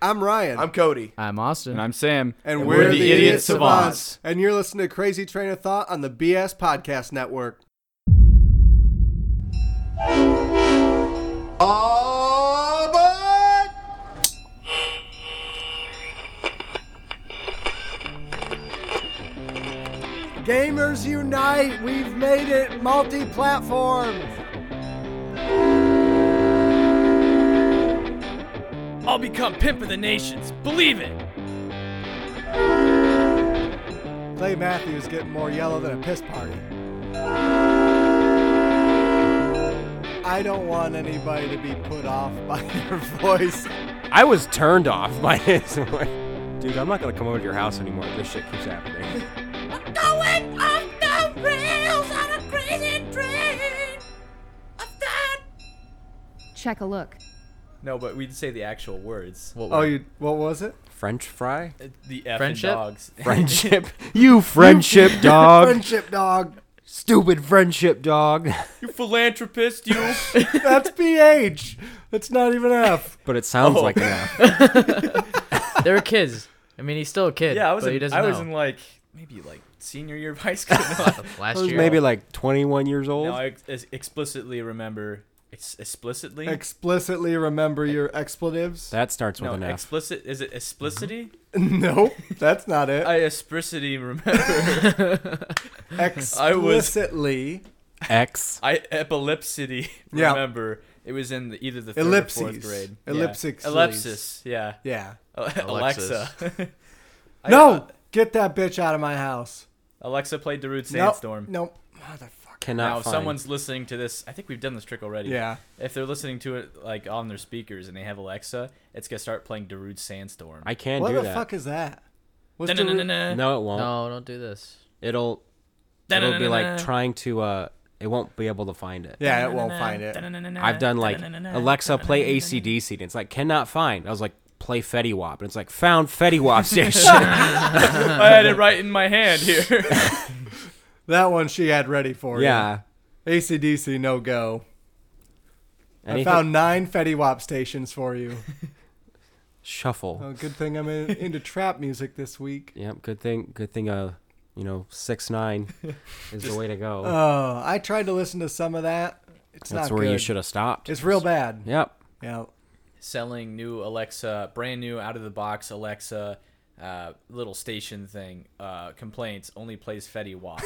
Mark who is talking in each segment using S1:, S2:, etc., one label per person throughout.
S1: I'm Ryan.
S2: I'm Cody.
S3: I'm Austin.
S4: And I'm Sam.
S1: and,
S2: we're the Idiot Savants.
S1: And you're listening to Crazy Train of Thought on the BS Podcast Network. Gamers Unite! We've made it multi platform!
S5: I'll become pimp of the nations. Believe it.
S1: Clay Matthews getting more yellow than a piss party. I don't want anybody to be put off by their voice.
S6: I was turned off by his voice. Dude, I'm not gonna come over to your house anymore. if This shit keeps happening.
S7: I'm going off the rails on a crazy train. I'm done.
S8: Check a look.
S2: No, but we'd say the actual words.
S3: What
S1: Oh,
S3: were-
S1: you what was it?
S6: French fry?
S2: The F
S3: Friendship?
S2: dogs.
S6: Friendship. you friendship dog.
S1: Friendship dog.
S6: Stupid friendship dog.
S2: you philanthropist, you.
S1: That's PH. That's not even F.
S6: But it sounds
S2: Oh.
S6: like an F.
S3: they were kids. I mean, he's still a kid.
S2: yeah, I was.
S3: But he
S2: In,
S3: doesn't
S2: I
S3: know.
S2: was in like maybe like senior year of high school. No,
S3: last
S6: I was
S3: year.
S6: maybe like 21 years old.
S2: no, I ex- explicitly remember. Ex- explicitly.
S1: Explicitly remember your expletives.
S6: that starts with
S2: no,
S6: an F.
S2: explicit. Is it explicitity?
S1: Mm-hmm. Nope, that's not it.
S2: I explicitly remember. I was-
S1: Explicitly.
S6: X.
S2: I epilepsity
S1: Yeah.
S2: remember. It was in the, either the third or
S1: Ellipses.
S2: fourth grade.
S1: Ellipses.
S2: Yeah. Ellipsis. Yeah.
S1: Yeah.
S3: Alexis.
S2: Alexa. I- uh,
S1: No, get that bitch out of my house.
S2: Alexa played the Rude Sandstorm.
S1: Nope. nope. Motherfucker.
S6: Cannot
S2: Now, if
S6: find.
S2: someone's listening to this, I think we've done this trick already.
S1: Yeah.
S2: If they're listening to it like on their speakers and they have Alexa, it's gonna start playing Darude Sandstorm.
S6: I can
S1: What
S6: do
S1: the
S6: that.
S1: fuck is that? What's the root-
S5: Da-na-na-na-na.
S6: No, it won't.
S3: No, don't do this.
S6: It'll it'll be like trying to uh it won't be able to find it.
S1: Yeah, it won't find it.
S6: I've done like Alexa play ACDC and it's like cannot find. I was like play Fetty Wap and it's like found Fetty Wap station.
S2: I had it right in my hand here.
S1: That one she had ready for
S6: yeah.
S1: you. ACDC, no go.
S6: Anything-
S1: I found nine Fetty Wap stations for you.
S6: shuffle.
S1: Oh, good thing I'm in, into trap music this week.
S6: Yep, good thing good thing uh you know, six nine is the way to go.
S1: Oh, I tried to listen to some of that. It's
S6: That's
S1: not
S6: where
S1: good.
S6: you should have stopped.
S1: It's real bad.
S6: Yep.
S1: Yeah.
S2: Selling new Alexa, brand new out of the box Alexa, uh, little station thing. Uh, complaints only plays Fetty Wap.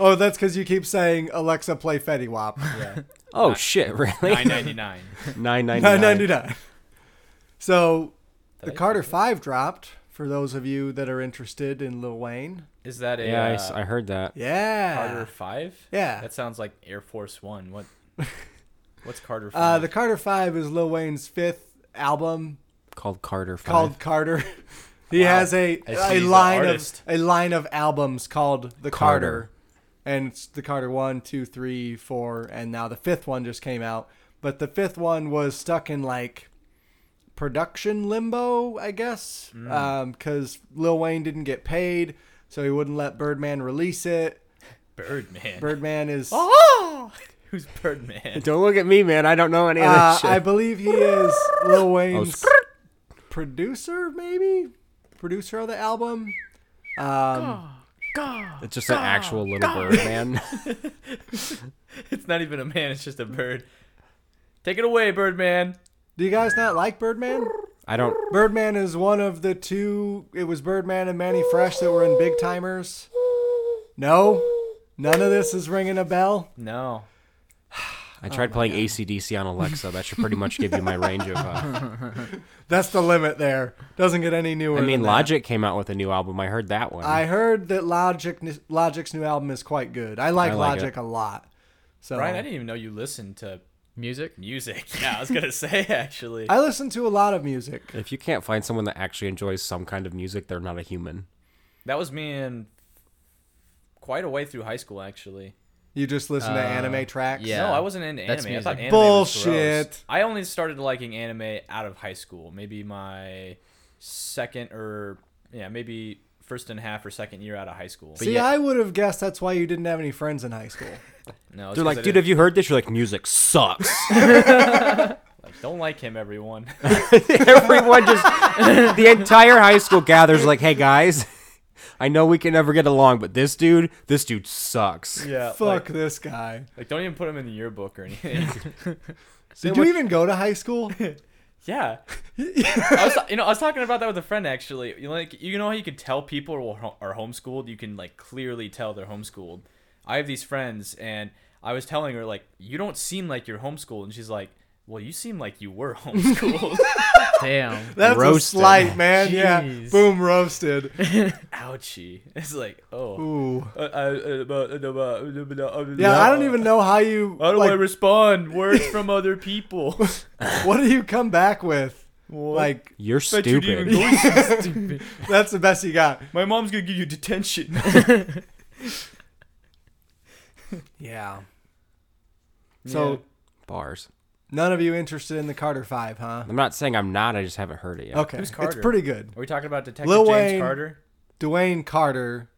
S1: Oh, that's because you keep saying Alexa play Fetty Wap.
S2: Yeah,
S6: Oh shit, really?
S2: nine ninety nine.
S6: Nine
S1: Nine ninety
S6: ninety nine.
S1: nine. So, the Carter Five dropped for those of you that are interested in Lil Wayne.
S2: Is that a
S6: Yeah, I
S2: uh,
S6: s- I, heard that.
S1: Yeah.
S2: Carter Five?
S1: Yeah.
S2: That sounds like Air Force One. What? What's Carter
S1: Uh,
S2: Five?
S1: the Carter Five is Lil Wayne's fifth album
S6: Called Carter Five.
S1: called Carter. He has a
S2: I see
S1: a
S2: he's an
S1: line of
S2: artist.
S1: a line of albums called the Carter.
S6: Carter.
S1: and it's the Carter one, two, three, four, and now the fifth one just came out. But the fifth one was stuck in like production limbo, I guess,
S2: Mm.
S1: because Lil Wayne didn't get paid, so he wouldn't let Birdman release it.
S2: Birdman.
S1: Birdman is,
S2: Oh, Who's Birdman?
S6: Don't look at me, man. I don't know any of
S1: uh,
S6: that shit. Oh,
S1: I believe he is Lil Wayne's
S6: skirt.
S1: producer, maybe producer of the album. Um,
S6: It's just an actual little bird, man.
S2: It's not even a man. It's just a bird. Take it away, Birdman.
S1: Do you guys not like Birdman?
S6: I don't.
S1: Birdman is one of the two. It was Birdman and Manny Fresh that were in Big Timers. No, none of this is ringing a bell.
S2: No.
S6: I tried playing ACDC on Alexa. That should pretty much give you my range of. Uh,
S1: That's the limit there. Doesn't get any newer.
S6: I mean,
S1: than that.
S6: Logic came out with a new album. I heard that one.
S1: I heard that Logic Logic's new album is quite good. I like,
S6: I like
S1: Logic
S6: it.
S1: a lot. So
S2: Brian, I didn't even know you listened to
S3: Music.
S2: music. Yeah, I was gonna say actually.
S1: I listen to a lot of music.
S6: if you can't find someone that actually enjoys some kind of music, they're not a human.
S2: That was me in quite a way through high school actually.
S1: You just listen to
S3: Uh,
S1: anime tracks.
S2: No,
S3: yeah.
S2: I wasn't into
S3: That's
S2: anime. I thought
S3: music.
S2: anime Was gross.
S1: Bullshit.
S2: I only started liking anime out of high school. Maybe my second or yeah, maybe first and a half or second year out of high school.
S1: See, I would have guessed that's why you didn't have any friends in high school.
S2: no, it's
S6: They're
S2: 'cause I
S6: like, dude,
S2: didn't-
S6: have you heard this? You're like, music sucks.
S2: don't like him, everyone.
S6: Everyone just the entire high school gathers like, "Hey guys, I know we can never get along, but this dude, this dude sucks."
S2: yeah,
S1: Fuck
S2: Like,
S1: this guy.
S2: like, don't even put him in the yearbook or anything.
S1: Did you even go to high school?
S2: yeah, I was, you know, I was talking about that with a friend actually. You like, you know how you could tell people are ho- are homeschooled. You can like clearly tell they're homeschooled. I have these friends, and I was telling her like, you don't seem like you're homeschooled, and she's like, well, you seem like you were homeschooled.
S3: Damn.
S1: That's
S6: Roasted.
S1: a slight, man. Yeah.
S3: Jeez.
S1: Boom, roasted.
S2: Ouchie! It's like, oh.
S1: Ooh.
S2: Uh, uh, uh, uh, uh, uh,
S1: Yeah, I don't even know how you.
S2: How do I
S1: like,
S2: respond? Words from other people.
S1: what do you come back with? Like,
S6: You're
S2: Bet you didn't
S6: stupid.
S2: even go-
S1: that's the best you got.
S2: My mom's gonna give you detention.
S1: Yeah. So
S2: Yeah.
S6: Bars.
S1: none of you interested in the Carter Five, huh?
S6: I'm not saying I'm not. I just haven't heard it yet.
S1: Okay,
S2: Who's
S1: it's
S2: Carter?
S1: pretty good.
S2: Are we talking about Detective
S1: Lil
S2: James
S1: Wayne.
S2: Carter?
S1: Dwayne Carter,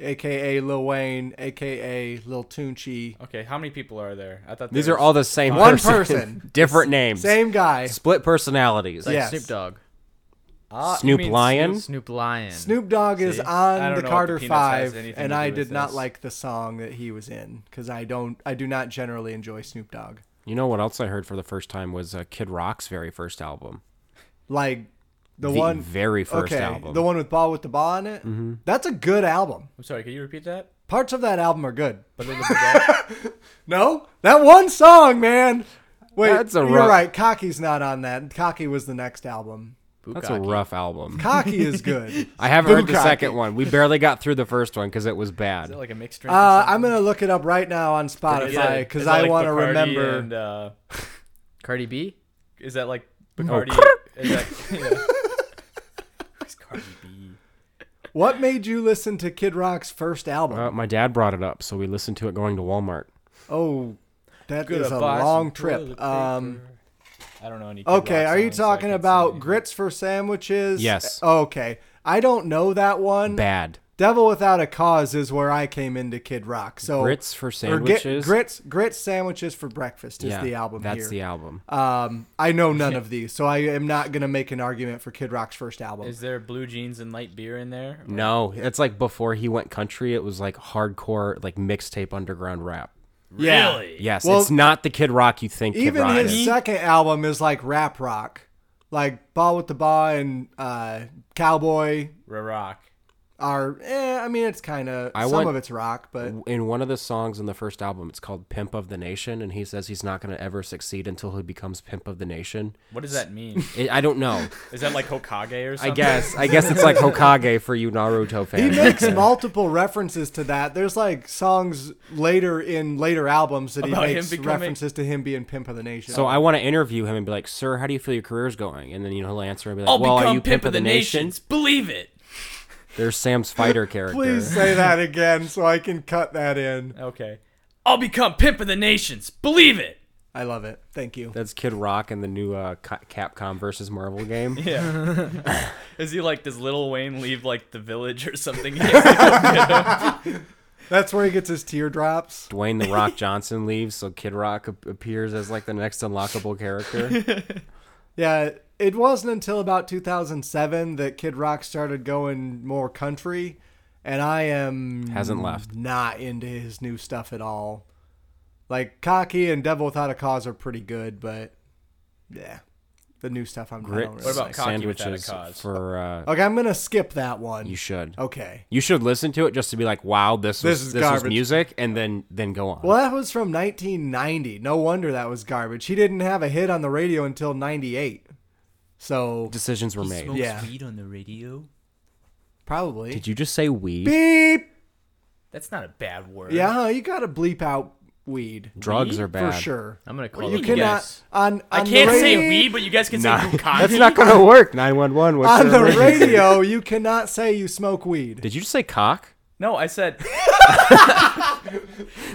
S1: aka Lil Wayne, aka Lil Tunchi,
S2: Okay, how many people are there? I thought
S6: These
S2: there
S6: are
S2: was-
S6: all the same
S1: One
S6: person.
S1: person.
S6: different names,
S1: same guy.
S6: split personalities.
S1: Yeah. Yes.
S3: Snoop Dogg.
S2: Ah, you
S6: Snoop
S2: mean
S6: Lion.
S2: Snoop-
S3: Snoop Lion.
S1: Snoop Dogg is
S2: See? I
S1: on
S2: don't
S1: the
S2: know if
S1: Carter
S2: the Peanuts has
S1: Five,
S2: anything
S1: and
S2: to do
S1: I
S2: with
S1: did not
S2: this.
S1: like the song that he was in because I don't, I do not generally enjoy Snoop Dogg.
S6: You know what else I heard for the first time was uh, Kid Rock's very first album.
S1: Like the,
S6: The
S1: one,
S6: very first
S1: okay,
S6: album. Mm-hmm.
S1: the one with Ball with the Ball on it. That's a good album.
S2: I'm sorry, could you repeat that?
S1: Parts of that album are good.
S2: Ba-da-da-ba-da.
S1: No, that one song, man. Wait,
S6: That's a
S1: you're
S6: rough-
S1: right. Cocky's not on that. Cocky was the next album.
S6: That's a rough album.
S1: Cocky is good.
S6: I haven't heard the
S1: Bukkake.
S6: second one. We barely got through the first one because it was bad.
S2: Is it like a mixed drink? or
S1: Uh, I'm
S2: something?
S1: gonna look it up right now on
S2: Is that-
S1: Spotify
S2: is
S1: because
S2: that
S1: I
S2: like
S1: want to
S2: Bacardi
S1: remember.
S2: And, uh,
S3: Cardi B.
S2: is that like Bacardi? is that, yeah. Who's Cardi B?
S1: What made you listen to Kid Rock's first album?
S6: Uh, my dad brought it up, so we listened to it going to Walmart.
S1: oh, that
S2: Gonna
S1: is a
S2: buy
S1: long
S2: some
S1: trip.
S2: toilet
S1: Um,
S2: paper. I don't know any. Kid
S1: okay,
S2: Rock
S1: are you
S2: songs, so I
S1: talking
S2: can't say
S1: about
S2: anything.
S1: grits for sandwiches?
S6: Yes.
S1: Okay, I don't know that one.
S6: Bad.
S1: Devil Without a Cause is where I came into Kid Rock. So
S6: Grits
S1: Oh.
S6: for
S1: or get-
S6: sandwiches.
S1: grits, grits sandwiches for breakfast is the album.
S6: That's
S1: here.
S6: the album.
S1: Um, I know none of these, so I am not gonna make an argument for Kid Rock's first album.
S2: Is there blue jeans and light beer in there? Or-
S6: no, it's like before he went country. It was like hardcore, like mixtape underground rap.
S1: yeah.
S6: Yes,
S1: Well,
S6: it's not the Kid Rock you think. Kid
S1: Even
S6: Rock
S1: his
S6: is.
S1: second album is like rap rock, like Ball with the Ball and uh, Cowboy
S2: Rock.
S1: are. Eh, I mean, it's kind of
S6: I
S1: some
S6: want-
S1: of it's rock, but
S6: in one of the songs in the first album, it's called "Pimp of the Nation," and he says he's not going to ever succeed until he becomes pimp of the nation.
S2: What does that mean?
S6: I I don't know.
S2: Is that like Hokage or
S6: I
S2: something?
S6: guess. I guess it's like Hokage for you Naruto
S1: he
S6: fans.
S1: makes multiple references to that. There's like songs later in later albums that he
S2: About him
S1: makes
S2: becoming-
S1: references to him being pimp of the nation.
S6: So I want to interview him and be like, "Sir, how do you feel your career's going?" And then you know he'll answer and be like,
S5: I'll
S6: "Well,
S5: become
S6: are you
S5: pimp of the nations. Believe it.
S6: There's Sam's fighter character.
S1: please say that again so I can cut that in.
S2: Okay.
S5: I'll become pimp of the nations. Believe it.
S1: I love it. Thank you.
S6: That's Kid Rock in the new uh, Ca- Capcom versus Marvel game.
S2: Yeah. Is he like, does Little Wayne leave like the village or something?
S1: That's where he gets his teardrops.
S6: Dwayne the Rock Johnson leaves, so Kid Rock ap- appears as like the next unlockable character.
S1: Yeah, it wasn't until about 2007 that Kid Rock started going more country, and I am
S6: Hasn't left.
S1: not into his new stuff at all. Like Cocky and Devil Without a Cause are pretty good, but yeah, the new stuff I'm I don't
S6: Grits
S1: really
S2: What about
S1: like.
S2: Cocky Without a
S6: sandwiches
S2: Cause?
S6: for uh,
S1: Okay, I'm gonna skip that one.
S6: you should.
S1: okay.
S6: You should listen to it just to be like, "Wow, this was
S1: Oh. This is
S6: this, was
S1: garbage.
S6: music," and then then go on.
S1: Well, that was from 1990. No wonder that was garbage. He didn't have a hit on the radio until 98. So
S6: Decisions were made.
S1: yeah,
S5: Weed on the radio.
S1: probably.
S6: Did you just say we?
S1: Beep.
S2: That's not a bad word.
S1: Yeah, you gotta bleep out weed.
S6: Drugs are bad.
S1: For sure.
S3: I'm gonna call
S1: You
S3: it.
S1: cannot
S2: guess.
S1: on, on
S5: I can't
S1: the
S5: say
S1: radio,
S5: weed, but you guys can
S6: Nah.
S5: say Bukkake.
S6: That's not gonna work. Nine one one.
S1: on the radio. You cannot say you smoke weed.
S6: Did you just say cock?
S2: No, I said.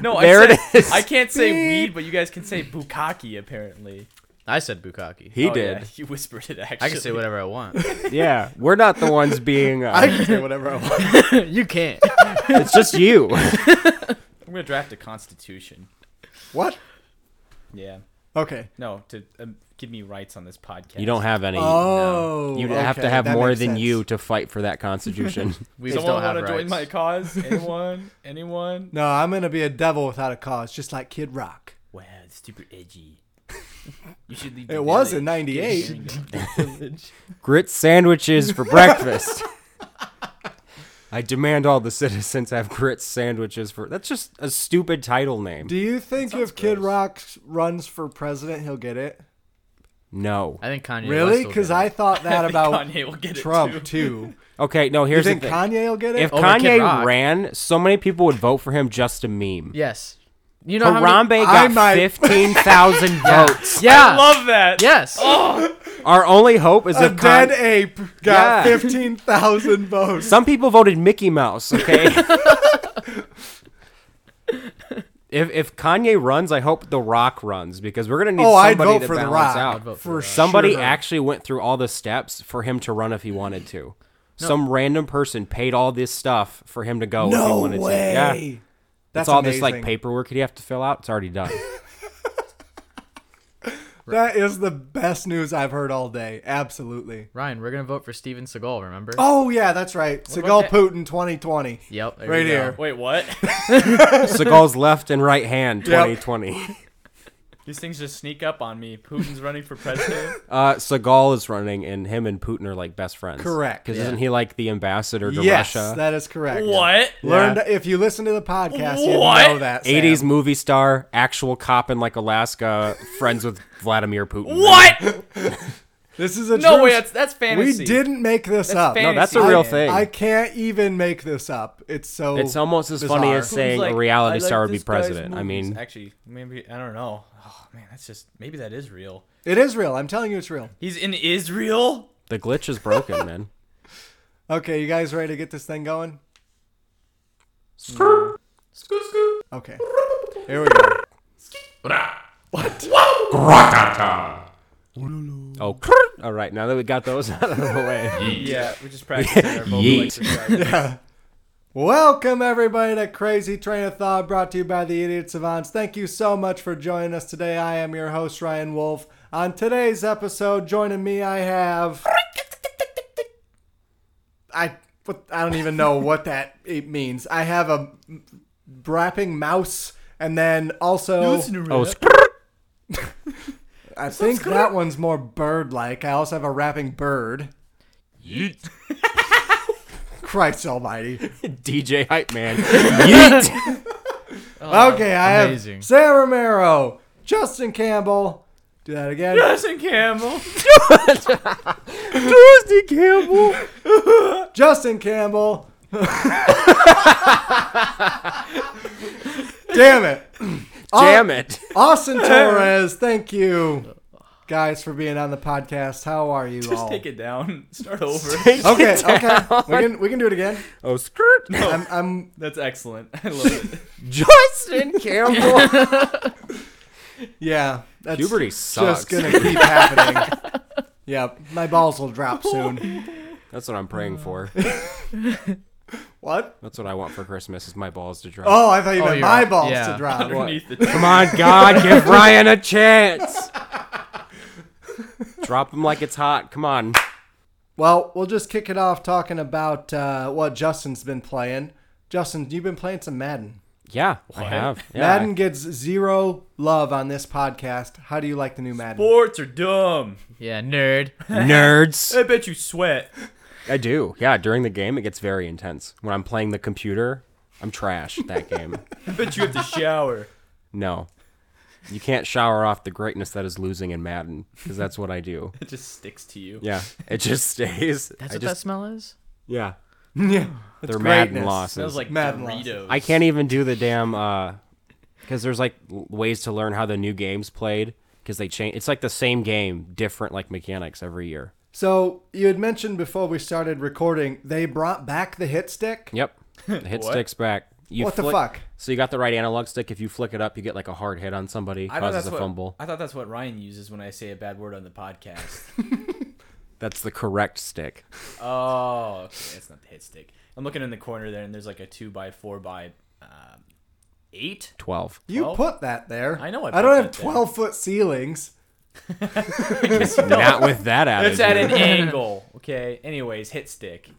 S2: no,
S6: There
S2: I
S6: it
S2: said,
S6: is.
S2: I can't say weed, but you guys can say Bukaki apparently.
S3: I said Bukaki.
S6: He
S2: Oh, Yeah,
S6: did.
S2: you whispered it actually.
S3: I can say whatever I want.
S6: Yeah. we're not the ones being. Uh,
S1: I can say whatever I want.
S3: you can't.
S6: it's just you.
S2: I'm gonna draft a constitution.
S1: What?
S2: Yeah.
S1: Okay.
S2: No, to um, give me rights on this podcast.
S6: You don't have any.
S1: Oh,
S6: you have to
S1: okay,
S6: have
S1: that
S6: more
S1: makes
S6: than
S1: sense.
S6: you to fight for that constitution.
S3: We just
S2: Someone
S3: don't have
S2: want to join
S3: rights.
S2: my cause? Anyone? Anyone?
S1: No, I'm gonna be a devil without a cause, just like Kid Rock.
S2: Wow, it's super edgy. You should leave.
S1: It was in '98.
S6: Grit sandwiches for breakfast. I demand all the citizens have grit sandwiches for. That's just a stupid title name.
S1: Do you think if Kid Rock runs for president, he'll get it?
S6: no.
S3: I think Kanye.
S1: Really? Because
S3: Because
S1: I thought that about
S2: Kanye will get it,
S1: Trump
S2: too.
S1: too.
S6: Okay. No.
S1: You
S6: Here's
S1: think
S6: the thing.
S1: Kanye Oh, will get it?
S6: if
S3: Over Kid
S6: Kanye
S3: Rock.
S6: ran, so many people would vote for him just to meme.
S3: yes, you know how
S6: Harambe
S3: many-
S1: I
S6: got
S1: might-
S6: fifteen thousand votes.
S3: Yeah.
S2: Love that.
S3: yes.
S6: Our only hope is
S1: a
S6: if Kanye.
S1: dead ape got
S6: Yeah.
S1: fifteen thousand votes.
S6: Some people voted Mickey Mouse, okay? if if Kanye runs, I hope The Rock runs because we're going to need
S1: Oh, I'd
S6: somebody
S1: vote
S6: to
S1: for The
S6: balance
S1: Rock.
S6: out.
S3: vote
S1: for
S3: for
S6: Somebody
S1: sure.
S6: actually went through all the steps for him to run if he wanted to. Some random person paid all this stuff for him to go if he
S1: No
S6: wanted
S1: way.
S6: to. Yeah. It's
S1: That's
S6: all this like
S1: amazing.
S6: paperwork you have to fill out. It's already done.
S1: That is the best news I've heard all day. Absolutely.
S3: Ryan, we're gonna vote for Steven Seagal. Remember?
S1: Oh yeah, that's right. Seagal Putin 2020.
S3: Yep. there
S1: Right
S3: you go.
S1: here.
S2: Wait, what?
S6: Seagal's left and right hand,
S1: Yep.
S6: 2020.
S2: These things just sneak up on me. Putin's running for president.
S6: Uh, Seagal is running, and him and Putin are like best friends.
S1: Correct.
S6: Because
S1: Yeah.
S6: isn't he like the ambassador to
S1: Yes,
S6: Russia?
S1: that is correct.
S2: what?
S1: Learned
S6: Yeah.
S1: if you listen to the podcast, you
S2: What?
S1: know that. Sam.
S6: 80s movie star, actual cop in like Alaska, friends with Vladimir Putin.
S2: What?
S1: This is a
S2: No
S1: true
S2: way.
S1: s-
S2: That's that's
S1: We
S2: fantasy.
S1: didn't make this up.
S2: fantasy.
S6: No, that's a real thing.
S1: I can't even make this up. It's so.
S6: it's almost as
S1: bizarre.
S6: funny as
S2: Putin's
S6: saying
S2: like,
S6: a reality
S2: "I like
S6: star would be
S2: this guy's
S6: president. I
S2: movies."
S6: mean,
S2: actually, maybe I don't know. Oh man, that's just maybe that is real.
S1: It is real. I'm telling you, it's real.
S2: He's in Israel.
S6: the glitch is broken, man.
S1: Okay, you guys ready to get this thing going? Okay. Here we go.
S6: Oh, all right. Now that we got those out of the way,
S2: Yeah, we just practicing our vocal
S6: Yeet.
S2: exercises.
S1: Welcome, everybody, to Crazy Train of Thought brought to you by the Idiot Savants. Thank you so much for joining us today. I am your host, Ryan Wolf. On today's episode, joining me, I have. I, what, I don't even know what that it means. I have a rapping mouse, and then also.
S6: oh, sc-
S1: I think that one's more bird like. I also have a rapping bird. Christ almighty.
S6: DJ hype man. Yeet.
S1: okay, I
S3: amazing.
S1: have Sam Romero, Justin Campbell. Do that again.
S2: Justin Campbell.
S6: Tuesday Campbell.
S1: Justin Campbell. Damn it.
S6: Damn it.
S1: Austin Torres, thank you guys for being on the podcast. How are you
S2: Just
S6: Oh.
S1: all?
S2: take it down. Start over.
S1: okay, okay. We can we can do it again.
S6: Oh, skirt.
S1: I'm I'm
S2: That's excellent. I love it.
S6: Justin Campbell.
S1: yeah. That's
S6: Puberty sucks.
S1: just gonna keep happening. Yep, my balls will drop soon.
S6: That's what I'm praying for.
S1: What?
S6: That's what I want for Christmas is my balls to drop.
S1: Oh, I thought you
S3: Oh,
S1: meant
S3: you're
S1: my
S3: right.
S1: balls to
S3: Yeah.
S1: drop.
S2: Underneath the t-
S6: Come on, God, give Ryan a chance. Drop him like it's hot. Come on.
S1: Well, we'll just kick it off talking about uh, what Justin's been playing. Justin, you've been playing some Madden.
S6: Yeah, I have. Yeah,
S1: Madden gets zero love on this podcast. How do you like the new Madden?
S2: Sports are dumb.
S3: Yeah, nerd.
S6: I- nerds.
S2: I bet you sweat.
S6: I do. Yeah, during the game it gets very intense. When I'm playing the computer, I'm trash at that game.
S2: I bet you have to shower.
S6: No. You can't shower off the greatness that is losing in Madden because that's what I do.
S2: It just sticks to you.
S6: Yeah, it just stays.
S3: That's
S6: I
S3: what that
S6: just
S3: smell is.
S6: yeah,
S1: yeah,
S6: they're Madden
S1: greatness.
S6: losses.
S2: Smells like
S1: Madden lost.
S2: Doritos.
S6: I can't even do the damn uh because there's like l- ways to learn how the new game's played because they change. It's like the same game, different like mechanics every year.
S1: So you had mentioned before we started recording, they brought back the hit stick.
S6: Yep, the hit sticks back. You
S1: What the
S6: flick-
S1: fuck?
S6: So you got the right analog stick. If you flick it up, you get like a hard hit on somebody,
S2: I thought
S6: causes
S2: that's
S6: a
S2: what
S6: fumble.
S2: I thought that's what Ryan uses when I say a bad word on the podcast.
S6: That's the correct stick.
S2: oh, okay, that's not the hit stick. I'm looking in the corner there, and there's like a two by four by um, eight.
S6: 12.
S1: You
S2: Twelve?
S1: put that there.
S2: I know I
S1: I don't
S2: put
S1: have
S2: that there.
S1: 12 foot ceilings.
S6: Not with that attitude.
S2: It's at an angle. Okay. Anyways, hit stick.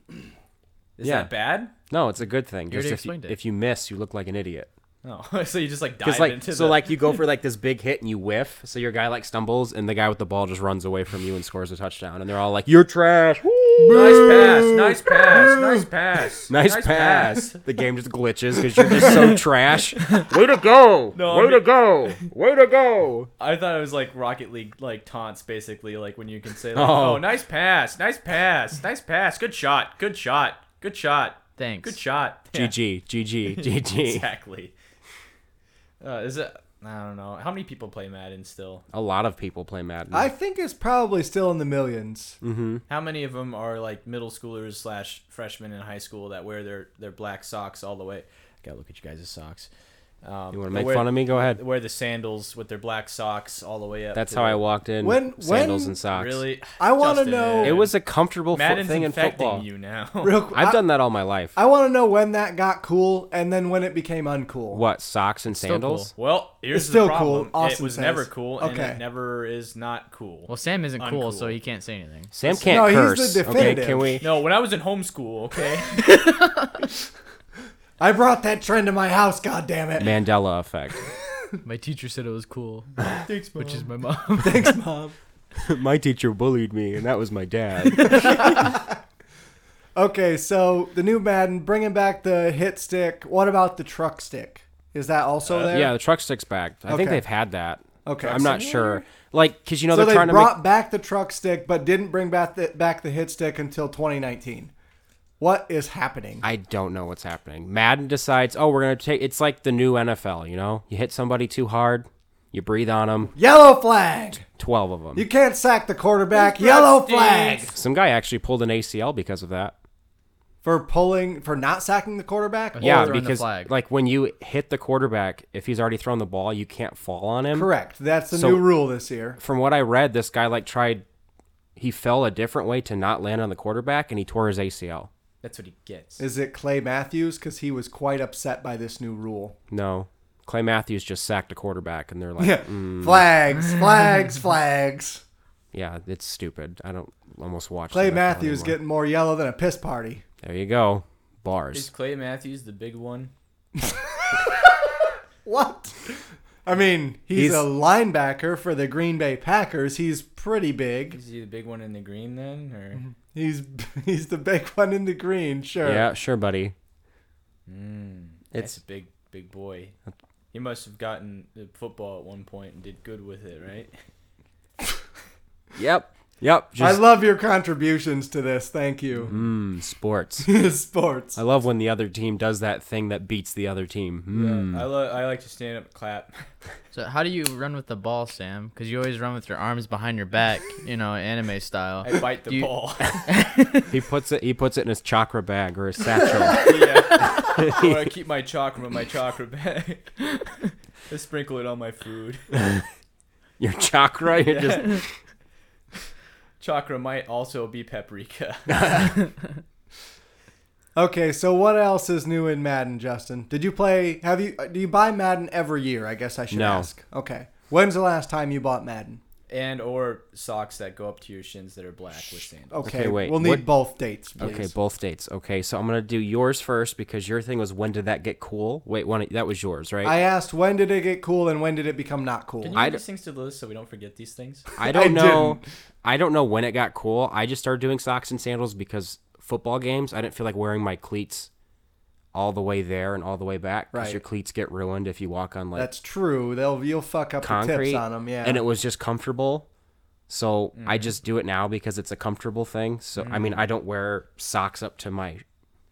S2: Is
S6: Yeah.
S2: that bad?
S6: no, it's a good thing.
S3: already
S6: Just if, you,
S3: explained it.
S6: if you miss, you look like an idiot.
S2: No. Oh, so you just like dive
S6: Because like,
S2: into
S6: so
S2: the-
S6: like you go for like this big hit and you whiff. So your guy like stumbles and the guy with the ball just runs away from you and scores a touchdown. And they're all like, "You're trash." Woo!
S2: nice pass, nice pass, nice pass,
S6: Nice, pass. the game just glitches because you're just so trash. Way to go!
S2: No, I
S6: Way to
S2: mean-
S6: go! Way to go!
S2: I thought it was like Rocket League like taunts basically like when you can say like,
S6: Oh.
S2: oh. nice pass, nice pass, nice pass, good shot, good shot, good shot,
S3: Thanks.
S2: good shot. Yeah,
S6: GG, GG, GG.
S2: Exactly. Uh, is it? I don't know. How many people play Madden still?
S6: A lot of people play Madden.
S1: I think it's probably still in the 1000000s
S2: How many of them are like middle schoolers slash freshmen in high school that wear their their black socks all the way? Gotta look at you guys' socks. Um,
S6: you want to make fun of me? Go ahead.
S2: Wear the sandals with their black socks all the way up.
S6: That's
S2: to
S6: how I
S2: their-
S6: walked in.
S1: When-
S6: sandals
S1: when-
S6: and socks.
S2: Really,
S1: I wanna
S2: Justin,
S1: know-
S6: It was a comfortable fo-
S2: Madden's
S6: thing in
S2: infecting
S6: football.
S2: you now.
S1: Real quick.
S6: I've
S1: I,
S6: done that all my life.
S1: I want to know when that got cool and then when it became uncool.
S6: what socks and
S3: Still cool.
S6: sandals?
S2: Well, here's
S1: It's still
S2: the problem.
S1: cool,
S2: it
S1: Austin
S2: was
S1: says.
S2: never cool, and
S1: Okay.
S2: it never is not cool.
S3: Well, Sam isn't cool, so
S2: Uncool.
S3: he can't say anything.
S6: Sam can't
S1: No, he's the
S6: curse. okay,
S1: definitive.
S6: can we?
S2: no, when I was in homeschool, okay,
S1: I brought that trend to my house, God damn it!
S6: Mandela effect.
S3: My teacher said it was cool, which is my mom.
S1: Thanks, Mom.
S6: my teacher bullied me, and that was my dad.
S1: Okay, so the new Madden, bringing back the hit stick. What about the truck stick? Is that also there?
S6: Uh, yeah, the truck sticks back. I think
S1: Okay.
S6: they've had that.
S1: Okay.
S6: I'm not sure. Like, cause you know
S1: So
S6: they're
S1: they
S6: trying to make
S1: brought back the truck stick, but didn't bring back the, back the hit stick until 2019. What is happening?
S6: I don't know what's happening. Madden decides, oh, we're gonna take. It's like the new NFL, you know. You hit somebody too hard, you breathe on them.
S1: Yellow flag.
S6: Twelve of them.
S1: You can't sack the quarterback. Yellow flag
S6: Some guy actually pulled an ACL because of that.
S1: for pulling for not sacking the quarterback.
S3: Yeah.
S6: Yeah,
S3: throwing the
S6: because
S3: flag.
S6: like when you hit the quarterback, if he's already thrown the ball, you can't fall on him.
S1: Correct. That's the
S6: So-
S1: new rule this year.
S6: From what I read, this guy like tried. He fell a different way to not land on the quarterback, and he tore his ACL.
S2: that's what he gets.
S1: Is it Clay Matthews? Because he was quite upset by this new rule.
S6: No, Clay Matthews just sacked a quarterback, and they're like,
S1: Yeah.
S6: Mm.
S1: Flags, flags, flags.
S6: yeah, it's stupid. I don't almost watch
S1: Clay
S6: the NFL
S1: Matthews
S6: anymore.
S1: getting more yellow than a piss party.
S6: There you go. Bars.
S2: Is Clay Matthews the big one?
S1: What? I mean, he's,
S6: He's-
S1: a linebacker for the Green Bay Packers. He's pretty big.
S2: Is he the big one in the green then,
S1: Mm-hmm.
S2: or
S1: He's he's the big one in the green, sure.
S6: Yeah, sure, buddy.
S2: it's a big, big boy? He must have gotten the football at one point and did good with it, right?
S6: Yep. Yep.
S1: I
S6: Just
S1: love your contributions to this. Thank you.
S6: mm, sports.
S1: Sports.
S6: I love when the other team does that thing that beats the other team.
S3: Hmm.
S6: Mm.
S2: I lo- I like to stand up, and clap.
S3: So how do you run with the ball, Sam? Because you always run with your arms behind your back, you know, anime style.
S2: I bite the
S3: You-
S2: ball.
S6: He puts it. He puts it in his chakra bag or his satchel.
S2: yeah. Or I keep my chakra in my chakra bag. I sprinkle it on my food.
S6: your chakra. You're just
S2: Chakra might also be paprika.
S1: Okay, so what else is new in Madden, Justin? Did you play have you do you buy Madden every year? I guess I should
S6: No.
S1: ask. Okay. When's the last time you bought Madden?
S2: and or socks that go up to your shins that are black with sandals.
S1: Okay,
S6: Okay, wait,
S1: we'll need
S6: what-
S1: both dates, please.
S6: okay. Both dates. Okay, so I'm gonna do yours first because your thing was when did that get cool? Wait, one that was yours, right?
S1: I asked when did it get cool and when did it become not cool?
S2: Can you
S6: I
S2: add
S6: d-
S2: these things to the list so we don't forget these things?
S6: I don't
S1: I
S6: know. I don't know when it got cool. I just started doing socks and sandals because football games. I didn't feel like wearing my cleats all the way there and all the way back because
S1: Right.
S6: your cleats get ruined if you walk on like
S1: That's true. They'll you'll fuck up the
S6: concrete
S1: tips on them, yeah.
S6: and it was just comfortable. So I
S2: Mm.
S6: just do it now because it's a comfortable thing. So I mean, I don't wear socks up to my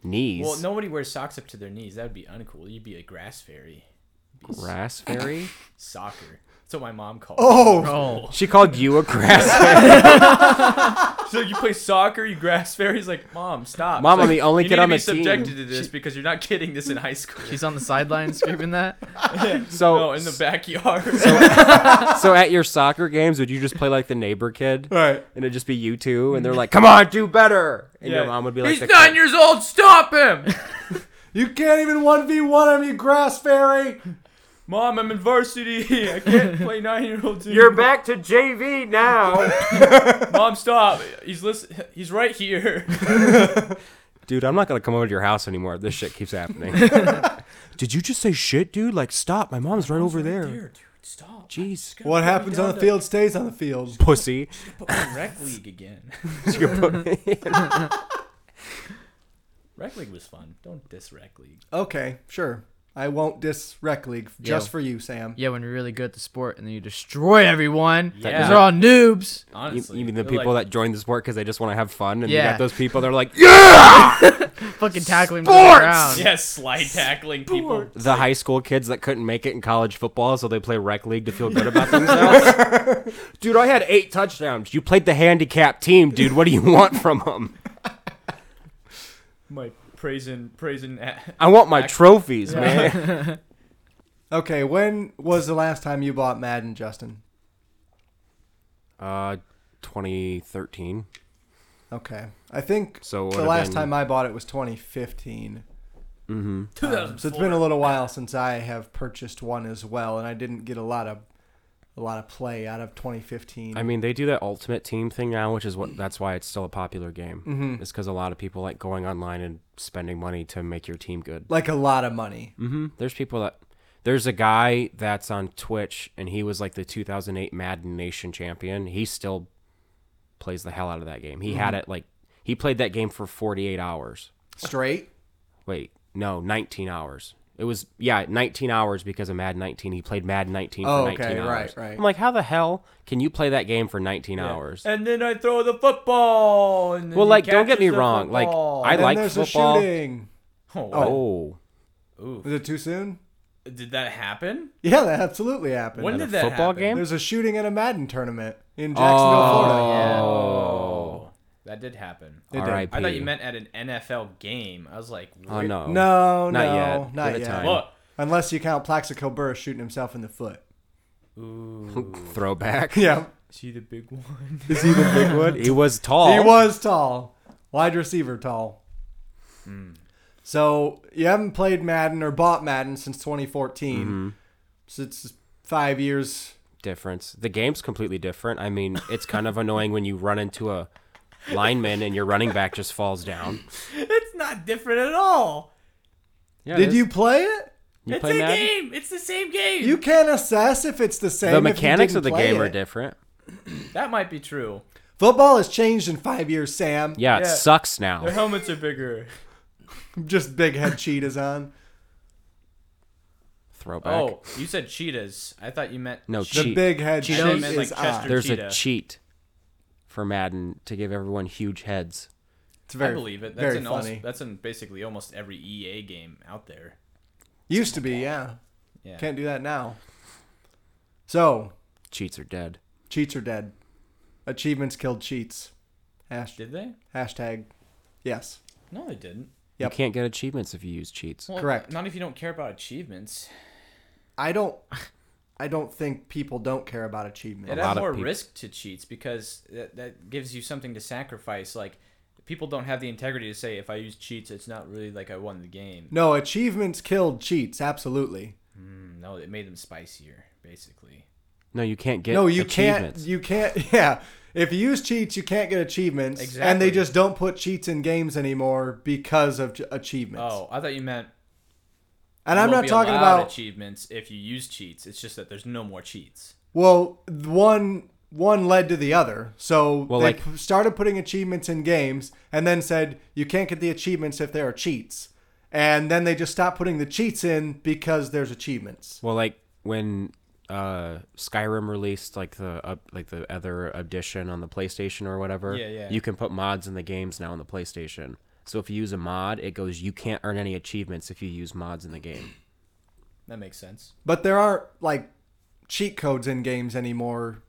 S6: knees.
S2: Well, nobody wears socks up to their knees. That would be uncool. You'd be a grass fairy.
S6: grass fairy.
S2: Soccer. That's what my mom called.
S1: oh,
S3: Oh,
S6: she called you a grass fairy.
S2: So you play soccer, you grass fairy. He's like, Mom, stop.
S6: Mom,
S2: It's
S6: I'm
S2: like,
S6: the only
S2: you
S6: kid
S2: need
S6: on
S2: to be
S6: the team."
S2: subjected to this because you're not getting this in high school.
S3: he's on the sideline screaming that.
S6: So
S2: No, in the backyard.
S6: so at your soccer games, would you just play like the neighbor kid?
S1: right.
S6: And it'd just be you two, and they're like, "Come on, do better!" And your
S2: Yeah.
S6: mom would be like,
S2: He's
S6: the-
S2: nine years old. Stop him.
S1: You can't even 1v1 me, Grass Fairy!
S2: Mom, I'm in varsity. I can't play nine year olds.
S6: You're back to JV now.
S2: Mom, stop. He's listen. He's right here.
S6: dude, I'm not gonna come over to your house anymore if this shit keeps happening. Did you just say shit, dude? Like, stop! My mom's right over there.
S2: Here, dude, stop.
S6: Jeez,
S1: What happens on the field stays on the field.
S6: pussy.
S2: Put me in rec league again.
S6: She could put me in.
S2: Rec league was fun. Don't diss rec league.
S6: E-,
S1: Okay, sure. I won't diss Rec League just
S3: Yo.
S1: for you, Sam.
S3: Yeah, when you're really good at the sport and then you destroy everyone.
S2: Yeah.
S3: Those are all noobs.
S6: You,
S2: Honestly,
S6: you mean the
S2: they're
S6: people
S2: like,
S6: that join the sport because they just want to have fun, and you
S3: Yeah.
S6: got those people that are like, yeah.
S3: Fucking tackling to the ground.
S2: yeah slide tackling people.
S6: The high school kids that couldn't make it in college football, so they play rec league to feel good about themselves. dude, I had eight touchdowns. You played the handicapped team, dude. What do you want from them?
S2: My praising praising. a-
S6: I want my trophies, man.
S1: Okay, when was the last time you bought Madden, Justin?
S6: Uh, 2013.
S1: Okay, I think
S6: So it
S1: the
S6: would've
S1: last
S6: been-
S1: time I bought it was 2015.
S6: Mm-hmm.
S5: Two
S1: So it's been a little while since I have purchased one as well, and I didn't get a lot of a lot of play out of 2015.
S6: I mean, they do that ultimate team thing now, which is what that's why it's still a popular game. Mm-hmm. It's because a lot of people like going online and spending money to make your team good.
S1: like a lot of money.
S6: Mm-hmm. There's people that there's a guy that's on Twitch and he was like the 2008 Madden Nation champion. He still plays the hell out of that game. He
S1: Mm-hmm.
S6: had it like he played that game for 48 hours.
S1: Straight.
S6: Wait, no, 19 hours. It was yeah, 19 hours because of Madden 19. He played Madden 19
S1: Oh,
S6: for
S1: okay,
S6: 19 hours.
S1: right, right.
S6: I'm like, how the hell can you play that game for 19 hours?
S2: And then I throw the football. And then
S6: Well,
S2: he
S6: like, don't get
S2: catches
S6: me
S2: the
S6: wrong.
S2: football.
S6: Like, I
S1: Then
S6: like
S1: there's
S6: football.
S1: a shooting.
S2: Oh,
S6: Oh,
S1: Was it too soon?
S2: did that happen?
S1: Yeah, that absolutely happened.
S2: When did that
S6: football
S2: happen?
S6: game?
S1: There's a shooting at a Madden tournament
S6: Oh.
S1: in Jacksonville, Florida.
S2: Oh, that did happen.
S1: It did.
S6: R.I.P.
S2: I thought you meant at an NFL game. I was like,
S6: Oh
S2: wait,
S6: no.
S1: No,
S6: Not
S1: no,
S6: yet.
S1: not
S6: Give it
S1: yet.
S6: time.
S2: Look,
S1: Unless you count Plaxico Burris shooting himself in the foot.
S6: Throwback.
S1: Yeah,
S2: see the big one.
S6: Is he the big one? He was tall.
S1: he was tall, wide receiver tall.
S6: Hmm.
S1: So you haven't played Madden or bought Madden since 2014.
S6: Mm-hmm.
S1: So it's five years.
S6: difference. The game's completely different. I mean, it's kind of annoying when you run into a lineman and your running back just falls down.
S2: it's not different at all.
S6: Yeah,
S1: Did you play it?
S6: you
S2: It's
S6: play
S2: a
S6: Madden?
S2: game. It's the same game.
S1: You can't assess if it's the same.
S6: The
S1: if you
S6: mechanics of
S1: didn't
S6: the
S1: play
S6: game are
S1: it.
S6: different.
S2: that might be true.
S1: Football has changed in five years, Sam.
S6: Yeah, it
S2: Yeah.
S6: sucks now.
S2: Their helmets are bigger.
S1: Just big head cheetahs on.
S6: Throwback.
S2: Oh, you said cheetahs. I thought you meant
S6: no,
S1: The
S6: cheat.
S1: big head
S2: Cheetos?
S1: cheetah
S2: Meant, like,
S1: is
S2: Chester-
S1: on.
S6: There's
S2: cheetah.
S6: a cheat for Madden to give everyone huge heads.
S1: It's very,
S2: I believe it. That's
S1: very
S2: in al-
S1: funny.
S2: that's in basically almost every EA game out there.
S1: Used to be, yeah.
S2: Yeah.
S1: Can't do that now. So,
S6: Cheats are dead.
S1: cheats are dead. Achievements killed cheats. Hashtag.
S2: Did they?
S1: hashtag yes.
S2: No, they didn't.
S1: Yep.
S6: You can't get achievements if you use cheats.
S2: Well,
S1: Correct.
S2: Not if you don't care about achievements.
S1: I don't. I don't think people don't care about achievement.
S2: It
S6: lot
S2: adds
S6: of
S2: more
S6: peop-
S2: risk to cheats because that, that gives you something to sacrifice. Like people don't have the integrity to say if I use cheats, it's not really like I won the game.
S1: No, achievements killed cheats. Absolutely.
S2: No, it made them spicier, basically.
S6: No, you can't get
S1: no, you can't.
S6: achievements.
S1: You can't. Yeah. If you use cheats, you can't get achievements. And
S2: Exactly.
S1: they just don't put cheats in games anymore because of ch- achievements.
S2: Oh, I thought you meant.
S1: and
S2: you
S1: I'm
S2: won't
S1: not
S2: be
S1: talking
S2: allowed
S1: about
S2: achievements if you use cheats. It's just that there's no more cheats.
S1: Well, th- one one led to the other. So
S6: Well,
S1: they
S6: like-
S1: p- started putting achievements in games, and then said you can't get the achievements if there are cheats. And then they just stopped putting the cheats in because there's achievements.
S6: Well, like when uh, Skyrim released like the up like the other edition on the PlayStation or whatever.
S2: Yeah, yeah.
S6: You can put mods in the games now on the PlayStation. So if you use a mod, it goes you can't earn any achievements if you use mods in the game.
S2: That makes sense.
S1: But there aren't like cheat codes in games anymore.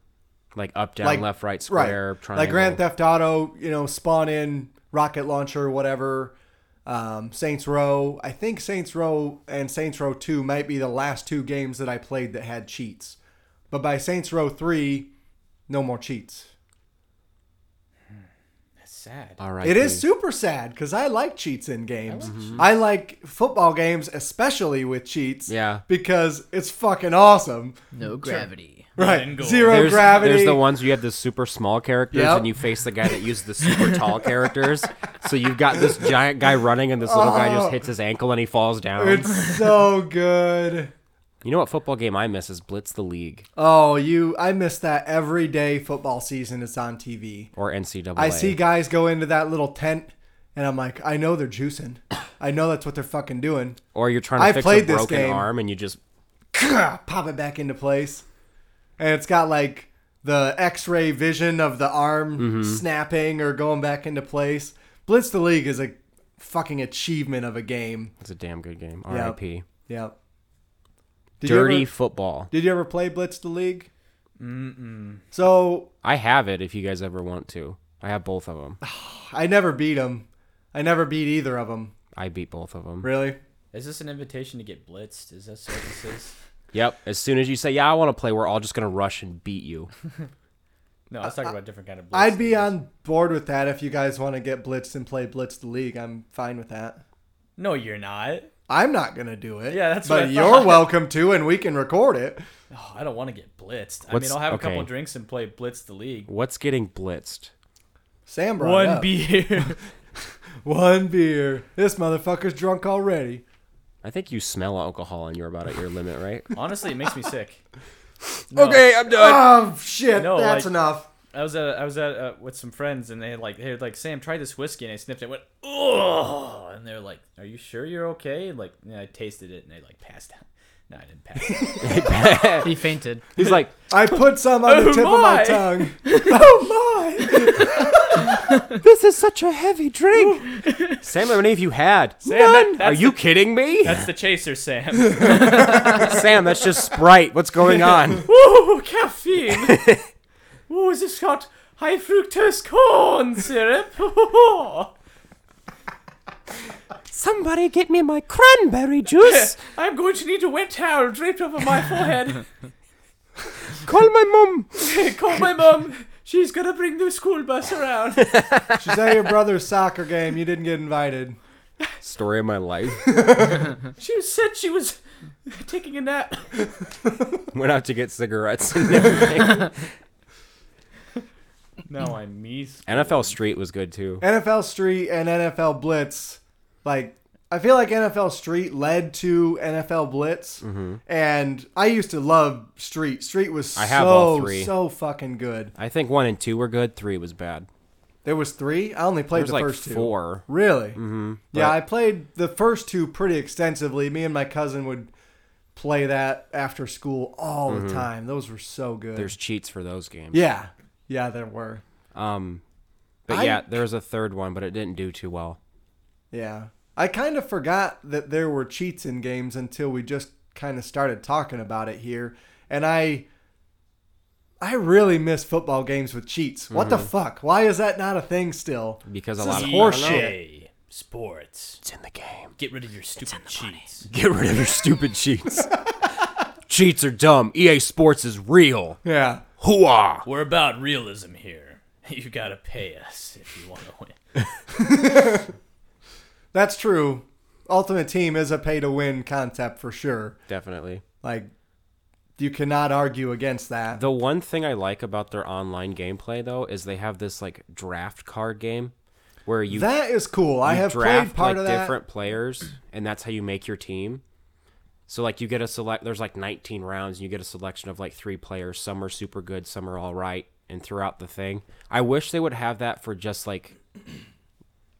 S6: Like up, down,
S1: Like
S6: left, right, square,
S1: right.
S6: triangle.
S1: Like Grand Theft Auto, you know, spawn in rocket launcher, whatever. Um, Saints Row. I think Saints Row and Saints Row Two might be the last two games that I played that had cheats. But by Saints Row Three, no more cheats.
S2: That's sad.
S6: All right.
S1: It is super sad because I like cheats in games. Mm-hmm. I like football games, especially with cheats.
S6: Yeah.
S1: Because it's fucking awesome.
S3: No gravity.
S2: and
S1: Right.
S2: goal.
S1: Zero
S6: There's,
S1: gravity.
S6: there's the ones you have the super small characters
S1: Yep.
S6: and you face the guy that uses the super tall characters. So you've got this giant guy running and this little guy just hits his ankle and he falls down.
S1: Oh. It's so good.
S6: You know what football game I miss is Blitz the League
S1: Oh, you! I miss that every day. Football season It's on TV.
S6: or NCAA.
S1: I see guys go into that little tent, and I'm like, I know they're juicing. I know that's what they're fucking doing.
S6: Or you're trying to
S1: I
S6: fix
S1: played
S6: a
S1: this
S6: broken
S1: game.
S6: arm and you just
S1: Pop it back into place, and it's got like the X-ray vision of the arm snapping or going back into place. Blitz the League is a fucking achievement of a game.
S6: it's a damn good game.
S1: Yeah.
S6: R.I.P.
S1: Yep. Did
S6: Dirty
S1: You ever,
S6: football.
S1: did you ever play Blitz the League? Mm-mm. So
S6: I have it if you guys ever want to. I have both of them.
S1: I never beat them. I never beat either of them.
S6: I beat both of them.
S1: Really?
S2: Is this an invitation to get blitzed? Is that so this is?
S6: Yep. As soon as you say, "Yeah, I want to play," we're all just gonna rush and beat you.
S2: No, I was talking about a different kind of blitz.
S1: I'd be on board with that if you guys want to get blitzed and play Blitz the League. I'm fine with that.
S2: No, you're not.
S1: I'm not gonna do it.
S2: Yeah, that's
S1: But
S2: what I
S1: you're
S2: thought.
S1: welcome to, and we can record it.
S2: Oh, I don't want to get blitzed. I
S6: What's-
S2: mean, I'll have a couple
S6: okay.
S2: drinks and play blitz the league.
S6: What's getting blitzed?
S1: Sam brought it
S2: One
S1: up.
S2: beer.
S1: One beer. This motherfucker's drunk already.
S6: I think you smell alcohol and you're about at your limit, right?
S2: Honestly, it makes me sick.
S6: Okay, I'm done.
S1: Oh shit!
S2: No,
S1: that's
S2: like-
S1: enough.
S2: I was at I was at uh, with some friends and they had like they had like Sam try this whiskey and I sniffed it and went oh and they're like are you sure you're okay and like yeah, I tasted it and they like passed out. No, I didn't pass. out.
S3: He fainted.
S6: He's like,
S1: I put some on the
S2: Oh,
S1: tip of my
S2: my.
S1: tongue. oh my!
S6: "This is such a heavy drink." Sam, how many have you had? None.
S2: that-
S6: Are you kidding me?
S2: That's the chaser, Sam.
S6: Sam, that's just Sprite. What's going on?
S2: Woo, caffeine. Woo, has this got high fructose corn syrup?
S6: Somebody get me my cranberry juice.
S2: I'm going to need a wet towel draped over my forehead.
S6: Call my mum.
S2: Call my mum. She's gonna bring the school bus around.
S1: She's at your brother's soccer game. You didn't get invited.
S6: Story of my life.
S2: She said she was taking a nap.
S6: Went out to get cigarettes and everything.
S2: No, I'm me.
S6: NFL Street was good too.
S1: NFL Street and NFL Blitz, like I feel like NFL Street led to NFL Blitz, and I used to love Street. Street was
S6: Mm-hmm. I have
S1: so
S6: all three.
S1: so fucking good.
S6: I think one and two were good. Three was bad.
S1: There was three. I only played
S6: There's
S1: the
S6: like
S1: first two.
S6: four.
S1: Really? Mm-hmm, yeah,
S6: but-
S1: I played the first two pretty extensively. Me and my cousin would play that after school all the time. Those were so good.
S6: Mm-hmm. There's cheats for those games.
S1: yeah, yeah, there were.
S6: Um, but
S1: I-
S6: yeah, there was a third one, but it didn't do too well.
S1: Yeah. I kind of forgot that there were cheats in games until we just kind of started talking about it here. And I I really miss football games with cheats. What the
S6: Mm-hmm.
S1: fuck? Why is that not a thing still?
S6: Because a lot of
S1: Horseshit.
S2: Sports.
S6: It's in the game.
S2: Get rid of your stupid cheats.
S6: Get rid of your stupid cheats. cheats are dumb. EA Sports is real.
S1: Yeah.
S6: Hooah!
S2: We're about realism here. You gotta pay us if you want to win.
S1: That's true. Ultimate Team is a pay to win concept for sure.
S6: Definitely.
S1: Like you cannot argue against that.
S6: The one thing I like about their online gameplay though is they have this like draft card game where you
S1: that is cool. I
S6: you
S1: have
S6: draft
S1: played part
S6: like
S1: of that.
S6: different players, and that's how you make your team. So like you get a select. There's like 19 rounds, and you get a selection of like three players. Some are super good, some are all right, and throughout the thing, I wish they would have that for just like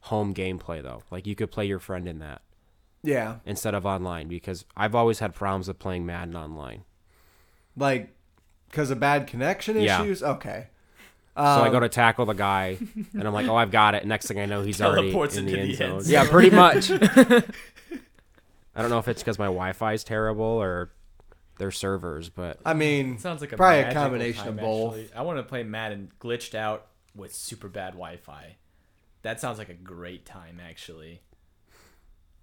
S6: home gameplay though. Like you could play your friend in that
S1: Yeah.
S6: instead of online because I've always had problems with playing Madden online.
S1: Like because of bad connection
S6: Yeah.
S1: issues. Okay.
S6: So I go to tackle the guy, and I'm like, "Oh, I've got it." Next thing I know, he's already
S2: Teleports
S6: in the,
S2: into
S6: end,
S2: the
S6: zone.
S2: end
S6: Yeah, pretty much. I don't know if it's because my Wi-Fi is terrible or their servers, but
S1: I mean,
S2: Sounds like a
S1: probably a
S2: magical
S1: combination of
S2: time,
S1: both.
S2: actually. I want to play Madden glitched out with super bad Wi-Fi. That sounds like a great time, actually.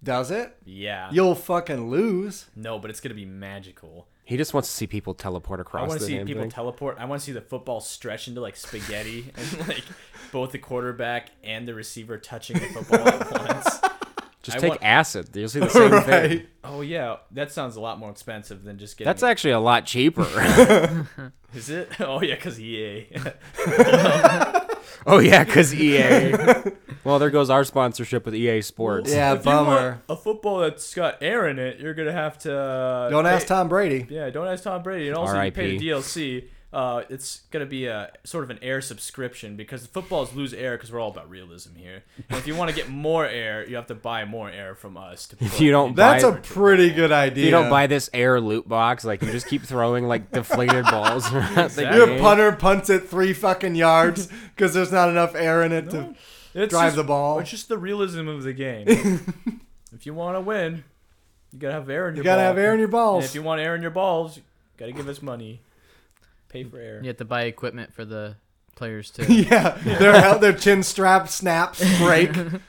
S1: Does it?
S2: Yeah.
S1: You'll fucking lose.
S2: no, but it's gonna be magical.
S6: He just wants to see people
S2: I
S6: teleport across
S2: want
S6: the
S2: to see
S6: damn
S2: people
S6: thing.
S2: teleport. I want to see the football stretch into like spaghetti and like both the quarterback and the receiver touching the football at once.
S6: just
S2: I
S6: take
S2: want-
S6: acid. You'll see the same thing.
S2: Oh yeah, that sounds a lot more expensive than just getting.
S6: That's actually a lot cheaper.
S2: is it? Oh yeah, because EA.
S6: oh yeah, because EA. well, there goes our sponsorship with EA Sports.
S1: Yeah,
S2: If you want
S1: bummer.
S2: a football that's got air in it, you're gonna have to. uh,
S1: Don't ask
S2: pay-
S1: Tom Brady.
S2: Yeah, don't ask Tom Brady. And also, you pay
S6: R.I.P..
S2: the DLC. Uh, it's gonna be a sort of an air subscription because the footballs lose air because we're all about realism here. And if you want to get more air, you have to buy more air from us. To
S6: If
S2: put
S6: you don't
S1: That's
S6: buy,
S1: a pretty good
S6: if
S1: idea.
S6: you don't buy this air loot box, like you just keep throwing like deflated balls. around the
S2: Exactly.
S1: Your
S6: game.
S1: punter punts it three fucking yards because there's not enough air in it to
S2: It's
S1: drive
S2: just-
S1: the ball.
S2: It's just the realism of the game. if you want to win, you gotta have air in your.
S1: You gotta
S2: ball.
S1: have air in your
S2: And
S1: balls.
S2: if you want air in your balls, you gotta give us money. Pay for air.
S3: You have to buy equipment for the players too.
S1: yeah, their hel- their chin strap snaps break. well,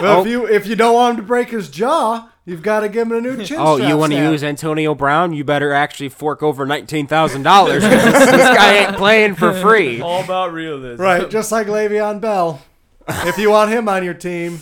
S6: Oh.
S1: if you if you don't want him to break his jaw, you've got to give him a new chin.
S6: Oh,
S1: strap
S6: you want to
S1: snap.
S6: use Antonio Brown? You better actually fork over nineteen thousand dollars. This guy ain't playing for free.
S2: All about realism.
S1: right? Just like Le'Veon Bell. If you want him on your team,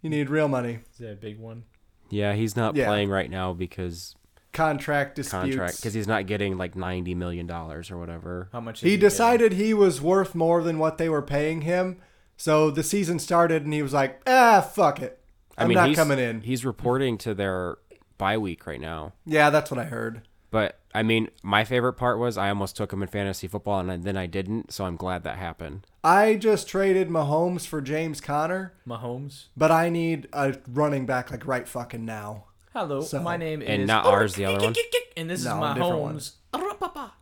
S1: you need real money.
S2: Is that a big one?
S6: Yeah, he's not
S1: Yeah.
S6: playing right now because
S1: Contract disputes.
S6: contract because he's not getting like ninety million dollars or whatever.
S2: How much? is
S1: He
S2: getting?
S1: decided he was worth more than what they were paying him. So the season started and he was like, ah, fuck it.
S6: I
S1: I'm
S6: mean,
S1: not
S6: he's-
S1: coming in.
S6: He's reporting to their bye week right now.
S1: yeah, that's what I heard.
S6: But I mean, my favorite part was I almost took him in fantasy football and then I didn't, so I'm glad that happened.
S1: I just traded Mahomes for James Conner,
S2: Mahomes.
S1: but I need a running back like right fucking now.
S2: Hello,
S1: So-
S2: my name
S6: And
S2: is
S6: not ours, the other one.
S2: and this
S1: No,
S2: is my
S1: different one. Uh,
S2: Mahomes.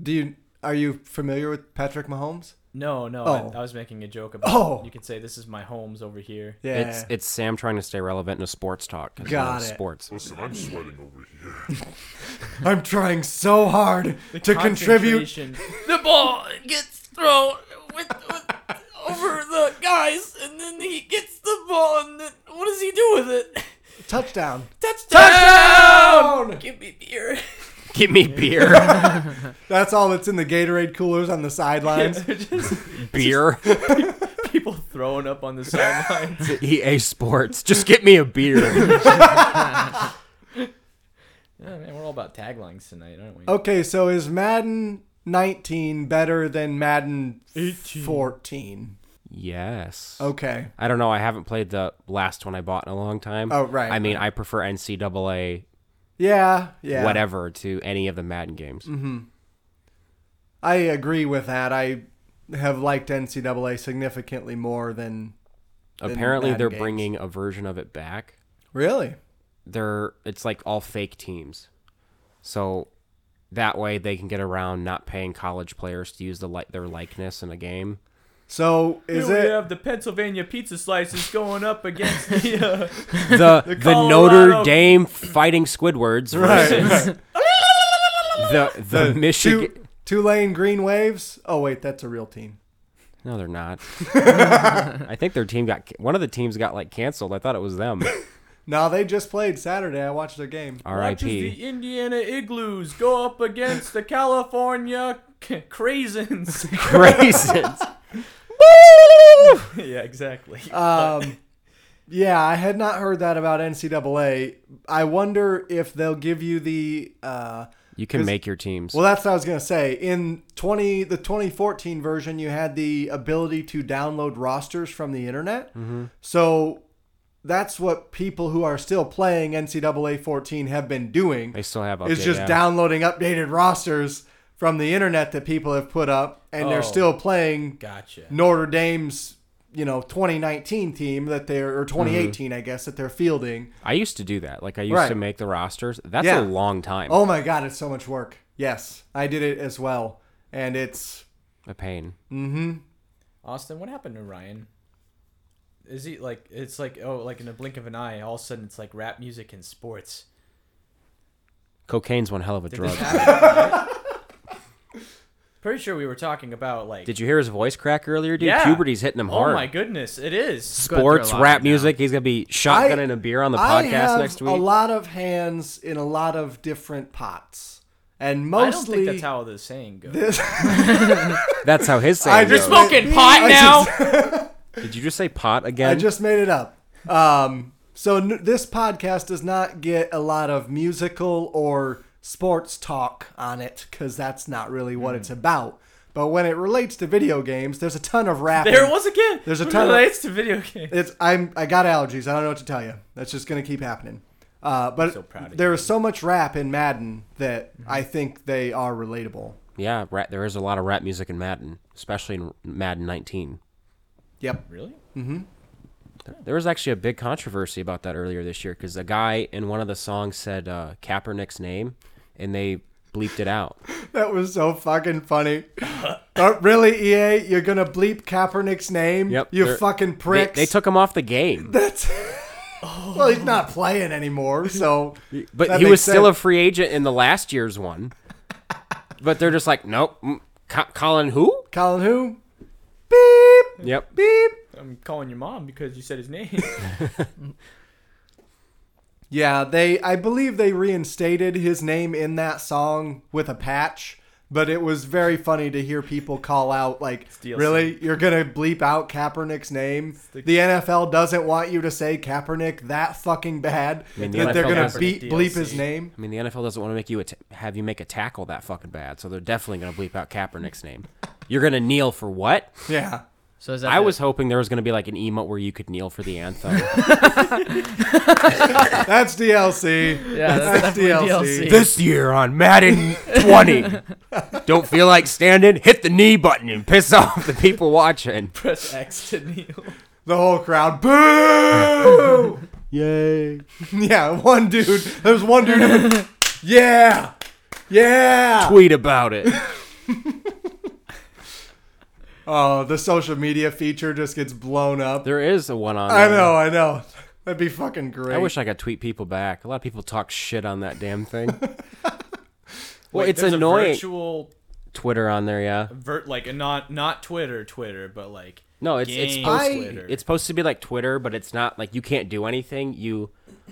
S1: Do you are you familiar with Patrick Mahomes?
S2: No, no,
S1: Oh.
S2: I, I was making a joke about.
S1: Oh.
S2: you could say this is my Holmes over here.
S1: Yeah.
S6: It's it's Sam trying to stay relevant in a sports talk. 'cause he
S1: Got
S6: loves
S1: it.
S6: Sports.
S4: Listen, I'm sweating over here.
S1: I'm trying so hard to contribute.
S2: Concentration.
S5: The ball gets thrown with, with, over the guys, and then he gets the ball, and then what does he do with it?
S1: Touchdown.
S5: Touchdown! Give me beer.
S6: Give me beer,
S1: That's all that's in the Gatorade coolers on the sidelines.
S2: Just
S6: beer.
S2: people throwing up on the sidelines.
S6: EA E Sports, just get me a beer.
S2: yeah, man, we're all about taglines tonight, aren't we?
S1: Okay, so is Madden 19 better than Madden 14?
S6: yes.
S1: Okay.
S6: I don't know. I haven't played the last one I bought in a long time.
S1: Oh, right,
S6: I mean, I prefer NCAA
S1: Yeah, yeah. Mm-hmm.
S6: whatever to any of the Madden games.
S1: I agree with that. I have liked NCAA significantly more than
S6: Apparently,
S1: Madden
S6: they're
S1: games.
S6: bringing a version of it back.
S1: really.
S6: they're it's like all fake teams. So that way they can get around not paying college players to use the li- their likeness in a game.
S1: So
S2: Here
S1: is
S2: we
S1: it?
S2: have the Pennsylvania pizza slices going up against the. Uh,
S6: The the, Notre
S2: Colorado-
S6: Dame fighting Squidwards versus the the, Michigan.
S1: Two, Tulane Green Waves. Oh wait, that's a real team.
S6: No, they're not. I think their team got one of the teams got like canceled. I thought it was them.
S1: No, they just played Saturday. I watched their game.
S2: watches
S6: R.I.P.
S2: the Indiana Igloos go up against the California C- Craisins.
S6: Raisins.
S2: yeah, exactly.
S1: Um, yeah, I had not heard that about NCAA. I wonder if they'll give you the. Uh,
S6: You can make your teams.
S1: well, that's what I was gonna say. In twenty the 2014 version, you had the ability to download rosters from the internet.
S6: Mm-hmm.
S1: So that's what people who are still playing NCAA 14 have been doing.
S6: they still have update.
S1: is just
S6: yeah.
S1: downloading updated rosters from the internet that people have put up, and
S2: Oh.
S1: they're still playing
S2: gotcha.
S1: Notre Dame's you know 2019 team that they're or
S6: Mm-hmm.
S1: 2018 I guess that they're fielding.
S6: I used to do that. Like I used
S1: Right.
S6: to make the rosters. That's
S1: Yeah.
S6: a long time.
S1: Oh my god, it's so much work. Yes, I did it as well, and it's
S6: A pain.
S2: Austin, what happened to Ryan? Is he like it's like oh like in a blink of an eye, all of a sudden it's like rap music and sports.
S6: Cocaine's one hell of a
S2: Did
S6: drug.
S2: this happen? pretty sure we were talking about like.
S6: Did you hear his voice crack earlier, dude?
S2: Yeah.
S6: Puberty's hitting him hard.
S2: Oh my goodness, it is.
S3: Going through a
S6: Sports,
S3: lot
S6: rap
S3: right now.
S6: music. He's gonna be shotgunning a beer on the
S1: I
S6: podcast
S1: have
S6: next
S1: A
S6: week.
S1: lot of hands in a lot of different pots, and mostly
S2: I don't think that's how the saying goes.
S6: That's how his
S1: I
S6: saying
S1: just
S6: goes.
S5: Smoking pot
S1: I
S5: now.
S1: just-
S6: Did you just say pot again?
S1: I just made it up. Um, so n- this podcast does not get a lot of musical or sports talk on it because that's not really what
S6: Hmm.
S1: it's about. But when it relates to video games, there's a ton of rap.
S2: There it was again.
S1: There's a
S2: Who
S1: ton of-
S2: relates to video games.
S1: It's I'm I got allergies. I don't know what to tell you. That's just gonna keep happening. Uh, but
S2: so proud of Mm-hmm.
S1: there is so much rap in Madden that I think they are relatable.
S6: yeah, rap, there is a lot of rap music in Madden, especially in Madden 19.
S1: Yep.
S2: Really?
S6: There was actually a big controversy about that earlier this year because a guy in one of the songs said uh, Kaepernick's name, and they bleeped it out.
S1: That was so fucking funny. but really, EA, you're gonna bleep Kaepernick's name?
S6: Yep,
S1: You
S6: they're-
S1: fucking
S6: They,
S1: pricks.
S6: they took him off the game,
S1: That's. Well, he's not playing anymore, so.
S6: but
S1: that
S6: he
S1: makes
S6: was still a
S1: sense.
S6: free agent in the last year's one. but they're just like, nope, mm, Co- Colin who?
S1: Colin who? Beep!
S6: Yep.
S1: Beep!
S2: I'm calling your mom because you said his name.
S1: Yeah, they. I believe they reinstated his name in that song with a patch, but it was very funny to hear people call out, like,
S2: DLC.
S1: really? You're going to bleep out Kaepernick's name? The,
S2: the-
S1: NFL doesn't want you to say Kaepernick that fucking bad
S6: mean, the
S1: that they're
S6: NFL
S1: going to
S6: Kaepernick
S1: beat bleep
S2: DLC.
S1: his name?
S6: I mean, the NFL doesn't want to make you a t- have you make a tackle that fucking bad, so they're definitely going to bleep out Kaepernick's name. You're going to kneel for what?
S1: Yeah.
S3: So is that
S6: I
S3: the-
S6: was hoping there was going to be like an emote where you could kneel for the anthem.
S1: That's DLC.
S3: yeah, that's definitely
S1: DLC.
S3: DLC.
S6: this year on Madden 20. Don't feel like standing? Hit the knee button and piss off the people watching.
S2: Press X to kneel.
S1: The whole crowd, boo! Yay! yeah, one dude. There's one dude. who went, yeah, yeah.
S6: Tweet about it.
S1: Oh, the social media feature just gets blown up.
S6: There is a one on.
S1: I
S6: there.
S1: know, I know. That'd be fucking great.
S6: I wish I could tweet people back. A lot of people talk shit on that damn thing. well, it's
S2: There's A
S6: annoying.
S2: virtual
S6: Twitter on there, yeah.
S2: vert like a not not Twitter Twitter, but like
S6: No, it's it's
S2: game
S6: supposed,
S2: Twitter.
S6: it's supposed to be like Twitter, but it's not like you can't do anything. You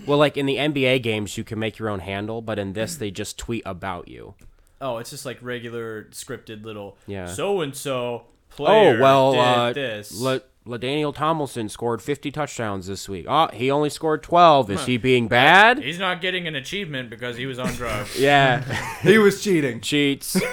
S6: well, like in the NBA games, you can make your own handle, but in this, they just tweet about you.
S2: oh, it's just like regular scripted little
S6: Yeah.
S2: so and so player.
S6: Oh well,
S2: did
S6: uh,
S2: this.
S6: La, Daniel Tomlinson scored 50 touchdowns this week. Oh, he only scored 12. Is he being bad?
S2: He's not getting an achievement because he was on drugs.
S6: Yeah,
S1: he was cheating.
S6: cheats.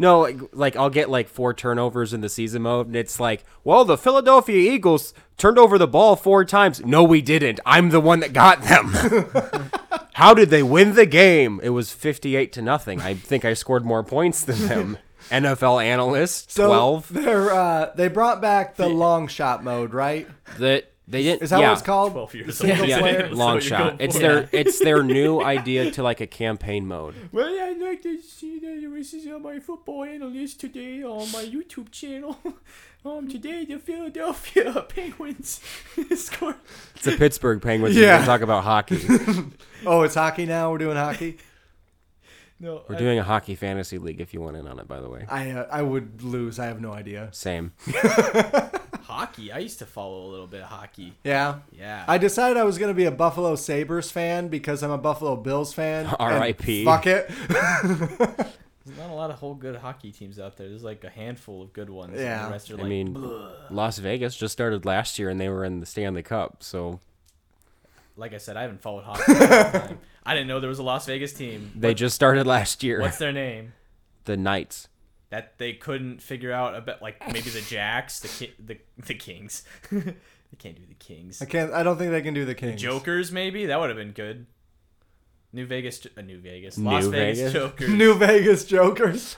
S6: No, like, like I'll get like four turnovers in the season mode, and it's like, well, the Philadelphia Eagles turned over the ball four times. No, we didn't. I'm the one that got them. How did they win the game? It was 58 to nothing. I think I scored more points than them. NFL analyst,
S1: So
S6: 12.
S1: They're, uh, they brought back the long shot mode, right?
S6: That they didn't.
S1: Is that
S6: yeah.
S1: what it's called?
S2: Twelve years
S1: Single
S2: old.
S1: Yeah. player.
S2: That's
S6: long
S2: what you're
S6: shot.
S2: going
S6: It's
S2: for.
S6: their it's their new idea to like a campaign mode.
S2: Well, I like to see the races on my football analyst today on my YouTube channel. Um, today the Philadelphia Penguins scored.
S6: It's the Pittsburgh Penguins.
S1: Yeah.
S6: Yeah, talk about hockey.
S1: Oh, it's hockey now. We're doing hockey.
S2: No,
S6: We're
S2: I-
S6: doing a hockey fantasy league. If you want in on it, by the way,
S1: I uh, I would lose. I have no idea.
S6: same.
S2: hockey. I used to follow a little bit of hockey.
S1: Yeah.
S2: Yeah.
S1: I decided I was going to be a Buffalo Sabres fan because I'm a Buffalo Bills fan. and
S6: R.I.P..
S1: Fuck it.
S2: There's not a lot of whole good hockey teams out there. There's like a handful of good ones. and
S1: Yeah.
S2: The rest are
S6: I
S2: like,
S6: mean, Las Vegas just started last year and they were in the Stanley Cup. So
S2: like I said, I haven't followed hockey. in a long time. I didn't know there was a Las Vegas team.
S6: they just started last year.
S2: What's their name?
S6: The Knights.
S2: That they couldn't figure out about like maybe the Jacks, the ki- the the Kings. they can't do the Kings.
S1: I can't. I don't think they can do the Kings.
S2: Jokers, maybe that would have been good. New Vegas, uh, New Vegas, Las
S6: New
S2: Vegas,
S6: Vegas?
S2: Jokers.
S1: New Vegas Jokers.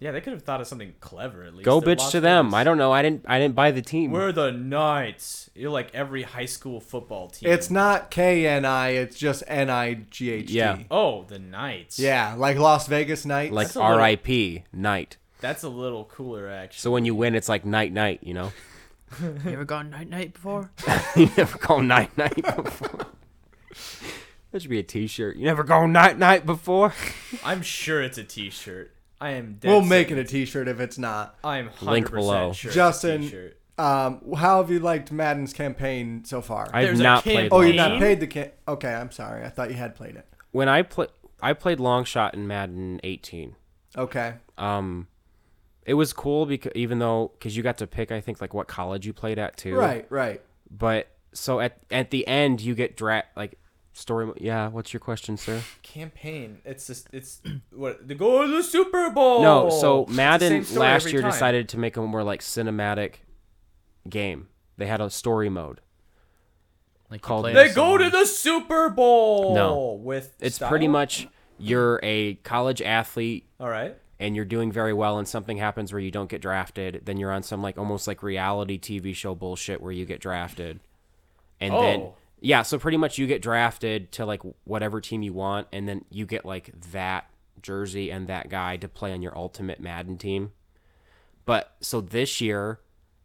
S2: yeah, they could have thought of something clever at least.
S6: Go
S2: They're
S6: bitch
S2: Las
S6: to them.
S2: Vegas.
S6: I don't know. I didn't. I didn't buy the team.
S2: We're the Knights. You're like every high school football team.
S1: It's not K N I. It's just N I G H T.
S6: Yeah.
S2: Oh, the Knights.
S1: Yeah, like Las Vegas Knights.
S6: like
S2: a little-
S6: R.I.P. Night.
S2: that's a little cooler actually.
S6: So when you win, it's like night night. You know,
S3: You ever gone night night before?
S6: you never go night night before. That should be a T-shirt. You never go night night before.
S2: I'm sure it's a T-shirt. I am. Dead
S1: We'll make it
S2: certain-
S1: a T-shirt if it's not.
S2: I am 100%
S6: Link below.
S2: Sure
S1: Justin-
S2: T-shirt.
S1: Um, how have you liked Madden's campaign so far?
S6: I have
S2: There's a
S6: not
S2: kid.
S6: played.
S1: oh,
S6: Long-
S1: you've not
S2: Game?
S1: played the ca- Okay, I'm sorry. I thought you had played it.
S6: When I play, I played long shot in Madden 18.
S1: Okay.
S6: Um, it was cool because even though because you got to pick, I think like what college you played at too.
S1: Right, right.
S6: But so at at the end you get draft like story. mo- Yeah. What's your question, sir?
S2: campaign. It's just it's what the go to the Super Bowl.
S6: No, so
S2: Oh, It's the same
S6: Madden
S2: story
S6: last
S2: every
S6: year
S2: time.
S6: decided to make a more like cinematic game. They had a story mode.
S3: Like you
S6: Called-
S3: play
S2: they
S3: as
S2: go
S3: someone.
S2: to the Super Bowl.
S6: No.
S2: with
S6: It's
S2: style?
S6: pretty much you're a college athlete
S2: all right.
S6: and you're doing very well and something happens where you don't get drafted, then you're on some like almost like reality TV show bullshit where you get drafted. And then
S2: Oh.
S6: yeah, so pretty much you get drafted to like whatever team you want and then you get like that jersey and that guy to play on your ultimate Madden team. But so this year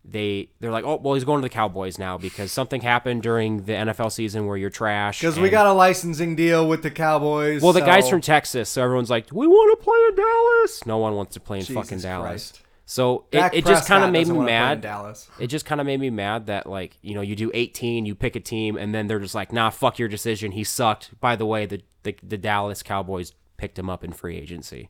S6: they they're like, "Oh, well he's going to the Cowboys now because something happened during the NFL season where you're trash."
S1: Because we
S6: and-
S1: got a licensing deal with the Cowboys.
S6: well, the
S1: so-
S6: guy's from Texas, so everyone's like, "We want to play in Dallas." No one wants to play in
S1: Jesus
S6: fucking Dallas.
S1: Christ.
S6: So
S1: Dak
S6: it, it just kind
S1: Prescott
S6: of made
S1: doesn't
S6: me
S1: wanna play in
S6: mad.
S1: Dallas.
S6: It just kind of made me mad that like you know you do 18, you pick a team, and then they're just like, "Nah, fuck your decision. He sucked." By the way, the the, the Dallas Cowboys picked him up in free agency,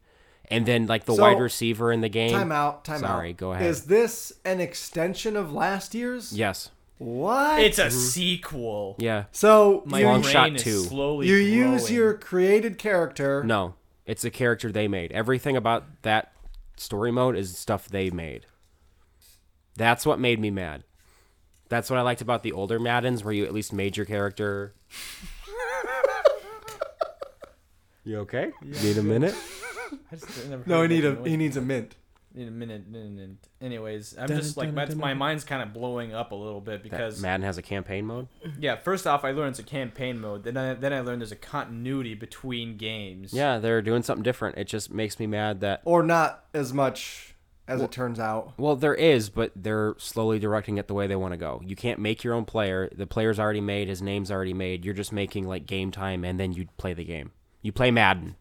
S6: and then like the
S1: So-
S6: wide receiver in the game.
S1: Time out. Time out.
S6: Sorry, go ahead.
S1: Is this an extension of last year's?
S6: Yes.
S1: What?
S2: It's a sequel.
S6: Yeah.
S1: so
S2: My
S1: you,
S6: long
S2: brain
S6: shot
S2: is
S6: two.
S2: Slowly
S1: you use
S2: growing.
S1: your created character.
S6: No, it's a character they made. Everything about that story mode is stuff they made. That's what made me mad. That's what I liked about the older Maddens, where you at least made your character. you okay? Need a minute?
S2: I just never
S1: No, he
S2: heard
S1: need
S2: that
S1: a he needs a mint.
S2: in a minute. minute. Anyways, I'm just like my, my mind's kind of blowing up a little bit because
S6: Madden has a campaign mode.
S2: yeah. First off, I learned it's a campaign mode. Then I, then I learned there's a continuity between games.
S6: Yeah, they're doing something different. It just makes me mad that.
S1: Or not as much as it turns out.
S6: Well, there is, but they're slowly directing it the way they want to go. You can't make your own player. The player's already made. His name's already made. You're just making like game time, and then you play the game. You play Madden.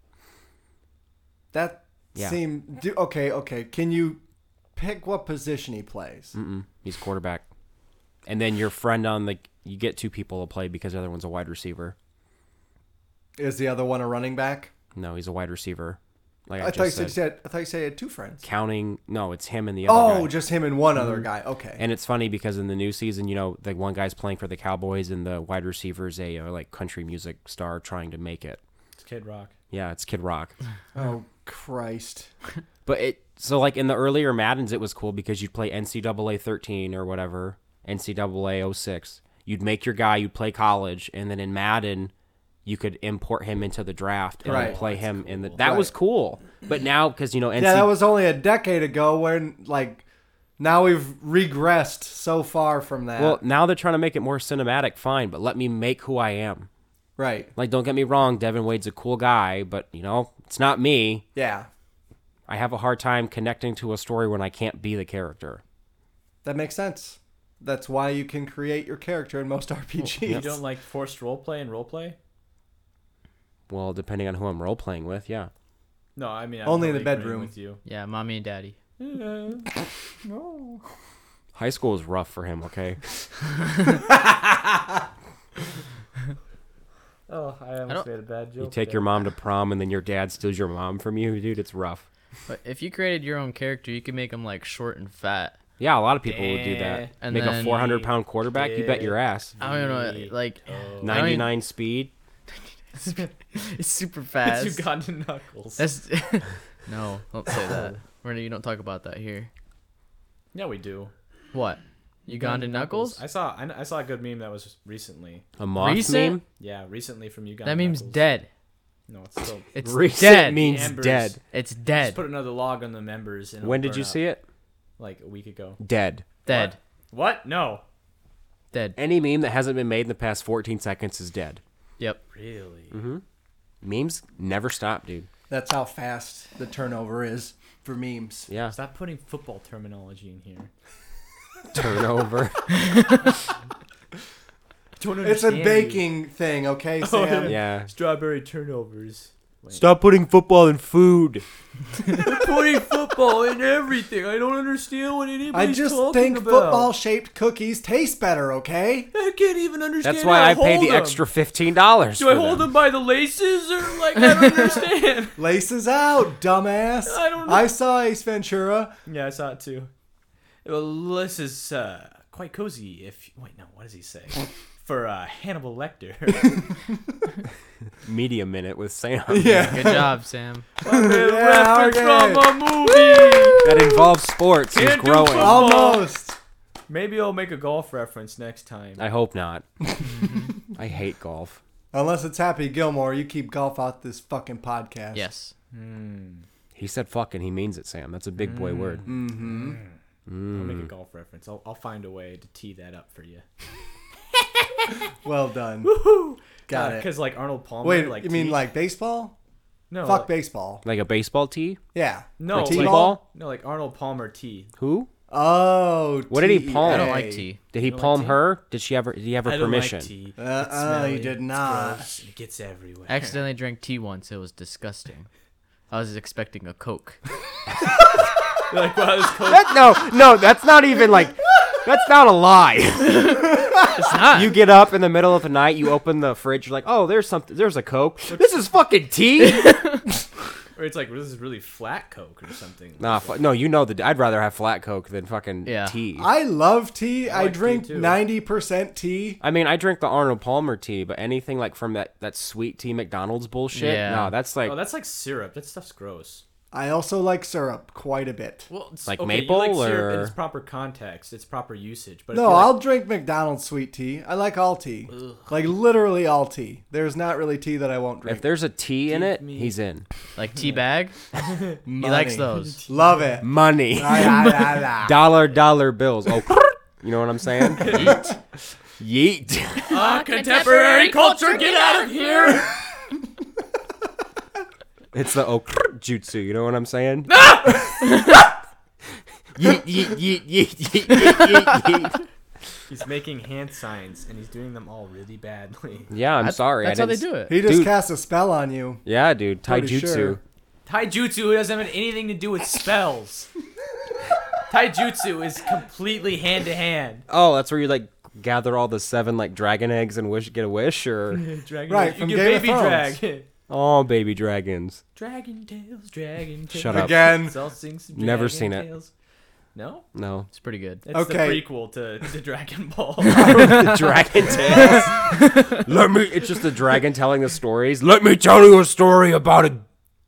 S1: That
S6: Yeah.
S1: seem do, okay, okay. Can you pick what position he plays?
S6: He's quarterback. And then your friend on the you get two people to play because the other one's a wide receiver.
S1: Is the other one a running back?
S6: No, he's a wide receiver. Like I,
S1: I, thought you
S6: just
S1: said,
S6: said,
S1: you said I thought you said you had two friends.
S6: counting. No, it's him and the other
S1: Oh,
S6: guy. Mm-hmm.
S1: just him and one other guy. Okay.
S6: And it's funny because in the new season, you know, the one guy's playing for the Cowboys and the wide receiver's a uh, like country music star trying to make it.
S2: It's Kid Rock.
S6: Yeah, it's Kid Rock.
S1: oh Christ.
S6: But it so like in the earlier Maddens, it was cool because you'd play NCAA 13 or whatever, NCAA 06. You'd make your guy, you'd play college, and then in Madden, you could import him into the draft and then
S1: Right.
S6: play him in the. That was cool. But now because you know NC,
S1: Yeah, that was only a decade ago when like now we've regressed so far from that.
S6: well now they're trying to make it more cinematic. Fine, but let me make who I am.
S1: right.
S6: Like, don't get me wrong, Devin Wade's a cool guy, but you know it's not me.
S1: Yeah.
S6: I have a hard time connecting to a story when I can't be the character.
S1: That makes sense. That's why you can create your character in most RPGs.
S2: You don't like forced roleplay and roleplay?
S6: Well, depending on who I'm role playing with, yeah.
S2: No, I mean I'm
S1: Only in the
S2: totally agreeing
S1: bedroom.
S2: with you.
S3: Yeah, mommy and daddy.
S6: High school is rough for him. Okay.
S2: Oh, I almost
S3: don't-
S2: made a bad joke.
S6: You take your mom to prom and then your dad steals your mom from you, dude. It's rough.
S3: But if you created your own character, you could make them like short and fat.
S6: Yeah, a lot of people would do
S2: Yeah.
S6: that.
S3: And
S6: Make a
S3: then-
S6: 400 pound quarterback, you bet your ass.
S3: I don't even know, like
S2: Oh.
S3: I don't even-
S6: 99 speed.
S3: It's super fast.
S2: you got to knuckles.
S3: That's no, don't say that. We're you don't talk about that here.
S2: yeah, we do.
S3: What? Uganda knuckles?
S2: I saw I, I saw a good meme that was recently.
S6: A moth
S3: Recent?
S6: meme?
S2: Yeah, recently from Uganda.
S3: That meme's
S2: knuckles.
S3: dead.
S2: No, it's still.
S3: It's
S6: Recent
S3: dead.
S6: means
S2: Ambers.
S6: dead.
S3: it's
S2: Just
S3: dead.
S2: put another log on the members. And
S6: When did you see it?
S2: Like a week ago.
S6: Dead.
S3: dead.
S2: What? No.
S3: Dead.
S6: Any meme that hasn't been made in the past 14 seconds is dead.
S3: Yep.
S2: Really?
S6: Mm-hmm. Memes never stop, dude.
S1: That's how fast the turnover is for memes.
S6: Yeah.
S2: Stop putting football terminology in here.
S6: Turnover.
S2: I don't
S1: It's a
S2: understand you. Oh,
S1: baking thing, okay, Sam?
S6: yeah.
S2: Strawberry turnovers.
S6: Stop putting football in food.
S2: Putting football in everything. I don't understand what anybody's
S1: I just think football shaped cookies taste better, okay?
S2: I can't even understand.
S6: That's why I paid the extra fifteen dollars.
S2: Do I hold them by the laces or like I don't understand?
S1: Laces out, dumbass.
S2: I don't know.
S1: I saw Ace Ventura.
S2: yeah, I saw it too. Well, this is uh, quite cozy. If wait, no, what does he say? For uh, Hannibal Lecter.
S6: Media minute with Sam.
S1: Yeah.
S3: Good job, Sam.
S1: Yeah,
S2: Reference
S1: okay.
S2: from a movie.
S6: That involves sports. He's
S2: Can't do
S6: growing.
S2: football.
S1: Almost.
S2: Maybe I'll make a golf reference next time.
S6: I hope not. I hate golf.
S1: Unless it's Happy Gilmore, you keep golf out this fucking podcast.
S3: Yes.
S6: He said fucking. He means it, Sam. That's a big
S2: Mm.
S6: boy word.
S2: I'll
S1: Mm.
S2: make a golf reference. I'll, I'll find a way to tee that up for you.
S1: Well done. Got it.
S2: Because Uh, like Arnold Palmer.
S1: Wait,
S2: like
S1: you mean
S2: tees-
S1: like baseball?
S2: no,
S1: Fuck
S2: like-
S1: baseball.
S6: Like a baseball tee?
S1: Yeah.
S2: no,
S1: Or
S2: like-
S1: T-ball?
S2: No, like Arnold Palmer tee.
S6: Who?
S1: Oh.
S6: What did he
S1: TEA.
S6: palm?
S3: I don't like tea.
S6: Did he
S2: don't like
S6: palm
S2: tea?
S6: her? Did she ever? Did he have her
S2: I don't
S6: permission?
S2: like tea. It's
S1: Uh-uh,
S2: smelly.
S1: he did
S2: It's
S1: not.
S2: gross, and It gets everywhere.
S3: I accidentally drank tea once. It was disgusting. I was expecting a Coke.
S2: You're like, wow, this coke.
S6: That- no, no, that's not even like. That's not a lie.
S3: It's not.
S6: You get up in the middle of the night, you open the fridge, you're like, oh, there's something, there's a Coke. This is fucking tea.
S2: Or it's like this is really flat coke or something.
S6: nah, fu- no, you know the. I'd rather have flat Coke than fucking
S3: Yeah.
S6: tea. I,
S1: I love tea. I,
S2: like tea,
S1: drink
S2: too.
S1: 90% tea.
S6: mean, I drink the Arnold Palmer tea, but anything like from that that sweet tea McDonald's bullshit,
S3: Yeah.
S6: no, that's like
S2: Oh, that's like syrup. That stuff's gross.
S1: I also like syrup quite a bit.
S2: Well, it's,
S6: Like
S2: okay, you
S6: maple
S2: like syrup in
S6: or-
S2: its proper context, its proper usage. But if
S1: No,
S2: you're like-
S1: I'll drink McDonald's sweet tea. I like all tea. Like literally all tea. There's not really tea that I won't drink.
S6: if there's a tea in it,
S2: me-
S6: he's in
S3: Like tea bag. He likes those.
S1: Love it.
S6: money,
S1: La, la, la.
S6: dollar dollar bills. Oh, you know what I'm saying? Yeet. Yeet.
S2: Ah, contemporary culture, get out of here!
S6: It's the oh jutsu. You know what I'm saying? yeet yeet yeet yeet yeet yeet yeet.
S2: he's making hand signs and he's doing them all really badly.
S6: Yeah, I'm sorry.
S3: That's
S6: I
S3: how they
S6: didn't
S3: do it.
S1: He just
S6: Dude.
S1: cast a spell on you.
S6: Yeah, dude.
S1: Pretty
S6: Taijutsu.
S1: sure.
S2: Taijutsu doesn't have anything to do with spells. Taijutsu is completely hand to hand.
S6: Oh, that's where you like gather all the seven like dragon eggs and wish get a wish or
S2: Dragon
S1: Right,
S2: you
S1: from
S2: get
S1: Game of
S2: baby
S1: Thrones.
S2: drag.
S6: oh baby dragons.
S2: Dragon Tales, Dragon Tales.
S6: Shut up.
S1: Again.
S2: Let's all sing some
S6: Never
S2: Dragon
S6: seen it.
S2: Tales. No?
S6: No.
S3: It's pretty good.
S2: It's
S1: Okay.
S2: the prequel to, to Dragon Ball.
S6: the dragon tails. Let me it's just the dragon telling the stories. Let me tell you a story about a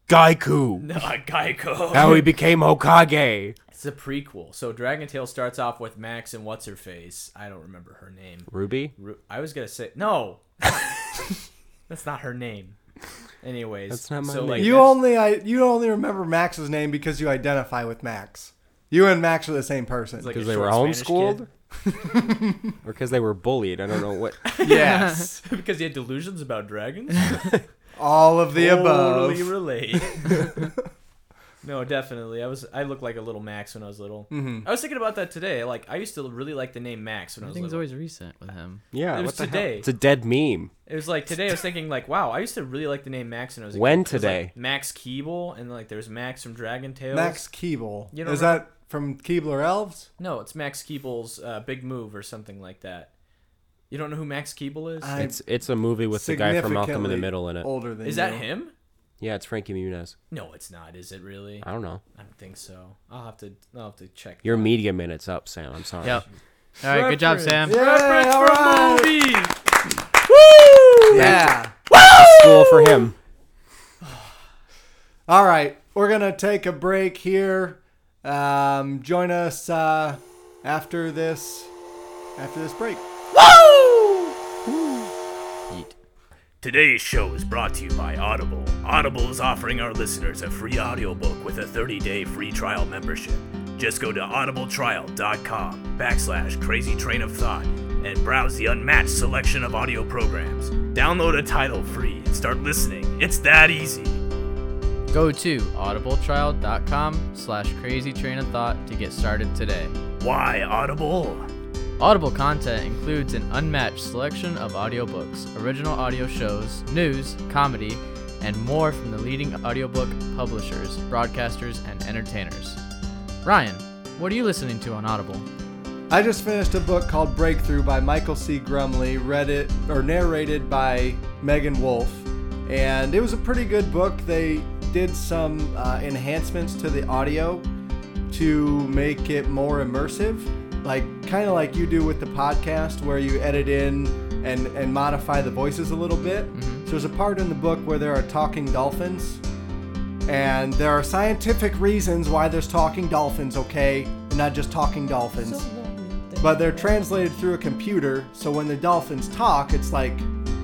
S6: Gaiku.
S2: no, Geico.
S6: How he became Hokage.
S2: It's a prequel. So Dragon Tail starts off with Max and what's her face? I don't remember her name.
S6: Ruby?
S2: Ru- I was gonna say no. that's not her name. Anyways,
S6: That's not my
S2: so
S6: name.
S2: Like,
S1: You
S2: that's-
S1: only I you only remember Max's name because you identify with Max. You and Max are the same person.
S2: like-
S6: Because
S2: a
S6: they were
S2: short Spanish
S6: homeschooled? or because they were bullied. I don't know what.
S1: yes.
S2: because he had delusions about dragons.
S1: All of the
S2: totally
S1: above.
S2: relate. no, definitely. I was I looked like a little Max when I was little.
S1: Mm-hmm.
S2: I was thinking about that today. Like I used to really like the name Max when I was
S3: Everything's
S2: little.
S3: always recent with him.
S6: Yeah,
S2: It was
S6: what the hell?
S2: today.
S6: It's a dead meme.
S2: It was like today I was thinking like, wow, I used to really like the name Max when I was a
S6: When
S2: kid. 'Cause, like,
S6: today?
S2: Max Keeble and like there's Max from Dragon Tales.
S1: Max Keeble.
S2: You don't
S1: Is
S2: remember-
S1: that from Keebler Elves?
S2: No, it's Max Keeble's uh, big move or something like that. You don't know who Max Keeble is?
S1: I-
S6: It's it's a movie with the guy from Malcolm in the
S1: Significantly
S6: Middle in it.
S1: Older than
S2: is that
S1: you.
S2: him?
S6: Yeah, it's Frankie Muniz.
S2: No, it's not. Is it really?
S6: I don't know.
S2: I don't think so. I'll have to. I'll have to check.
S6: Your media minute's up, Sam. I'm sorry.
S3: Yep. All right. Good job, Sam.
S1: Yeah,
S2: Reference
S1: all
S2: from
S1: right.
S2: movie.
S1: Yeah.
S6: School for him.
S1: All right, we're gonna take a break here. Um, join us uh, after this after this break.
S4: Today's show is brought to you by Audible. Audible is offering our listeners a free audiobook with a 30-day free trial membership. Just go to audibletrial.com backslash crazy train of thought and browse the unmatched selection of audio programs. Download a title free and start listening. It's that easy.
S3: Go to audibletrial.com slash crazy train of thought to get started today.
S4: Why Audible?
S3: Audible content includes an unmatched selection of audiobooks, original audio shows, news, comedy, and more from the leading audiobook publishers, broadcasters, and entertainers. Ryan, what are you listening to on Audible?
S1: I just finished a book called Breakthrough by Michael C. Grumley, read it or narrated by Megan Wolf, and it was a pretty good book. They did some uh, enhancements to the audio to make it more immersive, like kind of like you do with the podcast, where you edit in and and modify the voices a little bit. So there's a part in the book where there are talking dolphins and there are scientific reasons why there's talking dolphins, okay? And not just talking dolphins. But they're translated through a computer, so when the dolphins talk, it's like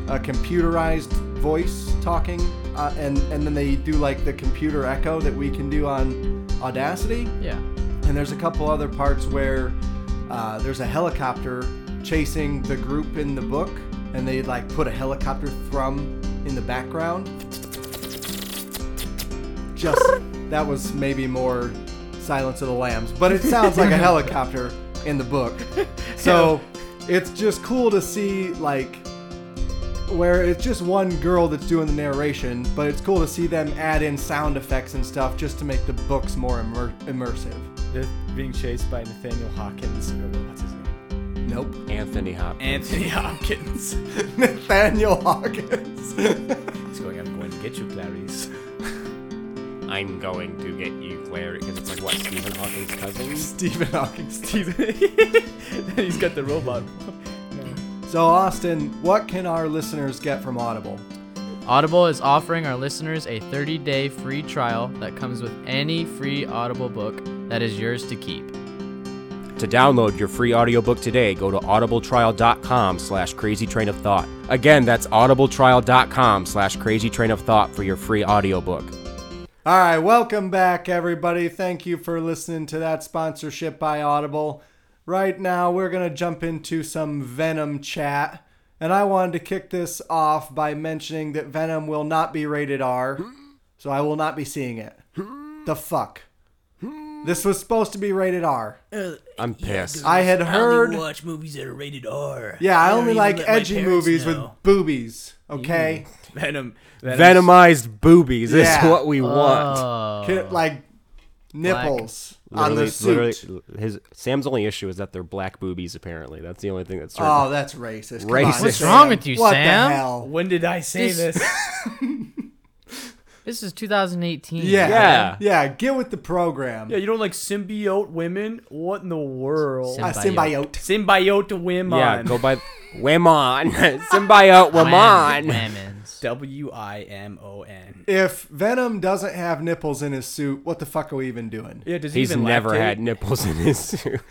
S1: a computerized voice talking, uh, and, and then they do like the computer echo that we can do on Audacity.
S3: Yeah.
S1: And there's a couple other parts where uh, there's a helicopter chasing the group in the book, and they like put a helicopter thrum in the background just that was maybe more Silence of the Lambs, but it sounds like a helicopter in the book. So it's just cool to see like where it's just one girl that's doing the narration, but it's cool to see them add in sound effects and stuff just to make the books more immer- immersive.
S2: They're being chased by Nathaniel Hawkins. Or what's his name?
S1: Nope.
S6: Anthony Hopkins.
S2: Anthony Hopkins.
S1: Nathaniel Hawkins.
S2: He's going, I'm going to get you, Clarice.
S6: I'm going to get you, Claire, because it's like what Stephen Hawking's cousin.
S1: Stephen Hawkins.
S2: He's, he's got the robot.
S1: So Austin, what can our listeners get from Audible?
S3: Audible is offering our listeners a 30 day free trial that comes with any free Audible book that is yours to keep.
S6: To download your free audiobook today, go to audibletrial.com slash crazy train of thought. Again, that's audibletrial.com slash crazy train of thought for your free audiobook.
S1: All right, welcome back, everybody. Thank you for listening to that sponsorship by Audible. Right now, we're going to jump into some Venom chat. And I wanted to kick this off by mentioning that Venom will not be rated R, so I will not be seeing it. The fuck? This was supposed to be rated R.
S6: I'm pissed.
S1: I had heard.
S5: only watch movies that are rated R.
S1: Yeah, I
S5: don't
S1: only
S5: even
S1: like
S5: let my
S1: edgy
S5: parents
S1: movies
S5: know.
S1: with boobies, okay?
S2: Venom.
S6: Venomized boobies is
S1: Yeah.
S6: what we want.
S3: Oh.
S1: Ki- Like nipples on the
S6: Uh, Literally-
S1: suit.
S6: literally, his Sam's only issue is that they're black boobies. Apparently, that's the only thing that's.
S1: Oh, that's racist. Come on,
S6: Racist. What's
S1: Sam.
S3: wrong with you,
S1: what
S3: Sam?
S1: the hell?
S2: When did I say
S3: This-
S2: this?
S3: This is 2018.
S1: Yeah.
S6: Yeah.
S1: yeah. get with the program.
S2: yeah, you don't like symbiote women? What in the world?
S1: A symbiote.
S2: symbiote women.
S6: yeah, go by Wimon symbiote Wimon.
S3: Women's.
S2: W I M O N.
S1: If Venom doesn't have nipples in his suit, what the fuck are we even doing?
S2: Yeah, does he
S6: He's
S2: even
S6: never
S2: lactate?
S6: had nipples in his suit.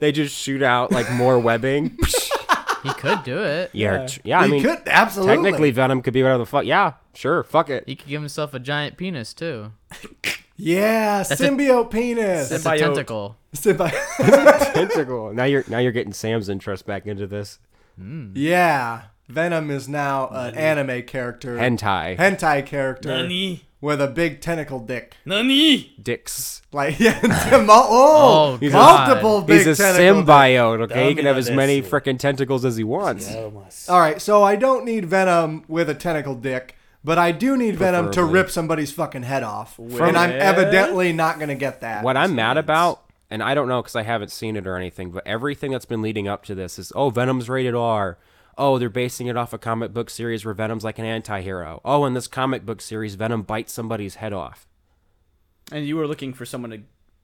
S6: They just shoot out like more webbing.
S3: He could do it.
S6: yeah, yeah. yeah I
S1: he
S6: mean,
S1: could absolutely.
S6: technically Venom could be whatever the fuck. Yeah, sure. Fuck it.
S3: He could give himself a giant penis too.
S1: yeah,
S3: a-
S1: symbiote penis.
S3: That's
S2: Symbiote.
S3: a tentacle.
S1: Symbi-
S6: Tentacle. Now you're now you're getting Sam's interest back into this
S1: yeah, Venom is now an anime character,
S6: hentai
S1: hentai character
S5: Nani?
S1: with a big tentacle dick.
S5: Nani?
S6: dicks.
S1: Like yeah, mul- oh,
S3: Oh, He's a-
S1: multiple big
S6: He's a
S1: tentacle dick.
S6: symbiote. Okay, he can have as many
S4: Dominus.
S6: freaking tentacles as he wants.
S1: All right, so I don't need Venom with a tentacle dick, but I do need Venom to
S6: Preferably.
S1: rip somebody's fucking head off, and I'm evidently not gonna get that.
S6: What I'm mad about, and I don't know because I haven't seen it or anything, but everything that's been leading up to this is oh, Venom's rated R. Oh, they're basing it off a comic book series where Venom's like an anti hero. Oh, in this comic book series, Venom bites somebody's head off.
S2: And you were looking for someone to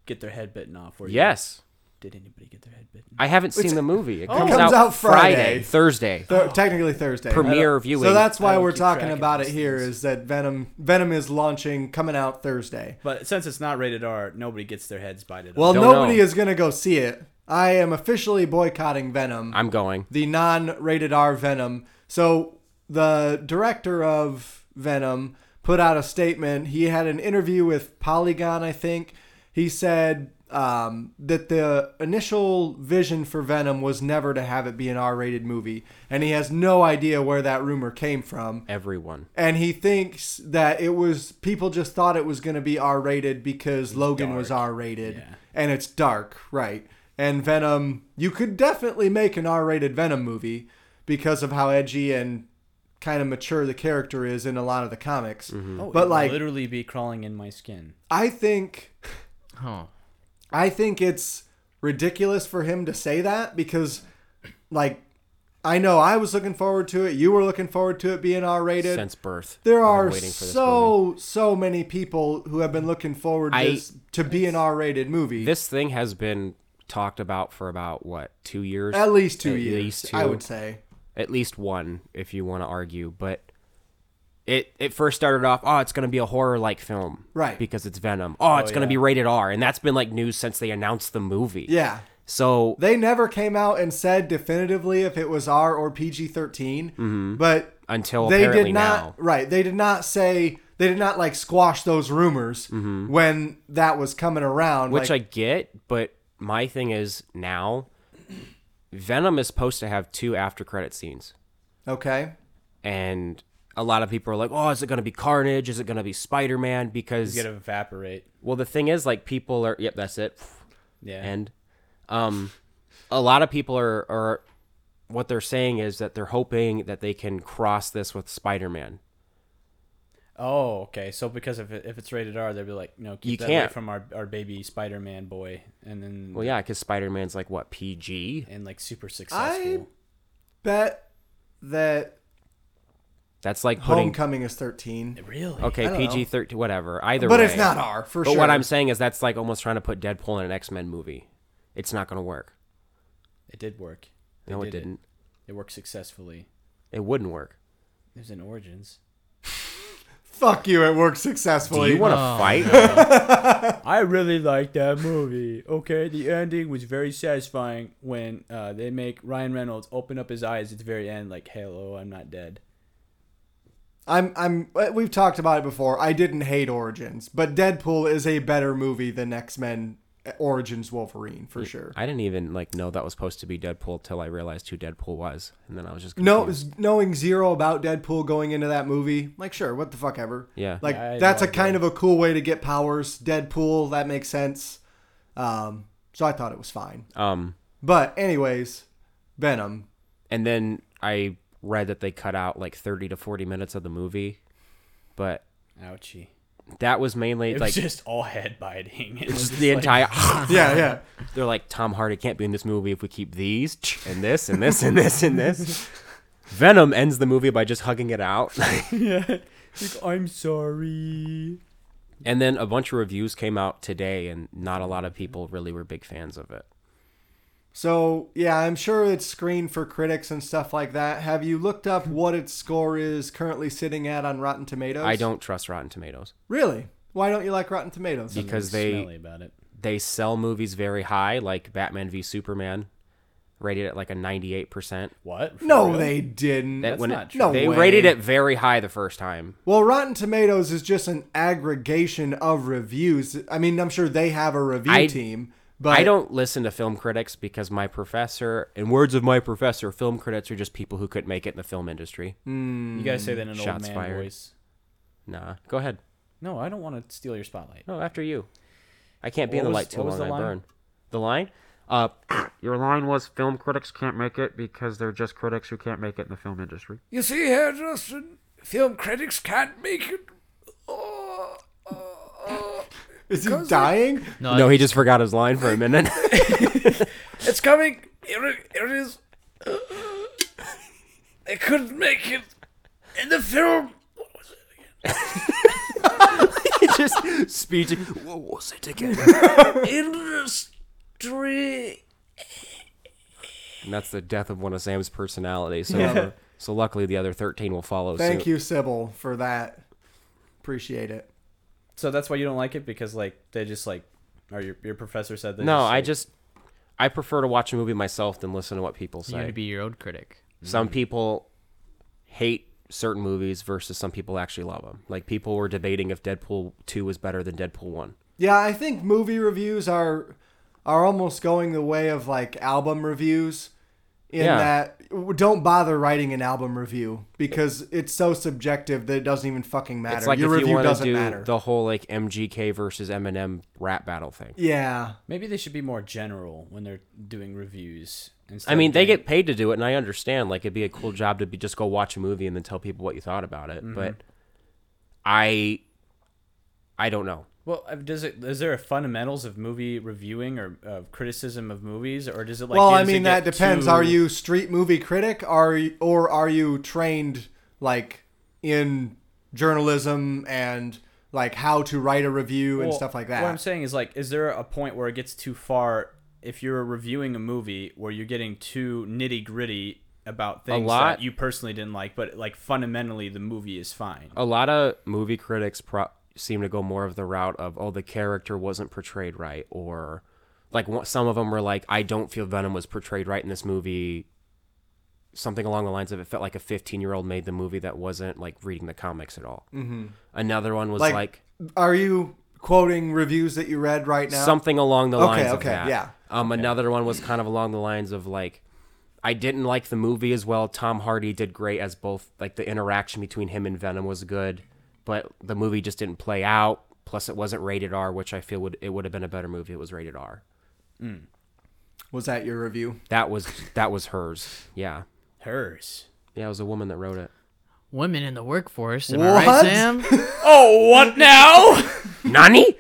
S2: get their head bitten off. Were you?
S6: Yes.
S2: Did anybody get their head bitten?
S6: I haven't seen the movie. Oh, It comes,
S1: comes
S6: out,
S1: out
S6: Friday,
S1: Friday.
S6: Thursday.
S1: Th- technically Thursday.
S6: Premiere viewing.
S1: So that's
S2: I
S1: why
S2: don't
S1: we're
S2: keep
S1: talking
S2: track of
S1: about it
S2: these
S1: here
S2: things.
S1: is that Venom Venom is launching coming out Thursday.
S2: But since it's not rated R, nobody gets their heads bited
S1: Well,
S2: off.
S6: Don't
S1: nobody
S6: know.
S1: is going to go see it. I am officially boycotting Venom.
S6: I'm going.
S1: the non-rated R Venom. So the director of Venom put out a statement. He had an interview with Polygon, I think. He said um, that the initial vision for Venom was never to have it be an R-rated movie, and he has no idea where that rumor came from.
S6: Everyone.
S1: And he thinks that it was people just thought it was going to be R-rated because Logan was R-rated, and it's dark, right? And Venom, you could definitely make an R-rated Venom movie because of how edgy and kind of mature the character is in a lot of the comics.
S2: Oh,
S1: But,
S2: it'll
S1: like-
S2: literally be crawling in my skin.
S1: I think
S3: Oh.
S1: I think it's ridiculous for him to say that because, like, I know I was looking forward to it. You were looking forward to it being R rated.
S6: since birth.
S1: There
S6: I've been
S1: are so so many people who have been looking forward
S6: I-
S1: this, to be an R-rated movie.
S6: This thing has been talked about for about what two years?
S1: at least two
S6: at
S1: years,
S6: least
S1: I
S6: two.
S1: would say.
S6: at least one, if you want to argue. But it it first started off, oh, it's going to be a horror like film,
S1: Right.
S6: Because it's Venom. Oh, it's going to be rated R, and that's been like news since they announced the movie.
S1: Yeah,
S6: So
S1: they never came out and said definitively if it was R or PG-13, but
S6: until
S1: they
S6: Mm-hmm. apparently
S1: did not
S6: now,
S1: right. They did not say they did not like squash those rumors when that was coming around.
S6: Mm-hmm. which
S1: like,
S6: I get, but my thing is now, Venom is supposed to have two after credit scenes.
S1: okay,
S6: and a lot of people are like, "Oh, is it going to be Carnage? Is it going to be Spider Man?" Because
S2: It's gonna evaporate.
S6: well, the thing is, like, people are. Yep, that's it.
S2: Yeah.
S6: And, um, a lot of people are are what they're saying is that they're hoping that they can cross this with Spider Man.
S2: oh, okay. So because if it, if it's rated R, they'd be like, no, keep
S6: You
S2: that
S6: can't.
S2: away from our our baby Spider-Man boy, and then
S6: Well, yeah, because Spider Man's like what PG.
S2: and like super successful.
S1: bet that
S6: That's like putting
S1: Homecoming is 13,
S2: Really?
S1: I
S6: okay
S1: don't
S6: PG thirteen, whatever. Either
S1: but
S6: way,
S1: it's not R for
S6: But
S1: sure.
S6: what I'm saying is that's like almost trying to put Deadpool in an X Men movie. It's not going to work.
S2: It did work. They
S6: No, it
S2: did
S6: didn't.
S2: It. worked successfully.
S6: It wouldn't work.
S2: It was in Origins.
S1: fuck you. It worked
S6: Do
S1: successfully.
S6: you want to fight?
S2: I really liked that movie. Okay, the ending was very satisfying when uh, they make Ryan Reynolds open up his eyes at the very end, like "Hello, I'm not dead."
S1: I'm I'm uh, we've talked about it before. I didn't hate Origins, but Deadpool is a better movie than X-Men uh, Origins Wolverine for sure.
S6: I didn't even like know that was supposed to be Deadpool till I realized who Deadpool was, and then I was just
S1: No,
S6: confused.
S1: knowing zero about Deadpool going into that movie, like sure, what the fuck ever.
S6: Yeah.
S1: like
S2: Yeah, I had
S1: that's
S2: no
S1: a kind of a cool way to get powers. Deadpool, that makes sense. Um, so I thought it was fine.
S6: um,
S1: But anyways, Venom.
S6: and then I read that they cut out like thirty to forty minutes of the movie, but
S2: Ouchie.
S6: that was mainly
S2: It
S6: like
S2: was just all head biting. It was
S6: just the entire.
S1: Yeah, yeah.
S6: they're like Tom Hardy can't be in this movie if we keep these and this and this and this and this. Venom ends the movie by just hugging it out,
S2: like, I'm sorry.
S6: and then a bunch of reviews came out today, and not a lot of people really were big fans of it.
S1: So yeah, I'm sure it's screened for critics and stuff like that. Have you looked up what its score is currently sitting at on Rotten Tomatoes?
S6: I don't trust Rotten Tomatoes
S1: Really? Why don't you like Rotten Tomatoes?
S6: because
S2: They,
S6: they
S2: smelly about it.
S6: they sell movies very high, like Batman v Superman, rated at like a 98%.
S2: What? For
S1: No,
S2: real?
S1: they didn't.
S6: That when it-
S2: not true.
S1: No
S6: they
S1: way.
S6: rated it very high the first time.
S1: Well, Rotten Tomatoes is just an aggregation of reviews. I mean, I'm sure they have a review
S6: I-
S1: team, but
S6: I don't listen to film critics because my professor, in words of my professor, film critics are just people who couldn't make it in the film industry.
S2: You guys say that in an old
S6: Shots
S2: man
S6: fired.
S2: voice.
S6: Nah, go ahead.
S2: No, I don't want to steal your spotlight.
S6: No, after you. I can't be
S2: What
S6: in the
S2: was-
S6: light too
S2: what was
S6: long.
S2: the
S6: I
S2: line?
S6: burn. The line? Uh, your line was film critics can't make it because they're just critics who can't make it in the film industry.
S5: You see here, Justin, film critics can't make it. Oh, oh, oh.
S1: is he dying?
S2: Uh,
S3: No,
S6: no, he just forgot his line for a minute.
S5: It's coming. Here it, here it is. They couldn't make it in the film.
S6: just speech. What was it again?
S5: Industry.
S6: And that's the death of one of Sam's personality. So,
S1: Yeah.
S6: so luckily the other thirteen will follow.
S1: Thank
S6: suit.
S1: you, Sybil, for that. Appreciate it.
S2: So that's why you don't like it because like they just like, or your your professor said that.
S6: No, I
S2: like,
S6: just I prefer to watch a movie myself than listen to what people
S3: you're
S6: say.
S3: gonna be your own critic.
S6: some people hate certain movies versus some people actually love them. Like people were debating if Deadpool two was better than Deadpool one.
S1: Yeah, I think movie reviews are are almost going the way of like album reviews in
S6: Yeah.
S1: that w- don't bother writing an album review because it's so subjective that it doesn't even fucking matter.
S6: It's like
S1: Your
S6: if you
S1: review
S6: want to
S1: doesn't
S6: do
S1: matter.
S6: the whole like MGK versus Eminem rap battle thing.
S1: yeah.
S2: Maybe they should be more general when they're doing reviews. Instead
S6: I mean,
S2: of
S6: they
S2: doing-
S6: get paid to do it, and I understand. Like, it'd be a cool job to be just go watch a movie and then tell people what you thought about it. But
S1: Mm-hmm.
S6: I, I don't know.
S2: well. uh, Does it? Is there a fundamentals of movie reviewing or of criticism of movies, or does it like?
S1: well, I
S2: does it
S1: mean that
S2: get
S1: depends.
S2: too-
S1: Are you street movie critic? Are you, or are you trained like in journalism and like how to write a review and
S2: Well,
S1: stuff like that?
S2: What I'm saying is like, is there a point where it gets too far if you're reviewing a movie where you're getting too nitty gritty about things
S6: lot-
S2: that you personally didn't like, but like fundamentally the movie is fine.
S6: A lot of movie critics pro- seem to go more of the route of, oh, the character wasn't portrayed right, or like wha- some of them were like, I don't feel Venom was portrayed right in this movie. Something along the lines of it felt like a 15 year old made the movie that wasn't like reading the comics at all. Mm-hmm. Another one was
S1: Like-
S6: like,
S1: are you quoting reviews that you read right now?
S6: something along the
S1: Okay,
S6: lines of
S1: okay,
S6: that.
S1: yeah.
S6: Um, another one was kind of along the lines of like, I didn't like the movie as well. Tom Hardy did great as both. Like the interaction between him and Venom was good, but the movie just didn't play out. Plus, it wasn't rated R, which I feel would it would have been a better movie. if It was rated R.
S1: Was that your review?
S6: That was that was hers. Yeah,
S2: Hers.
S6: yeah. It was a woman that wrote it.
S3: Women in the workforce, am I right,
S1: What?
S3: Sam?
S2: Oh, what now?
S6: Nani?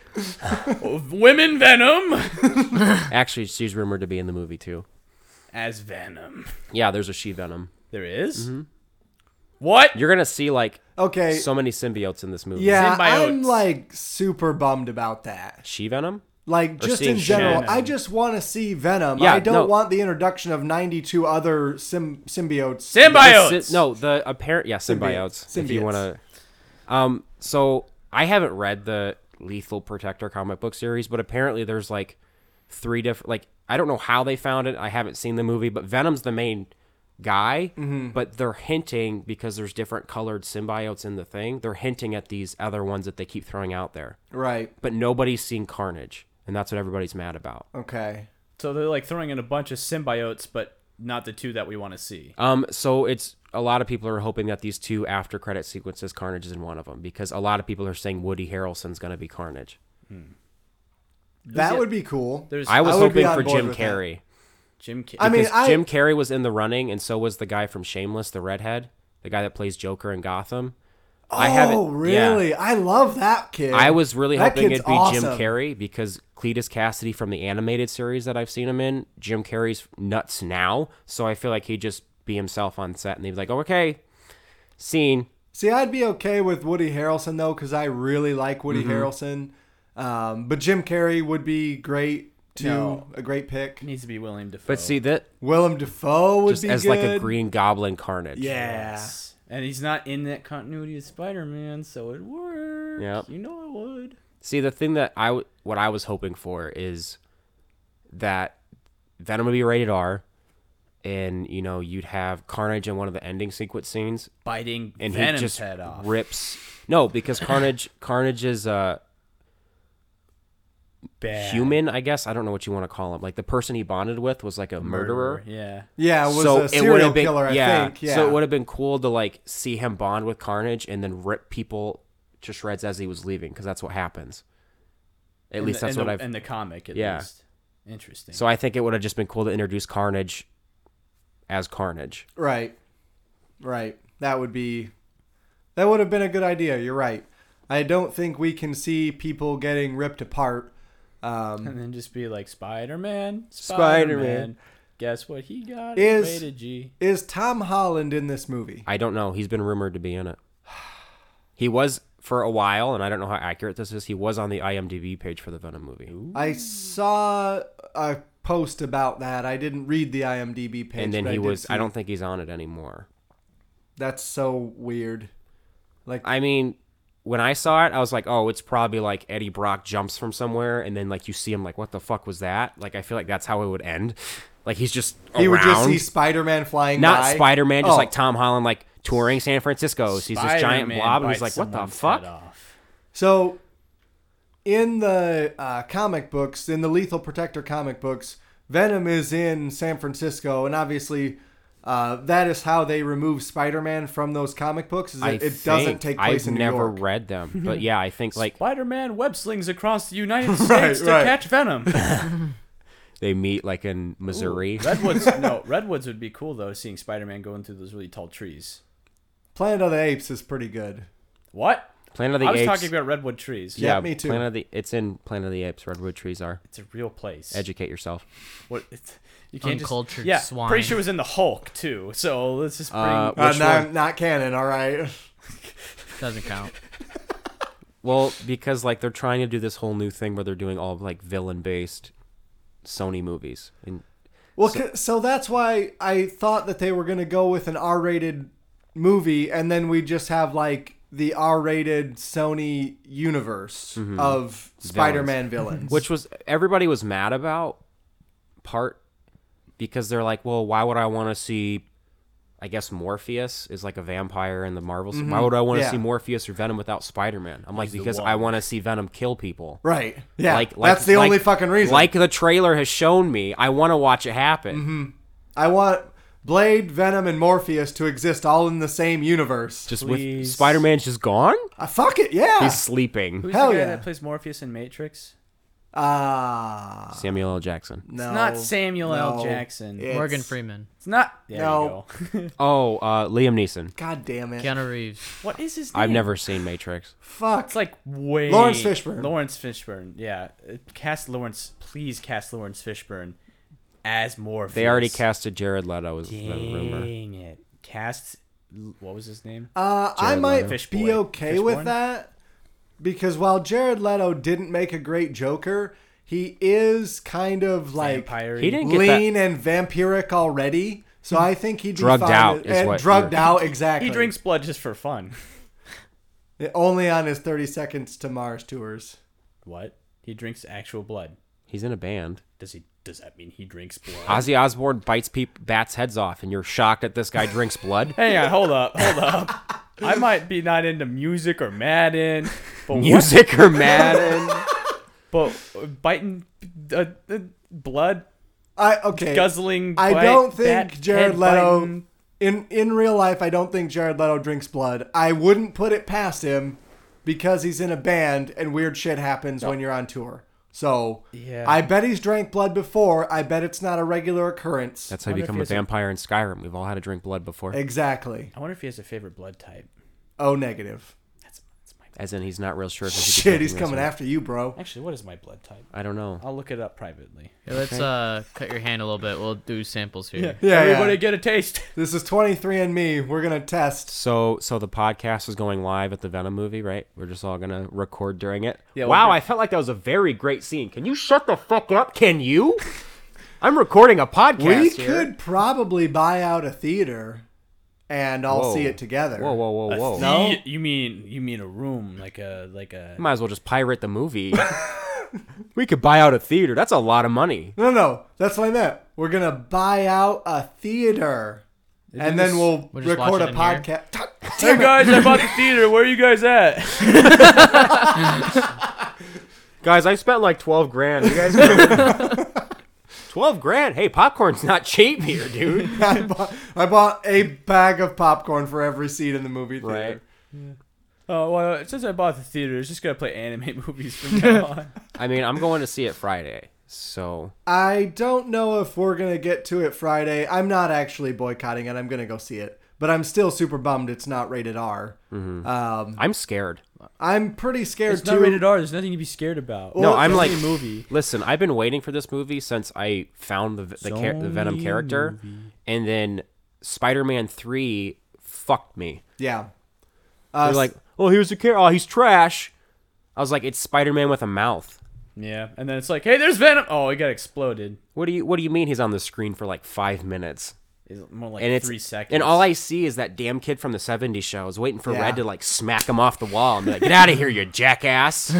S2: Women Venom
S6: Actually, she's rumored to be in the movie too.
S2: as Venom.
S6: Yeah, there's a she Venom. Mm-hmm.
S2: There is? What?
S6: You're gonna see like
S1: Okay.
S6: so many symbiotes in this movie.
S1: yeah,
S2: symbiotes.
S1: I'm like super bummed about that.
S6: she Venom.
S1: Like just in
S6: seeing
S1: general,
S2: Shannon.
S1: I just want to see Venom.
S6: Yeah,
S1: I don't
S6: no.
S1: want the introduction of 92 other sym- symbiotes.
S2: Symbiotes.
S6: The sy- no, the apparent yeah, symbiotes. If you
S1: Symbiotes.
S6: want to, um, so I haven't read the Lethal Protector comic book series, but apparently there's like three different. Like I don't know how they found it. I haven't seen the movie, but Venom's the main guy. But they're hinting because there's different colored symbiotes in the thing. They're hinting at these other ones that they keep throwing out there,
S1: right.
S6: but nobody's seen Carnage, and that's what everybody's mad about.
S1: Okay.
S2: So they're like throwing in a bunch of symbiotes, but not the two that we want to see.
S6: Um, so it's a lot of people are hoping that these two after credit sequences, Carnage is in one of them, because a lot of people are saying Woody Harrelson's going to be Carnage.
S1: That would be cool.
S2: There's
S6: I was
S1: would be
S6: hoping
S1: on
S6: for
S1: board
S6: Jim
S1: with that.
S6: Carrey.
S2: Jim K-
S1: I mean,
S6: Because
S1: I
S6: Jim Carrey was in the running, and so was the guy from Shameless, the redhead, the guy that plays Joker in Gotham. I haven't.
S1: Oh,
S6: yeah.
S1: really? I love that kid.
S6: I was really
S1: That
S6: hoping
S1: kid's
S6: it'd be Jim
S1: awesome.
S6: Carrey because Cletus Cassidy from the animated series that I've seen him in, Jim Carrey's nuts now, so I feel like he'd just be himself on set, and they'd be like, oh, "Okay, scene."
S1: See, I'd be okay with Woody Harrelson though, because I really like
S6: Mm-hmm.
S1: Woody Harrelson. Um, but Jim Carrey would be great too.
S2: No.
S1: A great pick.
S2: needs to be William Defoe.
S6: But see that
S1: Willem Dafoe would
S6: just
S1: be
S6: as
S1: good.
S6: like a Green Goblin Carnage.
S1: Yeah.
S2: Yes. Ah. And he's not in that continuity of Spider-Man, so it works.
S6: Yep.
S2: You know it would.
S6: See, the thing that I w- what I was hoping for is that Venom would be rated R, and you know you'd have Carnage in one of the ending sequence scenes,
S2: Biting
S6: and
S2: Venom's
S6: he just
S2: head off.
S6: rips. No, because Carnage Carnage is a
S2: Bad.
S6: human, I guess. I don't know what you want to call him. Like the person he bonded with was like a murderer.
S2: Yeah.
S1: yeah, was a serial
S6: would've
S1: killer. I think. Yeah.
S6: So it would have been cool to like see him bond with Carnage and then rip people to shreds as he was leaving because that's what happens. At
S2: In
S6: least
S2: the,
S6: that's
S2: in
S6: what
S2: the,
S6: I've.
S2: in the comic at
S6: Yeah.
S2: least. Interesting.
S6: so I think it would have just been cool to introduce Carnage as Carnage.
S1: Right. Right. That would be that would have been a good idea. You're right. I don't think we can see people getting ripped apart. Um,
S2: and then just be like Spider-Man,
S6: Spider-Man.
S2: Spider-Man. Guess what he got?
S1: Is-
S2: rated G.
S1: is Tom Holland in this movie?
S6: I don't know. He's been rumored to be in it. He was for a while, and I don't know how accurate this is. He was on the IMDb page for the Venom movie,
S1: I saw a post about that. I didn't read the IMDb page.
S6: and then
S1: but
S6: he
S1: did
S6: was. I
S1: see-
S6: don't think he's on it anymore.
S1: That's so weird.
S6: I mean, when I saw it, I was like, oh, it's probably like Eddie Brock jumps from somewhere, and then like you see him, like, what the fuck was that? Like, I feel like that's how it would end. Like he's just
S1: He
S6: around,
S1: would just see Spider-Man flying
S6: not
S1: by.
S6: Spider Man, just
S1: Oh.
S6: like Tom Holland, like touring San Francisco. Sees this giant
S2: Spider-Man
S6: blob, and he's like,
S2: bites
S6: what the
S2: someone's head
S6: fuck?
S2: off.
S1: So, in the uh, comic books, in the Lethal Protector comic books, Venom is in San Francisco, and obviously. Uh, that is how they remove Spider-Man from those comic books. Is
S6: I
S1: it, it doesn't
S6: think-
S1: take place
S6: I've
S1: in New
S6: never
S1: York.
S6: read them, but yeah, I think like
S2: Spider-Man web slings across the United States
S1: Right,
S2: to
S1: right.
S2: catch Venom.
S6: they meet like in Missouri.
S2: Redwoods, no, redwoods would be cool though. Seeing Spider-Man going through those really tall trees.
S1: Planet of the Apes is pretty good.
S2: What?
S6: Planet of the
S2: I was
S6: Apes.
S2: talking about redwood trees.
S1: Yeah, me too.
S6: Planet of the, it's in Planet of the Apes. Redwood trees are.
S2: It's a real place.
S6: Educate yourself.
S2: what? It's, you can't
S3: Uncultured
S2: just, yeah,
S3: swine.
S2: Pretty sure it was in the Hulk too. So let's just bring.
S6: Uh,
S1: Uh,
S6: which
S1: not,
S6: one?
S1: not canon, all right.
S3: Doesn't count.
S6: Well, because like they're trying to do this whole new thing where they're doing all like villain based Sony movies, and
S1: Well, so, so that's why I thought that they were going to go with an R-rated movie, and then we just have like the R-rated Sony universe of Spider-Man villains.
S6: Mm-hmm. which was everybody was mad about part because they're like, well, why would I want to see? I guess Morpheus is like a vampire in the Marvels. Why would I want to
S1: Mm-hmm. Yeah.
S6: see Morpheus or Venom without Spider Man? I'm like because I want to see Venom kill people.
S1: right? Yeah,
S6: Like, like
S1: that's the
S6: like-
S1: only fucking reason.
S6: Like the trailer has shown me, I want to watch it happen.
S1: Mm-hmm. I want Blade, Venom, and Morpheus to exist all in the same universe.
S6: Just with
S2: Please.
S6: Spider Man's just gone.
S1: Uh, fuck it, yeah.
S6: He's sleeping.
S2: Who's
S1: hell
S2: the guy
S1: yeah.
S2: that plays Morpheus in Matrix?
S1: Ah,
S6: Samuel L. Jackson.
S1: no,
S2: It's not Samuel L.
S1: no,
S2: Jackson.
S1: it's-
S3: Morgan Freeman,
S2: It's not. There
S1: No.
S2: you go.
S6: Oh, uh, Liam Neeson.
S1: God damn it!
S3: Keanu Reeves.
S2: what is his name?
S6: I've never seen Matrix.
S1: Fuck.
S2: It's like way
S1: Lawrence Fishburne.
S2: Lawrence Fishburne. Yeah, Uh, cast Lawrence. Please cast Lawrence Fishburne as Morpheus.
S6: They already casted Jared Leto. Is the rumor?
S2: Dang it! Cast. What was his name?
S1: Uh, I might
S2: Fish
S1: be
S2: boy.
S1: okay
S2: Fish
S1: with
S2: born?
S1: that because while Jared Leto didn't make a great Joker, he is kind of like
S2: Vampire.
S6: He didn't get that.
S1: lean and vampiric already. So I think he'd be
S6: Drugged
S1: fine
S6: out
S1: with-
S6: is
S1: and
S6: what
S1: drugged
S6: you're-
S1: out exactly.
S2: He drinks blood just for fun.
S1: only on his thirty seconds to Mars tours.
S2: what? He drinks actual blood.
S6: He's in a band.
S2: Does he? Does that mean he drinks blood?
S6: Ozzy Osbourne bites peop- bats heads off, and you're shocked that this guy drinks blood.
S2: Hang on, hold up, hold up. I might be not into music or Madden, but what,
S6: Music or Madden.
S2: but biting uh, uh, blood,
S1: I okay.
S2: guzzling.
S1: I
S2: bite,
S1: don't
S2: bat,
S1: think Jared
S2: head
S1: Leto
S2: biting.
S1: in in real life. I don't think Jared Leto drinks blood. I wouldn't put it past him because he's in a band and weird shit happens when you're on tour. So
S2: Yeah.
S1: I bet he's drank blood before. I bet it's not a regular occurrence.
S6: That's how you
S2: Wonder if
S6: become
S2: he
S6: a
S2: has a-
S6: vampire in Skyrim. We've all had to drink blood before,
S1: exactly.
S2: I wonder if he has a favorite blood type.
S1: O negative.
S6: as in he's not real sure. if he could
S1: Shit,
S6: drink
S1: he's
S6: this
S1: coming
S6: or-
S1: after you, bro.
S2: Actually, what is my blood type?
S6: I don't know.
S2: I'll look it up privately.
S3: Here, let's uh cut your hand a little bit. We'll do samples here.
S1: Yeah,
S2: Everybody
S1: yeah.
S2: get a taste.
S1: This is 23 and Me. We're gonna test.
S6: So, so the podcast is going live at the Venom movie, right? We're just all gonna record during it.
S2: Yeah,
S6: wow,
S2: we'll-
S6: I felt like that was a very great scene. Can you shut the fuck up? Can you? I'm recording a podcast.
S1: We
S6: here.
S1: could probably buy out a theater, and all
S6: Whoa.
S1: see it together.
S6: Whoa, whoa, whoa, whoa!
S1: Oh. No.
S2: You, you mean you mean a room like a like a
S6: Might as well just pirate the movie. we could buy out a theater. That's a lot of money.
S1: No, no, that's what I meant. We're gonna buy out a theater, and then we'll
S3: We'll just
S1: record
S3: watch
S1: a
S3: it in
S1: podcast.
S2: Hey guys, I bought the theater. Where are you guys at?
S6: Guys, I spent like twelve grand. You guys, twelve grand? Hey, popcorn's not cheap here, dude.
S1: I, bought, I bought a bag of popcorn for every seat in the movie theater.
S6: Right.
S2: Oh well, since I bought the theater, it's just gonna play anime movies from now on.
S6: I mean, I'm going to see it Friday, so
S1: I don't know if we're gonna get to it Friday. I'm not actually boycotting it. I'm gonna go see it, but I'm still super bummed it's not rated R. Um,
S6: I'm scared.
S1: I'm pretty scared
S2: It's
S1: too.
S2: not rated R. There's nothing to be scared about.
S6: No,
S1: Well,
S6: I'm
S2: it's
S6: like
S2: only a movie.
S6: Listen, I've been waiting for this movie since I found the the, char- the Venom character, and then Spider-Man Three fucked me.
S1: yeah.
S6: They're
S1: Uh,
S6: like, oh, here's the character. Oh, he's trash. I was like, it's Spider-Man with a mouth.
S2: Yeah, and then it's like, hey, there's Venom. Oh, it got exploded.
S6: What do you What do you mean he's on the screen for like five minutes?
S2: It's more like
S6: And it's
S2: three seconds.
S6: And all I see is that damn kid from the '70s show is waiting for
S1: Yeah.
S6: Red to like smack him off the wall. I'm like, get out of here, you jackass.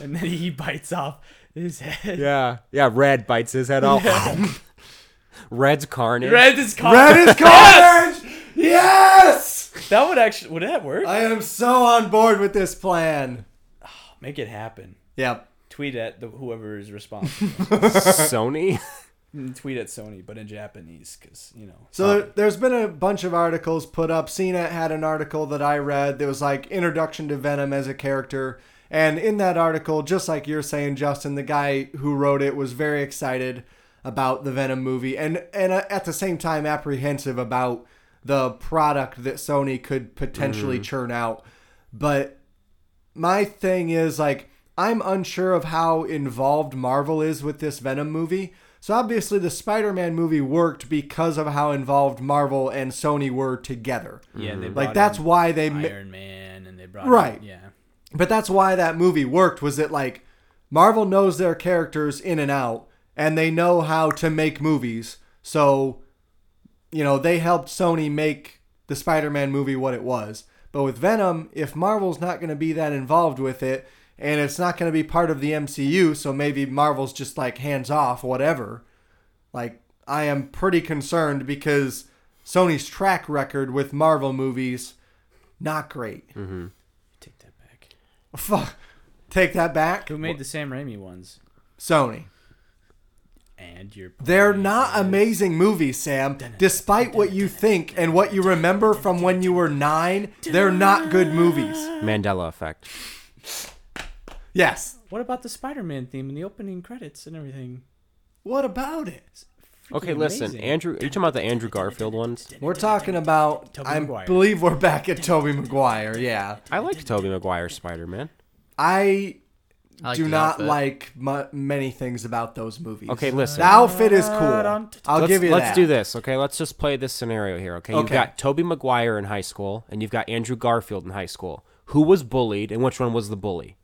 S2: and then he bites off his head.
S6: yeah, yeah. Red bites his head off. Red's carnage.
S2: Red is caught.
S1: Red is carnage. yes.
S2: That would actually would that work?
S1: I am so on board with this plan.
S2: Make it happen.
S1: Yep.
S2: tweet at the whoever is responsible.
S6: Sony.
S2: tweet at Sony, but in Japanese, because you know.
S1: So there, there's been a bunch of articles put up. CNET had an article that I read that was like introduction to Venom as a character. And in that article, just like you're saying, Justin, the guy who wrote it was very excited about the Venom movie and, and uh, at the same time apprehensive about the product that Sony could potentially churn out. But my thing is like I'm unsure of how involved Marvel is with this Venom movie. So obviously the Spider-Man movie worked because of how involved Marvel and Sony were together.
S2: Yeah, they brought
S1: Mm. Like that's
S2: in
S1: why they ma-
S2: Iron Man, and they brought in-
S1: Right.
S2: yeah.
S1: but that's why that movie worked was that like Marvel knows their characters in and out and they know how to make movies. So you know, they helped Sony make the Spider-Man movie what it was. But with Venom, if Marvel's not going to be that involved with it and it's not going to be part of the MCU, so maybe Marvel's just like hands off whatever. Like I am pretty concerned because Sony's track record with Marvel movies not great.
S3: Mm-hmm.
S2: Take that back.
S1: Fuck. Take that back.
S2: Who made the Sam Raimi ones?
S1: Sony.
S2: And your
S1: They're not amazing movies, Sam. Despite what you think and what you remember from when you were nine, they're not good movies.
S6: Mandela effect.
S1: Yes.
S2: What about the Spider-Man theme and the opening credits and everything?
S1: What about it?
S2: Freaking
S6: Okay, listen,
S2: amazing.
S6: Andrew. Are you talking about the Andrew Garfield ones?
S1: We're talking about.
S2: Tobey
S1: I
S2: Maguire.
S1: believe we're back at Toby Maguire. Yeah.
S6: I like Tobey Maguire's Spider Man.
S1: I
S3: I like
S1: do
S3: the
S1: not
S3: outfit.
S1: like mu many things about those movies.
S6: Okay, listen.
S1: The outfit is cool. I'll
S6: let's,
S1: give you
S6: Let's
S1: that.
S6: do this. Okay, let's just play this scenario here. Okay, you've
S1: Okay.
S6: got Toby Maguire in high school, and you've got Andrew Garfield in high school. Who was bullied, and which one was the bully?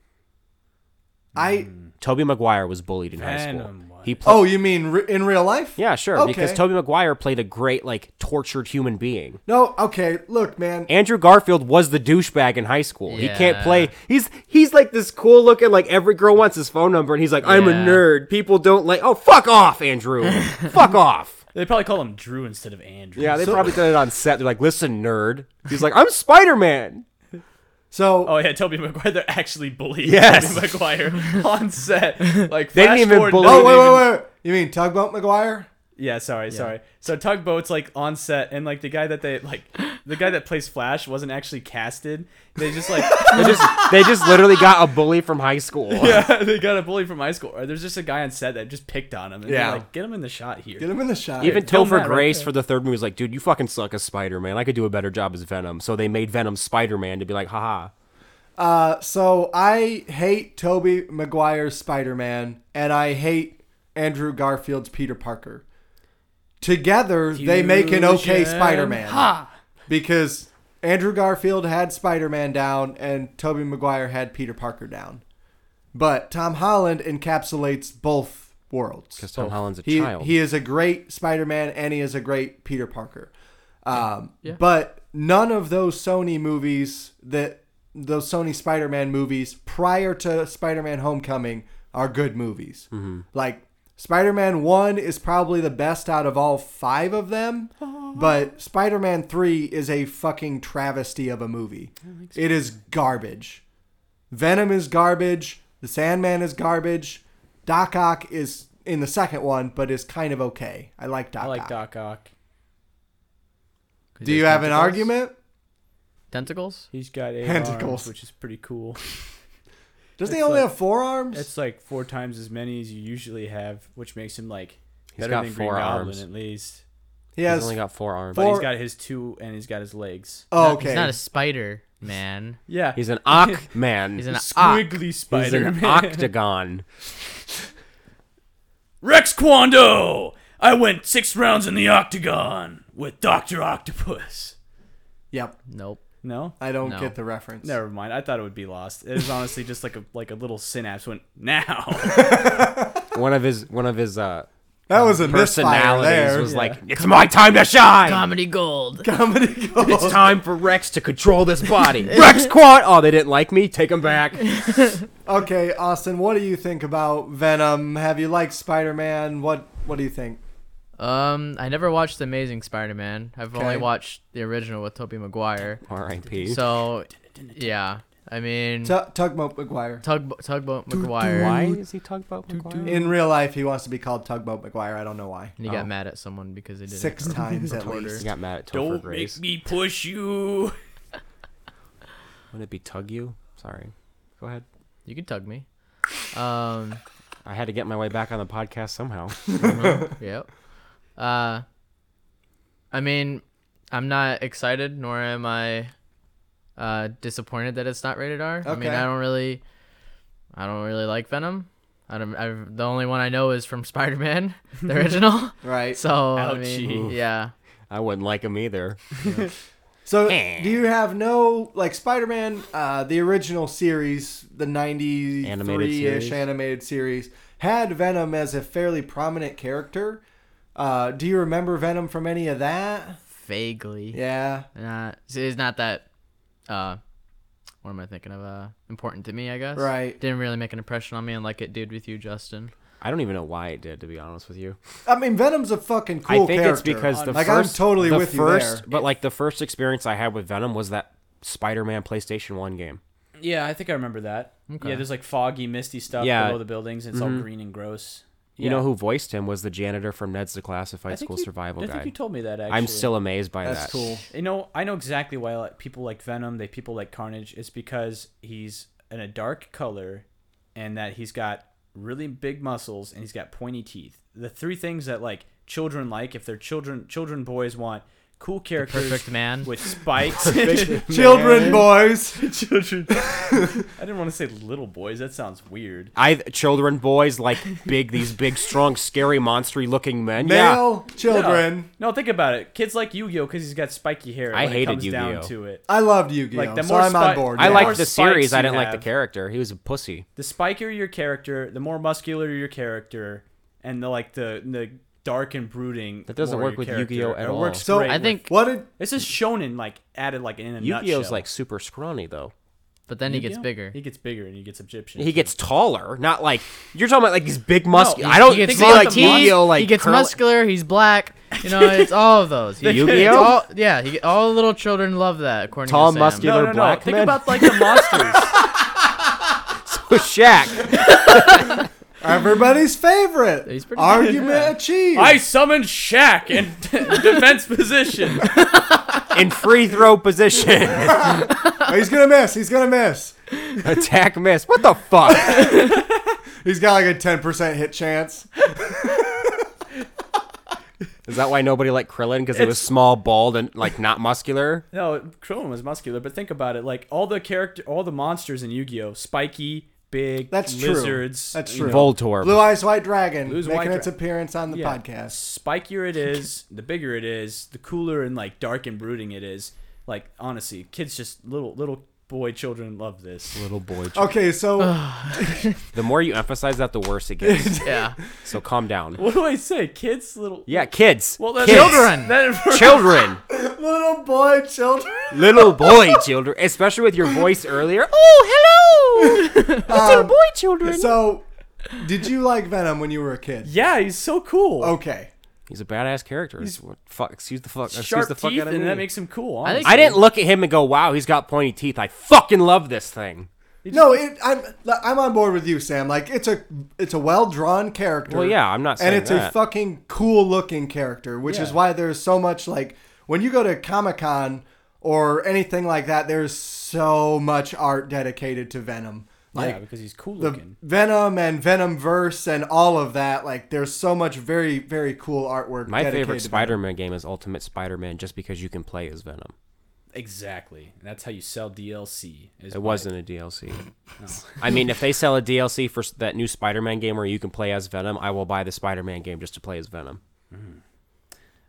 S1: I.
S6: Toby Maguire was bullied in high
S2: Venom
S6: school.
S2: was.
S6: He played.
S1: Oh, you mean re- in real life?
S6: yeah, sure. Because
S1: okay.
S6: Toby Maguire played a great, like, tortured human being.
S1: No. Okay. Look, man.
S6: Andrew Garfield was the douchebag in high school. He can't
S3: Yeah.
S6: play. He's he's like this cool looking, like every girl wants his phone number, and he's like, I'm a
S3: Yeah.
S6: nerd. People don't like. Oh, fuck off, Andrew. fuck off.
S2: They probably call him Drew instead of Andrew.
S6: Yeah, they probably did it on set. They're like, listen, nerd. He's like, I'm Spider Man.
S1: So
S2: Oh yeah, Toby Maguire. They're actually bullying
S6: Yes.
S2: Toby Maguire on set. Like
S6: They didn't
S2: flash
S6: even
S2: forward-
S6: bully-
S2: no,
S1: Oh wait,
S2: they didn't-
S1: wait, wait! You mean Tugboat McGuire?
S2: Yeah, sorry, sorry. So tugboat's like on set, and like the guy that they like, the guy that plays Flash wasn't actually casted. They just like
S6: They just, they just literally got a bully from high school.
S2: they got a bully from high school. Or there's just a guy on set that just picked on him. And yeah,
S1: Yeah.
S2: like get him in the shot here.
S1: Get him in the shot.
S6: Even
S2: Film that
S6: Topher
S2: right
S6: Grace
S2: there.
S6: for the third movie was like, dude, you fucking suck as Spider Man. I could do a better job as Venom. So they made Venom Spider Man to be like, haha.
S1: uh, so I hate Toby Maguire's Spider-Man, and I hate Andrew Garfield's Peter Parker. Together, they make an okay
S2: Fusion.
S1: Spider-Man. Because Andrew Garfield had Spider-Man down, and Toby Maguire had Peter Parker down. But Tom Holland encapsulates both worlds.
S6: Because Tom Holland's a
S1: he,
S6: child.
S1: He is a great Spider-Man and he is a great Peter Parker. Um,
S3: Yeah.
S1: But none of those Sony movies that those Sony Spider-Man movies prior to Spider-Man: Homecoming are good movies. Like Spider-Man One is probably the best out of all five of them, but Spider-Man Three is a fucking travesty of a movie. It is garbage. Venom is garbage. The Sandman is garbage. Doc Ock is in the second one, but is kind of okay. I like Doc.
S2: I like
S1: Ock.
S2: Doc Ock.
S3: Because
S1: Do
S3: there's
S1: you have an
S3: tentacles?
S1: argument?
S3: Tentacles?
S2: He's got eight
S1: Tentacles.
S2: arms, which is pretty cool.
S1: Doesn't he
S2: It's
S1: only
S2: like-
S1: have four arms?
S2: It's like four times as many as you usually have, which makes him like better
S6: got
S2: than
S6: four
S2: Green
S6: arms.
S2: Goblin at least.
S1: he
S6: He's
S1: has.
S6: only got four arms.
S2: But he's
S1: Four-
S2: got his two, and he's got his legs.
S1: oh,
S3: He's
S1: okay.
S3: not a spider man.
S2: Yeah,
S6: He's an Ock Man.
S3: He's an ock.
S2: squiggly
S6: He's Ah,
S2: spider.
S6: an octagon.
S4: Rex Quando! I went six rounds in the octagon with Dr. Octopus.
S1: yep.
S3: Nope.
S2: no,
S1: I don't
S3: No.
S1: get the reference.
S2: never mind. I thought it would be lost. It was honestly just like a like a little synapse went now.
S6: One of his one of his uh,
S1: That was a misfire
S6: personalities
S1: there.
S6: was like, "It's my time to shine.
S3: Comedy gold.
S1: comedy gold.
S6: It's time for Rex to control this body. Rex Quad. Oh, they didn't like me. Take him back.
S1: Okay, Austin, what do you think about Venom? Have you liked Spider-Man? What What do you think?
S3: Um, I never watched The Amazing Spider-Man. I've only
S1: Okay.
S3: watched the original with Tobey Maguire.
S6: R.I.P.
S3: So, yeah. I mean,
S1: Tu- Tugboat McGuire.
S3: Tug Tugboat McGuire.
S6: Why is he tugboat McGuire?
S1: In real life, he wants to be called Tugboat McGuire. I don't know why.
S3: And he got mad at someone because they did
S1: Six
S3: it.
S1: times at
S3: Recorder.
S1: least.
S6: He got mad at Topher
S4: Don't
S6: Grace.
S4: make me push you.
S6: Wouldn't it be tug you? Sorry. Go ahead.
S3: You can tug me. Um,
S6: I had to get my way back on the podcast somehow.
S3: yep. Uh, I mean, I'm not excited, nor am I uh, disappointed that it's not rated R. I mean,
S1: Okay.
S3: I don't really, I don't really like Venom. I don't. i the only one I know is from Spider-Man, the original.
S1: Right. So,
S3: So I mean, yeah.
S6: I wouldn't like him either.
S1: do you have no like Spider-Man, uh, the original series, the '93-ish
S6: Animated series.
S1: animated series had Venom as a fairly prominent character. Uh, do you remember Venom from any of that?
S3: Vaguely.
S1: Yeah.
S3: Not. see, It's not that. Uh, what am I thinking of? Uh, important to me, I guess.
S1: Right.
S3: Didn't really make an impression on me, and like it did with you, Justin.
S6: I don't even know why it did, to be honest with you.
S1: I mean, Venom's a fucking cool
S6: I think
S1: character.
S6: it's because the
S1: like
S6: first,
S1: I'm totally
S6: the
S1: with you
S6: first,
S1: there.
S6: but like the first experience I had with Venom was that Spider-Man PlayStation One game.
S2: Yeah, I think I remember that. Yeah, there's like foggy, misty stuff
S6: Yeah.
S2: below the buildings. And it's
S4: Mm-hmm.
S2: all green and gross.
S6: You
S2: Yeah.
S6: know who voiced him was the janitor from Ned's Declassified School
S2: you-
S6: Survival
S2: I
S6: Guide.
S2: think you told me that. Actually,
S6: I'm still amazed by
S1: That's
S6: that.
S1: cool.
S2: You know, I know exactly why like, people like Venom. They people like Carnage. It's because he's in a dark color, and that he's got really big muscles and he's got pointy teeth. The three things that like children like if they're children. Children boys want cool characters.
S3: Perfect man.
S2: With spikes,
S1: Children, boys.
S2: children. I didn't want to say little boys. That sounds weird.
S6: I children boys like big these big strong scary monstery looking men.
S1: Male
S6: yeah.
S2: No.
S1: children.
S2: No, think about it. Kids like Yu-Gi-Oh because he's got spiky hair.
S6: I
S2: when it
S6: hated
S2: comes down
S6: Yu-Gi-Oh.
S2: to it.
S1: I loved Yu-Gi-Oh,
S2: Like, the
S1: so
S2: more
S1: I'm
S2: spy-
S1: on board.
S6: I
S1: yeah.
S2: more
S6: liked the series.
S2: spikes
S6: I
S2: you
S6: didn't like
S2: have.
S6: the character. He was a pussy.
S2: The spikier your character, the more muscular your character, and the like the the dark and brooding.
S6: That doesn't
S2: more
S6: work
S2: your
S6: with
S2: character.
S6: Yu-Gi-Oh at
S2: it
S6: all.
S2: Works
S1: So-
S2: great
S3: I
S2: with-
S3: think,
S1: What did
S2: this is shonen like added like in a
S6: Yu-Gi-Oh's
S2: nutshell.
S6: like super scrawny though.
S3: but then he gets
S2: Yu-Gi-Oh?
S3: bigger.
S2: He gets bigger and he gets Egyptian.
S6: He gets taller, not like you're talking about like these big muscle.
S3: He-
S6: I don't
S3: he gets
S6: Oh, think they like
S3: lots of teeth,
S6: Yu-Gi-Oh like
S3: he gets
S6: curl-
S3: muscular. He's black. You know, it's all of those. He-
S6: Yu-Gi-Oh?
S3: it's all- Yeah, he, all the little children love that. According
S6: Tall,
S3: to Sam.
S6: muscular-
S2: no, no, no.
S6: black
S2: Think
S6: men.
S2: about like the monsters.
S6: Shaq.
S1: everybody's favorite?
S3: He's pretty
S1: Argument achieved.
S2: I summoned Shaq in defense position.
S6: in free throw position.
S1: Oh, he's gonna miss. He's gonna miss.
S6: Attack miss. What the fuck?
S1: He's got like a ten percent hit chance.
S6: Is that why nobody liked Krillin? Because he was small, bald, and like not muscular.
S2: No, Krillin was muscular, but think about it. Like all the character, all the monsters in Yu-Gi-Oh, spiky, big,
S1: That's true.
S2: lizards.
S1: That's
S2: you
S1: true.
S2: know,
S6: Voltorb.
S1: Blue Eyes White Dragon
S2: Blue Eyes
S1: making
S2: White
S1: its
S2: Dra-
S1: appearance on the
S2: yeah.
S1: podcast.
S2: Spikier it is, the bigger it is, the cooler and like dark and brooding it is. Like honestly, kids just little little boy children love this.
S6: Little boy.
S1: Okay, so
S6: The more you emphasize that, the worse it gets.
S3: Yeah,
S6: so calm down.
S2: What do I say? Kids, little
S6: Yeah, kids.
S2: Well, that's-
S6: kids.
S3: Children.
S2: That-
S6: Children.
S1: little boy children.
S6: Little boy children. Especially with your voice earlier. Oh, hello. Little
S1: Um,
S6: boy children.
S1: So, did you like Venom when you were a kid?
S2: yeah, he's so cool.
S1: Okay.
S6: He's a badass character. What- fuck. Excuse the fuck. Excuse
S2: Sharp
S6: the fuck
S2: teeth,
S6: out of me.
S2: and that makes him cool.
S3: I
S2: Honestly.
S3: think
S6: I didn't look at him and go, "Wow, he's got pointy teeth." I fucking love this thing.
S1: No, it, I'm I'm on board with you, Sam. Like it's a it's a well drawn character.
S6: Well, yeah, I'm not saying
S1: and it's
S6: that.
S1: a fucking cool looking character, which is
S2: Yeah.
S1: why there's so much like when you go to Comic Con or anything like that. There's so much art dedicated to Venom. Like
S2: yeah, because he's cool
S1: the
S2: looking.
S1: Venom and Venom Verse and all of that. Like there's so much very very cool artwork.
S6: My
S1: dedicated
S6: favorite
S1: to Venom.
S6: Spider-Man game is Ultimate Spider-Man, just because you can play as Venom.
S2: Exactly. And that's how you sell DLC. is by-
S6: It wasn't a DLC. I mean, if they sell a DLC for s- that new Spider-Man game where you can play as Venom, I will buy the Spider-Man game just to play as Venom.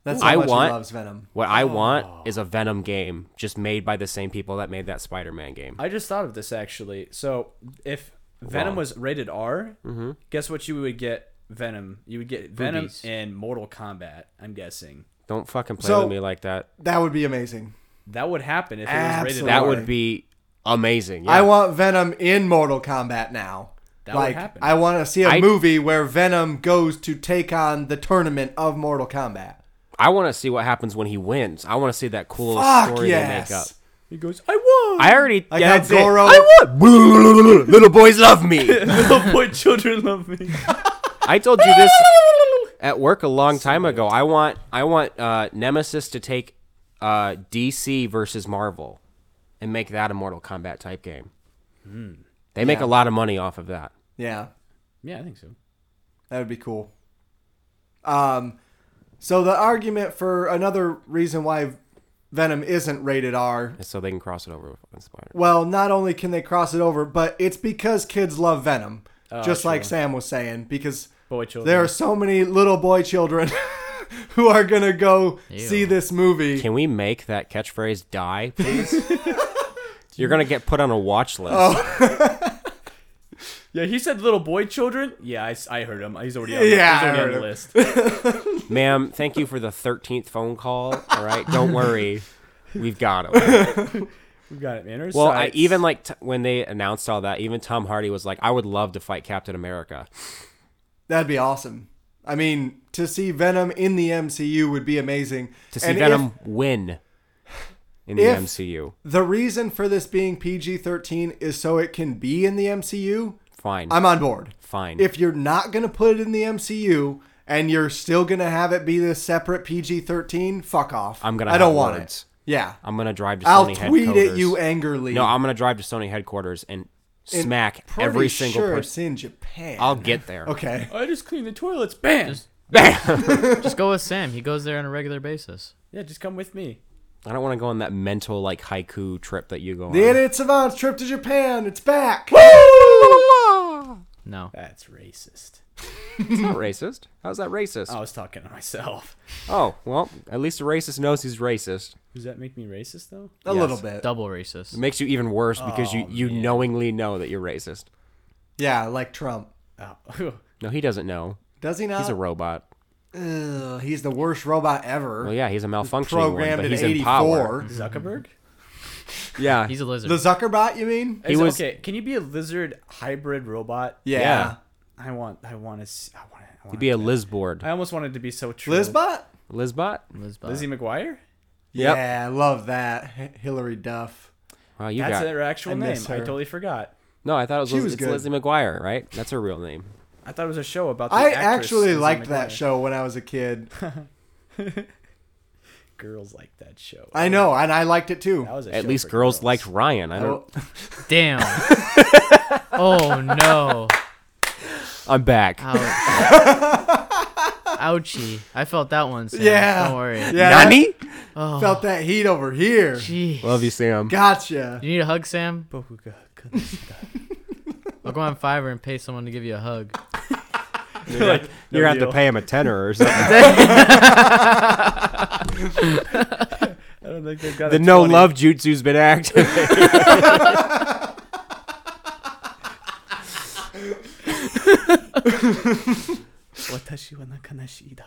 S1: That's
S6: I
S1: how much
S6: want-
S1: he loves Venom.
S6: What I
S1: Oh.
S6: want is a Venom game just made by the same people that made that Spider-Man game.
S2: I just thought of this actually. So if Venom
S6: Wrong.
S2: was rated R,
S6: Mm-hmm.
S2: guess what you would get Venom? You would get Venom
S3: Boobies.
S2: and Mortal Kombat, I'm guessing.
S6: Don't fucking play
S1: So-
S6: with me like that.
S1: That would be amazing.
S2: That would happen if it was rated
S1: Absolutely.
S2: R.
S6: That would be amazing. Yeah.
S1: I want Venom in Mortal Kombat now.
S2: That would
S1: like
S2: happen.
S1: I want to see a
S6: I-
S1: movie where Venom goes to take on the tournament of Mortal Kombat.
S6: I want to see what happens when he wins. I want to see that cool
S1: Fuck
S6: story
S1: yes.
S6: they make up.
S2: He goes, I won.
S6: I already
S1: Like
S6: yeah,
S1: how
S6: that's it.
S1: Goro-
S6: I won. Little boys love me.
S2: Little boy children love me.
S6: I told you this at work a long time ago. I want I want uh, Nemesis to take uh, DC versus Marvel and make that a Mortal Kombat type game. They make a lot of money off of that.
S1: Yeah,
S2: yeah, I think so.
S1: that would be cool. Um, so the argument for another reason why Venom isn't rated R.
S6: So they can cross it over with with Spider.
S1: Well, not only can they cross it over, but it's because kids love Venom, just like Sam was saying, because
S2: Boy children.
S1: there are so many little boy children who are gonna go see this movie.
S6: Can we make that catchphrase die, please? You're gonna get put on a watch list.
S2: Yeah, he said little boy children. Yeah, I, s- I heard him. He's already on,
S1: Yeah,
S2: he's already
S1: I
S2: on the
S1: heard him.
S2: list.
S6: Ma'am, thank you for the thirteenth phone call. All right, don't worry, we've got him.
S2: We got it, man. There's
S6: Well, I,
S1: e-
S2: sites.
S6: even like t- when they announced all that, even Tom Hardy was like, "I would love to fight Captain America."
S1: That'd be awesome. I mean, to see Venom in the MCU would be amazing.
S6: to see
S1: And if-
S6: Venom win in the
S1: if-
S6: MCU.
S1: the reason for this being PG 13 is so it can be in the MCU.
S6: Fine.
S1: I'm on board.
S6: fine.
S1: If you're not going to put it in the MCU and you're still going to have it be this separate PG 13, fuck off.
S6: I'm gonna
S1: I don't
S6: have
S1: want
S6: words.
S1: it. Yeah.
S6: I'm gonna drive to
S1: I'll
S6: Sony
S1: tweet
S6: headquarters.
S1: at you angrily.
S6: No, I'm gonna drive to Sony headquarters and
S1: And
S6: smack
S1: pretty
S6: every single
S1: sure
S6: person.
S1: It's in Japan.
S6: I'll get there.
S1: Okay.
S2: I just cleaned the toilets. Bam.
S3: Just go with Sam. He goes there on a regular basis.
S2: yeah, just come with me.
S6: I don't want to go on that mental like haiku trip that you go on.
S1: The Idiot Savant's trip to Japan. It's back.
S3: No.
S2: That's racist.
S6: It's not racist. How's that racist?
S2: I
S6: Oh.
S2: was talking to myself.
S6: well, at least a racist knows he's racist.
S2: Does that make me racist though?
S1: A little bit.
S3: Double
S6: It
S3: racist.
S6: makes you even worse because you you knowingly know that you're racist.
S1: Yeah, like Trump.
S2: Oh.
S6: No, he doesn't know.
S1: Does he not?
S6: He's a robot.
S1: Ugh, he's the worst robot ever.
S6: Well, yeah, he's a malfunctioning one,
S1: programmed
S6: but
S1: in
S6: he's in power. Mm-hmm.
S1: '84.
S2: Zuckerberg?
S6: Yeah,
S3: He's a lizard.
S1: The Zuckerbot, you mean?
S2: Is-
S6: was-
S2: okay. Can you be a lizard hybrid robot?
S1: Yeah.
S6: Yeah.
S2: I want. I want to. See, I want. I want
S6: he'd be a Lizboard.
S2: I almost wanted to be so true.
S1: Lizbot?
S6: Lizbot?
S3: Lizbot.
S2: Lizzie McGuire.
S6: Yep.
S1: Yeah, I love that. H- Hillary Duff.
S6: Wow, you
S2: That's
S6: got
S2: her actual
S1: I
S2: name.
S1: miss
S2: I
S1: her.
S2: totally forgot.
S6: no. I thought it was,
S1: She
S6: Liz-
S1: was
S6: it's
S1: good.
S6: Lizzie McGuire, right? That's her real name.
S2: I thought it was a show about. The
S1: I
S2: actress
S1: actually
S2: Lizzie
S1: liked that
S2: McGuire.
S1: show when I was a kid.
S2: Girls like that show.
S1: I know, and I liked it too. Oh,
S2: That was a
S6: At
S2: show
S6: least
S2: for
S6: girls, liked Ryan. I don't.
S3: Damn. oh no.
S6: I'm back.
S3: Oh. Ouch. Ouchie. I felt that one. Sam.
S1: Yeah.
S3: Don't worry.
S1: Yeah,
S6: Nani?
S1: I felt that heat over here.
S3: Jeez.
S6: Love you, Sam.
S1: Gotcha.
S3: You need a hug, Sam?
S2: Like,
S3: I'll go on Fiverr and pay someone to give you a hug.
S6: You're gonna have to pay him a tenner or something.
S2: I don't think they've got
S6: the
S2: a
S6: no
S2: 20.
S6: love jutsu's been active.
S2: Watashi wa nakanashi da.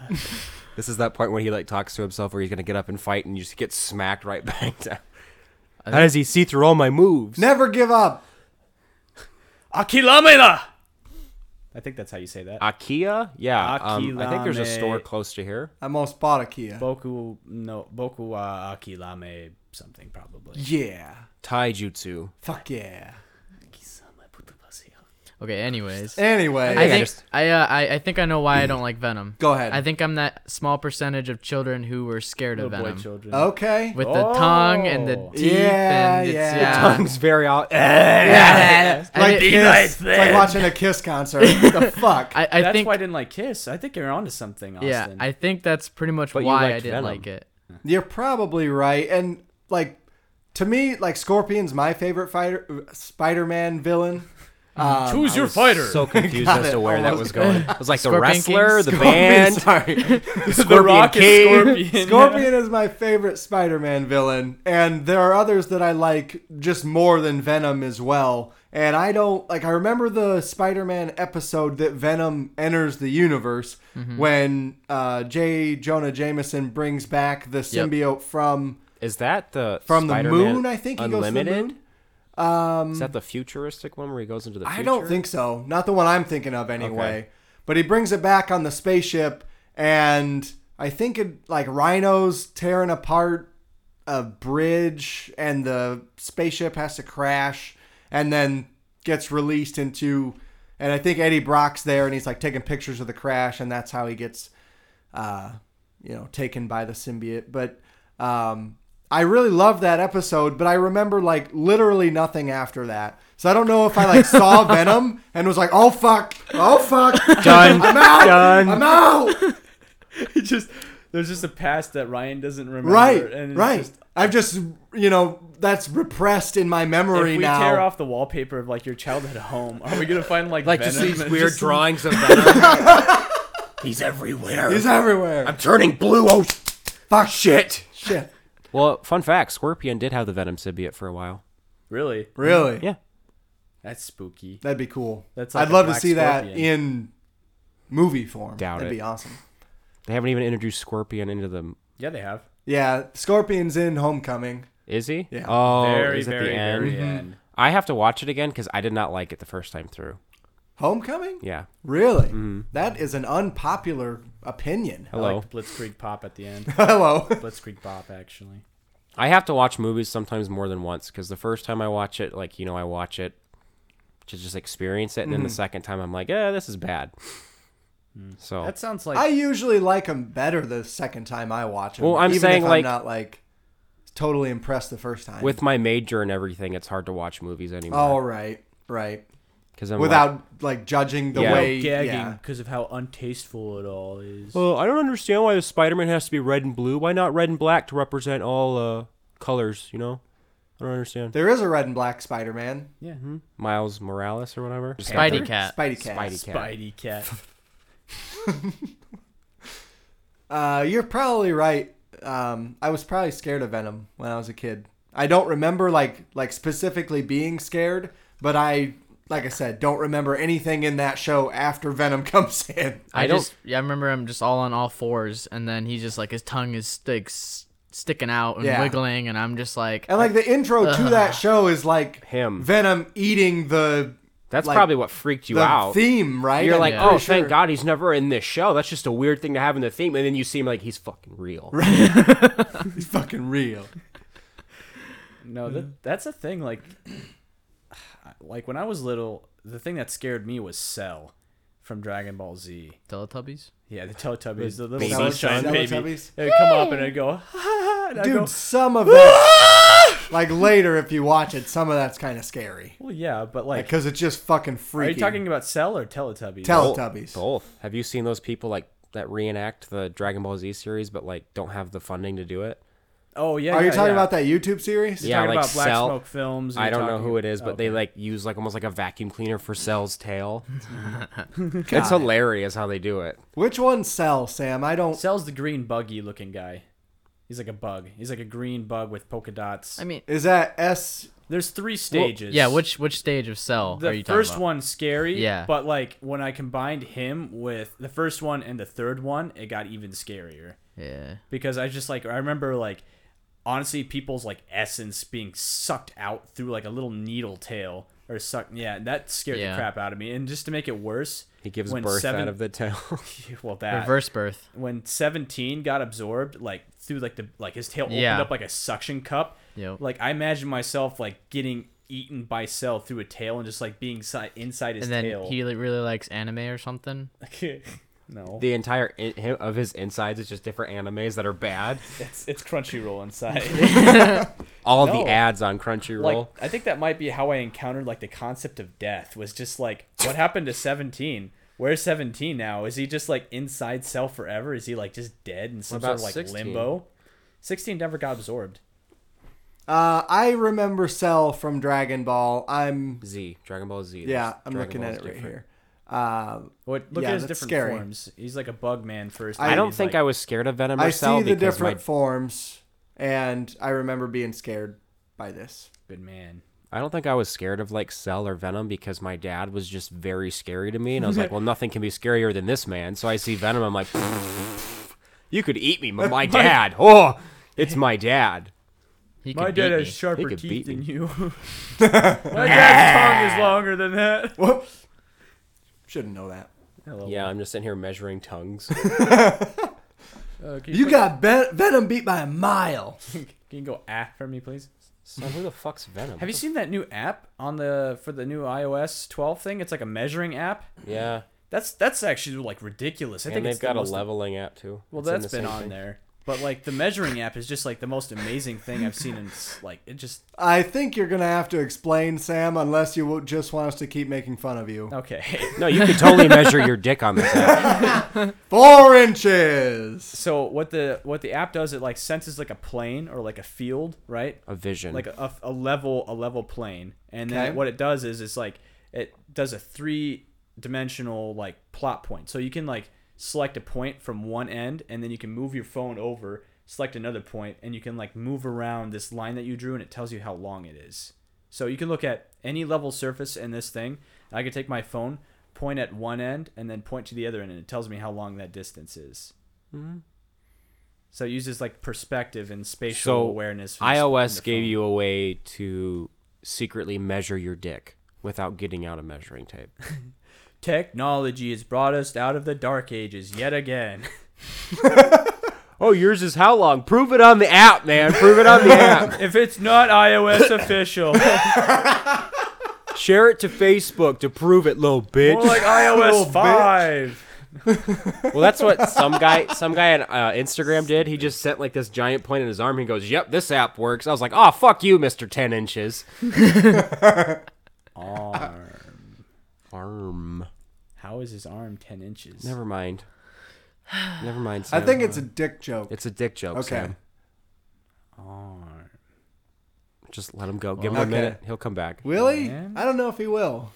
S6: this is that point where he like talks to himself, where he's gonna get up and fight, and you just get smacked right back down. How does he see through all my moves?
S1: Never give up.
S2: Akilamela. I think that's how you say that.
S6: Akia? Yeah. um, I think there's a
S2: Akilame.
S6: store close to here.
S1: I almost bought a Kia.
S2: Boku no Boku wa Akilame something probably.
S1: Yeah.
S6: Tai Jutsu.
S1: Fuck yeah.
S3: Okay. Anyways.
S1: Anyway,
S3: I think
S6: understand.
S3: I, uh, I I think I know why I don't like Venom.
S1: Go ahead.
S3: I think I'm that small percentage of children who were scared of
S2: Little boy
S3: Venom
S2: children.
S1: okay.
S3: with the tongue and the
S2: Oh.
S3: teeth
S1: Yeah,
S3: and it's,
S1: yeah.
S3: yeah.
S1: Uh,
S6: Tongue's very out.
S3: Yeah. I,
S1: like
S3: did-
S1: Kiss. It's like watching a Kiss concert. What the fuck?
S3: I, I
S2: That's
S3: think
S2: why I didn't like Kiss. I think you're onto something, Austin.
S3: yeah. I think that's pretty much
S6: But you
S3: why I
S6: liked
S3: didn't
S6: Venom.
S3: like it.
S1: You're probably right, and like to me, like Scorpion's my favorite fighter, Spider-Man villain. Um,
S2: Who's your fighter?
S6: So confused
S1: Got
S6: as to
S1: it.
S6: where that was going. It was like the
S3: Scorpion
S6: wrestler,
S3: King?
S6: the
S1: Scorpion,
S6: band,
S1: sorry.
S2: the Rock
S6: King.
S2: is Scorpion.
S1: Scorpion is my favorite Spider-Man villain, and there are others that I like just more than Venom as well. And I don't like. I remember the Spider-Man episode that Venom enters the universe
S6: Mm-hmm.
S1: when uh, J. Jonah Jameson brings back the symbiote from
S6: Is that the
S1: From the
S6: Spider-Man
S1: moon, I think he goes to the
S6: Unlimited?
S1: moon?
S6: is that the futuristic one where he goes into the future?
S1: I don't think so. Not the one I'm thinking of anyway. But he brings it back on the spaceship and I think it like rhinos tearing apart a bridge and the spaceship has to crash and then gets released into and I think Eddie Brock's there and he's like taking pictures of the crash and that's how he gets uh you know taken by the symbiote but um I really love that episode but I remember like literally nothing after that so I don't know if I like saw Venom and was like oh fuck oh fuck
S6: Done.
S1: I'm out
S6: Done.
S1: I'm out
S2: It just there's just a past that Ryan doesn't remember.
S1: right
S2: and it's
S1: right
S2: Just,
S1: I've just you know that's repressed in my
S2: if
S1: memory
S2: we
S1: now
S2: tear off the wallpaper of like your childhood home, are we gonna find like
S6: Like just
S2: Venom
S6: these
S2: and
S6: weird
S2: just-
S6: drawings of Venom.
S4: He's everywhere.
S1: he's everywhere
S4: I'm turning blue. Oh,
S1: fuck
S4: shit.
S1: shit
S6: well, fun fact: Scorpion did have the Venom symbiote for a while.
S2: Really,
S1: really
S6: Yeah.
S2: that's spooky.
S1: That'd be cool.
S2: That's like
S1: I'd
S2: a
S1: love to
S2: black
S1: see that
S2: scorpion.
S1: in movie form.
S6: Doubt
S1: That'd
S6: it.
S1: be awesome.
S6: They haven't even introduced Scorpion into the.
S2: Yeah, they have.
S1: Yeah, Scorpion's in Homecoming.
S6: Is he?
S1: Yeah.
S6: Oh,
S2: very,
S6: is it
S2: very,
S6: the end?
S3: Mm-hmm.
S2: very end.
S6: I have to watch it again because I did not like it the first time through.
S1: Homecoming?
S6: Yeah.
S1: Really?
S6: Mm-hmm.
S1: That is an unpopular opinion.
S2: I
S6: Hello.
S2: liked Blitzkrieg Pop at the end.
S1: Hello.
S2: Blitzkrieg Pop, actually.
S6: I have to watch movies sometimes more than once because the first time I watch it, like you know, I watch it to just experience it, and then
S1: Mm.
S6: the second time I'm like, yeah, this is bad. So
S2: That sounds like
S1: I usually like them better the second time I watch them.
S6: Well, I'm
S1: even
S6: saying,
S1: if
S6: like-
S1: I'm not like totally impressed the first time.
S6: with my major and everything, it's hard to watch movies anymore.
S1: all right, right,
S6: because I'm like,
S1: Oh, without like judging the
S6: Yeah.
S1: way.
S2: gagging
S1: Yeah.
S2: because of how untasteful it all is.
S6: well, I don't understand why the Spider-Man has to be red and blue. Why not red and black to represent all uh, colors? You know, I don't understand.
S1: There is a red and black Spider-Man.
S2: yeah,
S6: Miles Morales or whatever. Just got
S3: Uh, Spidey
S6: the-
S3: cat.
S1: Spidey Cat.
S6: Spidey cat.
S2: Spidey cat.
S1: Uh, you're probably right. Um, I was probably scared of Venom when I was a kid. I don't remember like like specifically being scared, but I like I said don't remember anything in that show after Venom comes in.
S3: I,
S6: don't-
S3: just yeah, I remember him just all on all fours, and then he just like his tongue is like s- sticking out and
S1: Yeah.
S3: wiggling, and I'm just like,
S1: And like the intro to that show is like
S6: Him.
S1: Venom eating the
S6: That's
S1: like,
S6: probably what freaked you
S1: the
S6: out.
S1: theme, right?
S6: You're
S1: I'm
S6: like,
S1: pretty
S6: oh, thank
S1: sure."
S6: God he's never in this show. That's just a weird thing to have in the theme. And then you see him like he's fucking real.
S1: He's fucking real.
S2: No,
S1: Mm-hmm.
S2: that that's a thing. Like, like when I was little, the thing that scared me was Cell from Dragon Ball Z.
S3: Teletubbies.
S2: Yeah, the Teletubbies, the little
S6: baby
S2: sunshine
S1: Teletubbies.
S2: baby.
S1: Teletubbies.
S2: They would come up and I'd go, and I'd
S1: Dude,
S2: go,
S1: some
S6: "Ah!"
S1: of it, like later if you watch it, some of that's kind of scary
S2: well, yeah, but like,
S1: because it's just fucking
S2: are
S1: freaky.
S2: you talking about Cell or Teletubbies?
S1: Tele-
S6: Both-
S1: Teletubbies.
S6: Both. Have you seen those people like that reenact the Dragon Ball Z series, but like don't have the funding to do it?
S2: oh yeah.
S1: Are you
S2: yeah,
S1: talking
S2: yeah.
S1: about that YouTube series?
S6: Yeah,
S2: talking
S6: like
S2: about Black
S6: Cell-
S2: Smoke Films? and
S6: I
S2: you're
S6: don't know
S2: talking-
S6: who it is, but they
S2: okay.
S6: like use like almost like a vacuum cleaner for Cell's tail. it's hilarious how they do it.
S1: Which one sell, Sam? I don't.
S2: Cell's the green buggy looking guy. He's like a bug. He's like a green bug with polka dots.
S3: I mean,
S1: Is that S?
S2: There's three stages.
S3: yeah, which which stage of cell
S2: the
S3: are you talking
S2: first
S3: about?
S2: one scary
S3: Yeah.
S2: but like when i combined him with the first one and the third one it got even scarier
S3: Yeah,
S2: because i just like i remember like honestly people's like essence being sucked out through like a little needle tail or suck yeah that scared
S3: Yeah.
S2: the crap out of me and just to make it worse
S6: He gives birth out of the tail.
S2: well that
S3: reverse birth.
S2: when 17 got absorbed like through like the like his tail opened
S3: Yeah.
S2: up like a suction cup
S3: Yep.
S2: like i imagine myself like getting eaten by cell through a tail and just like being si- inside his
S3: And then
S2: tail
S3: he like, really likes anime or something.
S2: no,
S6: the entire in- him, of his insides is just different animes that are bad.
S2: it's it's Crunchyroll inside.
S6: All
S2: No.
S6: the ads on Crunchyroll.
S2: like I think that might be how I encountered like the concept of death was just like what happened to Seventeen? Where's Seventeen now? Is he just like inside Cell forever? Is he like just dead in some
S6: What about
S2: sort of like
S6: 16?
S2: limbo? Sixteen never got absorbed.
S1: Uh, I remember Cell from Dragon Ball. I'm
S6: Z, Dragon Ball Z.
S1: yeah,
S6: That's-
S1: I'm
S6: Dragon
S1: looking
S6: Ball
S1: at
S6: is
S1: it right
S6: different.
S1: here. Uh,
S2: What look
S1: Yeah,
S2: at his
S1: that's
S2: different
S1: scary.
S2: forms. He's like a bug man first.
S1: I
S6: I
S2: and
S6: don't
S2: he's,
S6: think
S2: like-
S6: I was scared of Venom or
S1: I
S6: Cell
S1: see the
S6: because my
S1: different forms, and I remember being scared by this.
S2: good man.
S6: I don't think I was scared of like Cell or Venom because my dad was just very scary to me, and I was like, "Well, nothing can be scarier than this man." So I see Venom, I'm like, "You could eat me, but my dad, oh, it's my dad."
S3: He
S2: My
S3: could
S2: dad
S3: beat
S2: has
S3: me.
S2: sharper
S6: could
S2: teeth
S6: beat
S2: than
S6: me.
S2: you. My dad's tongue is longer than that.
S1: Whoop! Shouldn't know that.
S2: Hello.
S6: Yeah, I'm just sitting here measuring tongues.
S2: Uh, can
S1: You got Ven- Venom beat by a mile.
S2: Can you go ah for me, please?
S6: Son, who the fuck's Venom?
S2: Have you seen that new app on the for the new iOS 12 thing? It's like a measuring app.
S6: Yeah,
S2: That's that's actually like ridiculous. I
S6: and
S2: think
S6: they've
S2: it's the
S6: got a
S2: most-
S6: leveling app too.
S2: Well,
S6: It's in
S2: that's
S6: the
S2: been
S6: same
S2: on
S6: thing.
S2: there. But like the measuring app is just like the most amazing thing I've seen in s- like it just
S1: I think you're gonna have to explain, Sam, unless you w- just want us to keep making fun of you.
S2: okay.
S6: No, you could totally measure your dick on this app.
S1: Four inches.
S2: So what the what the app does it like senses like a plane or like a field, right?
S6: A vision.
S2: Like a, a level a level plane, and then
S1: Okay.
S2: what it does is it's like it does a three dimensional like plot point. So you can like select a point from one end, and then you can move your phone over, select another point, and you can like move around this line that you drew, and it tells you how long it is. So you can look at any level surface in this thing. I could take my phone, point at one end, and then point to the other end, and it tells me how long that distance is.
S6: Mm-hmm.
S2: So it uses like perspective and spatial
S6: so
S2: awareness. from s- from
S6: iOS
S2: the
S6: gave
S2: phone.
S6: you a way to secretly measure your dick without getting out a measuring tape.
S2: technology has brought us out of the dark ages yet again.
S6: Oh, yours is how long? Prove it on the app, man. Prove it on the app.
S2: if it's not iOS official, more
S6: Share it to Facebook to prove it, little bitch.
S2: like iOS five.
S6: Well, that's what some guy, some guy on uh, Instagram did. He just sent like this giant point in his arm. He goes, "Yep, this app works." I was like, "Oh, fuck you, Mister Ten Inches." Arm.
S2: How is his arm ten inches?
S6: Never mind. Never mind.
S1: I
S6: Sam. uh,
S1: think it's a dick joke.
S6: it's a dick joke.
S1: okay.
S6: Sam.
S2: Arm.
S6: Just let him go. Give him
S1: Okay.
S6: a minute. He'll come back.
S1: Will he?
S2: Man.
S1: I don't know if he will.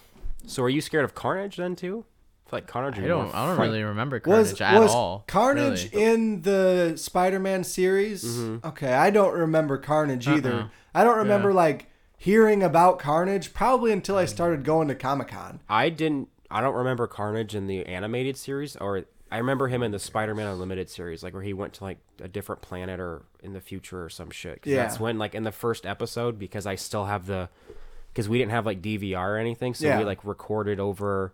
S6: So, are you scared of Carnage then too? I feel like Carnage. would
S3: I
S6: be
S3: don't.
S6: more
S3: I don't
S6: fright-
S3: really remember Carnage
S1: Was
S3: at
S1: was
S3: all.
S1: Carnage
S3: really.
S1: in the Spider-Man series?
S6: Mm-hmm.
S1: Okay, I don't remember Carnage
S3: Uh-uh.
S1: either. I don't remember like hearing about Carnage probably until
S6: Mm.
S1: I started going to Comic Con.
S6: I didn't. I don't remember Carnage in the animated series, or I remember him in the Spider-Man Unlimited series, like where he went to like a different planet or in the future or some shit. 'Cause
S1: Yeah.
S6: That's when, like, in the first episode, because I still have the, because we didn't have like DVR or anything, so
S1: Yeah.
S6: we like recorded over.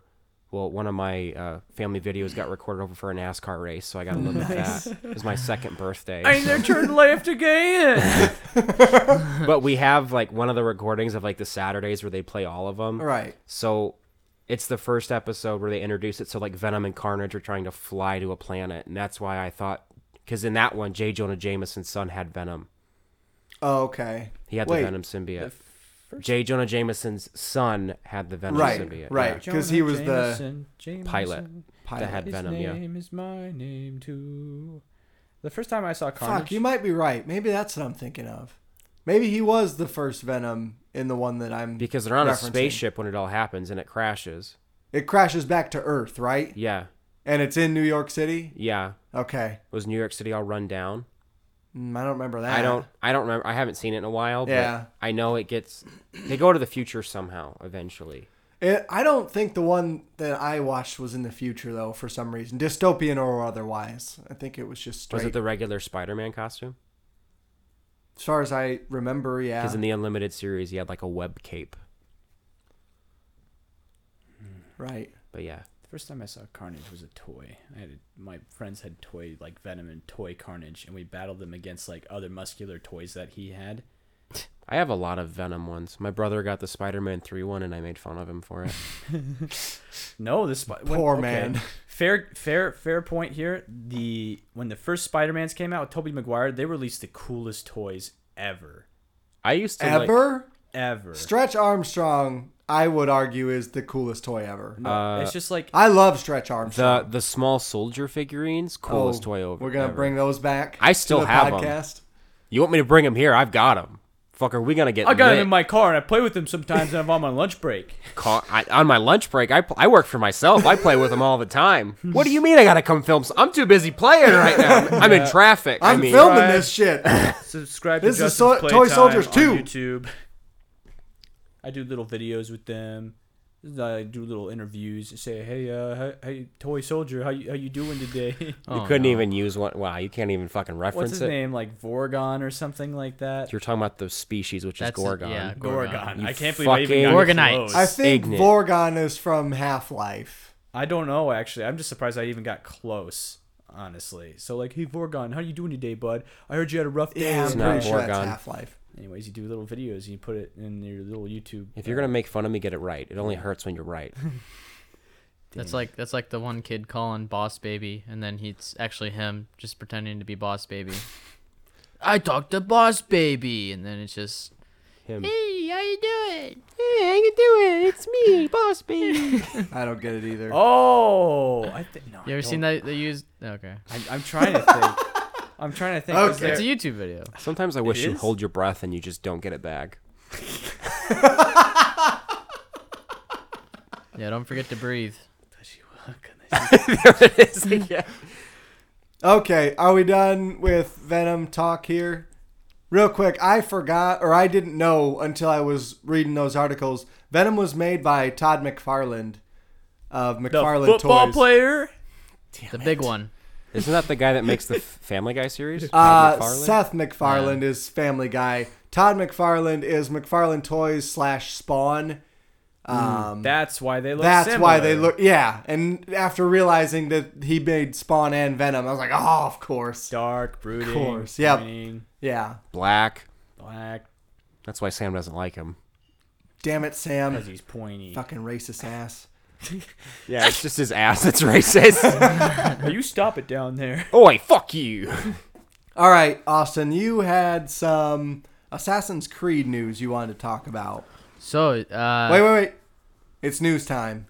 S6: Well, one of my uh, family videos got recorded over for a NASCAR race, so I got to look at that. It was my second birthday.
S2: Ain't there turned left again?
S6: but we have like one of the recordings of like the Saturdays where they play all of them.
S1: Right.
S6: So it's the first episode where they introduce it. So like Venom and Carnage are trying to fly to a planet, and that's why I thought because in that one, J. Jonah Jameson's son had Venom.
S1: Oh, okay.
S6: He had
S1: Wait,
S6: the Venom symbiote. J. Jonah Jameson's son had the Venom
S1: Right,
S6: symbiote.
S1: right. 'Cause he was the
S2: Jameson,
S6: Pilot
S2: Jameson.
S6: Yeah, that had
S2: His
S6: Venom. Yeah.
S2: name is my name too. The first time I saw Carnage,
S1: Fuck, you might be right. Maybe that's what I'm thinking of. Maybe he was the first Venom in the one that I'm
S6: Because they're on a
S1: referencing.
S6: spaceship when it all happens and it crashes.
S1: It crashes back to Earth, right?
S6: Yeah.
S1: And it's in New York City.
S6: Yeah.
S1: Okay,
S6: Was New York City all run down?
S1: Mm, I don't remember that.
S6: I don't I don't remember I haven't seen it in a while, but
S1: Yeah.
S6: I know it gets they go to the future somehow eventually.
S1: It, I don't think the one that I watched was in the future though, for some reason, dystopian or otherwise. I think it was just straight.
S6: Was it the regular Spider-Man costume?
S1: as far as I remember, yeah.
S6: Because in the Unlimited series, he had like a web cape.
S1: right.
S6: But yeah,
S2: the first time I saw Carnage was a toy. I had a, my friends had toy like Venom and toy Carnage, and we battled them against like other muscular toys that he had.
S6: I have a lot of Venom ones. My brother got the Spider-Man three one, and I made fun of him for it.
S2: No, this Spi- when-
S1: Poor man.
S2: Fair, fair, fair point here. The when the first Spider Mans came out with Tobey Maguire, they released the coolest toys ever,
S6: I used to like,
S1: Ever
S2: ever.
S1: Stretch Armstrong, I would argue, is the coolest toy ever.
S2: No, Uh, it's just like
S1: I love Stretch Armstrong.
S6: the the small soldier figurines.
S1: Oh,
S6: Coolest toy over.
S1: We're gonna
S6: ever.
S1: bring those back.
S6: I still
S1: to the
S6: have 'em.
S1: podcast.
S6: You want me to bring him here? I've got him. Fucker, we gonna get.
S2: I got
S6: lit.
S2: him in my car and I play with him sometimes, and I'm on my lunch break.
S6: Ca- I, on my lunch break. I pl- I work for myself. I play with him all the time. What do you mean I gotta come film? s- I'm too busy playing right now. I'm in traffic. I
S1: I'm
S6: mean,
S1: filming this shit.
S2: Subscribe
S1: This
S2: to
S1: is
S2: Justice
S1: so-
S2: Playtime
S1: Toy Soldiers
S2: on
S1: 2.
S2: YouTube. I do little videos with them. I do little interviews and say, "Hey, uh, hey, hey, Toy Soldier, how you how you doing today?"
S6: you couldn't even use one. Wow, you can't even fucking reference
S2: What's his
S6: it.
S2: name? Like Vorgon or something like that.
S6: You're talking about the species, which
S3: That's
S6: is Gorgon.
S3: Yeah, Gorgon.
S2: Gorgon.
S6: You
S2: I can't believe I even
S6: fucking-
S2: got
S3: Gorgonite.
S2: close.
S1: I think
S6: Ignite.
S1: Vorgon is from Half Life.
S2: I don't know actually. I'm just surprised I even got close. honestly. So like, hey Vorgon, how you doing today, bud? I heard you had a rough day.
S1: Yeah,
S6: It's
S1: I'm
S6: not
S1: pretty sure
S6: Vorgon.
S1: that's Half Life.
S2: Anyways, you do little videos and you put it in your little YouTube. uh,
S6: If you're gonna make fun of me, get it right. It only hurts when you're right.
S3: That's like that's like the one kid calling Boss Baby, and then he's actually him just pretending to be Boss Baby. I talked to Boss Baby, and then it's just
S6: Him.
S3: Hey, how you doing?
S1: I don't get it either.
S2: Oh, I think no.
S3: You ever seen that? They use okay.
S2: I'm, I'm trying to think. I'm trying to think. Was
S3: It's a
S2: there-
S3: YouTube video.
S6: Sometimes I wish you
S2: is?
S6: hold your breath and you just don't get it back.
S3: Yeah, don't forget to breathe.
S1: Okay, are we done with Venom talk here? Real quick, I forgot or I didn't know until I was reading those articles. Venom was made by Todd McFarland of
S2: the
S1: McFarland
S2: football
S1: Toys.
S2: player.
S3: the big one.
S6: Isn't that the guy that makes the F- Family Guy series?
S1: Uh,
S6: Todd McFarlane?
S1: Seth McFarland is Family Guy. Todd McFarland is McFarland Toys slash Spawn. Um,
S2: That's why they look.
S1: that's why they
S2: similar.
S1: look. Yeah, and after realizing that he made Spawn and Venom, I was like, oh, of course.
S2: dark, brooding,
S1: course, yep.
S2: cunning,
S1: Yeah.
S6: Black.
S2: black,
S6: That's why Sam doesn't like him.
S1: Damn it, Sam.
S2: because he's pointy.
S1: Fucking racist ass.
S6: Yeah, it's just his ass that's racist.
S2: Now you stop it down there.
S6: Oi, fuck you.
S1: All right, Austin, you had some Assassin's Creed news you wanted to talk about.
S3: So uh,
S1: Wait, wait, wait. It's news time.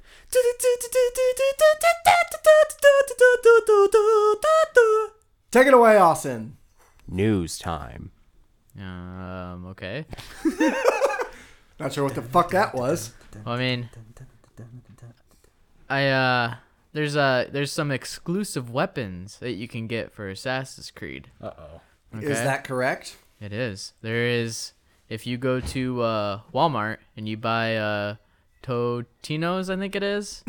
S1: Take it away, Austin.
S6: News time.
S3: Um, okay.
S1: Not sure what the fuck that was.
S3: Well, I mean, I uh, there's uh, there's some exclusive weapons that you can get for Assassin's Creed.
S2: Uh oh.
S3: Okay?
S1: Is that correct?
S3: It is. There is. If you go to uh, Walmart and you buy uh, Totino's, I think it is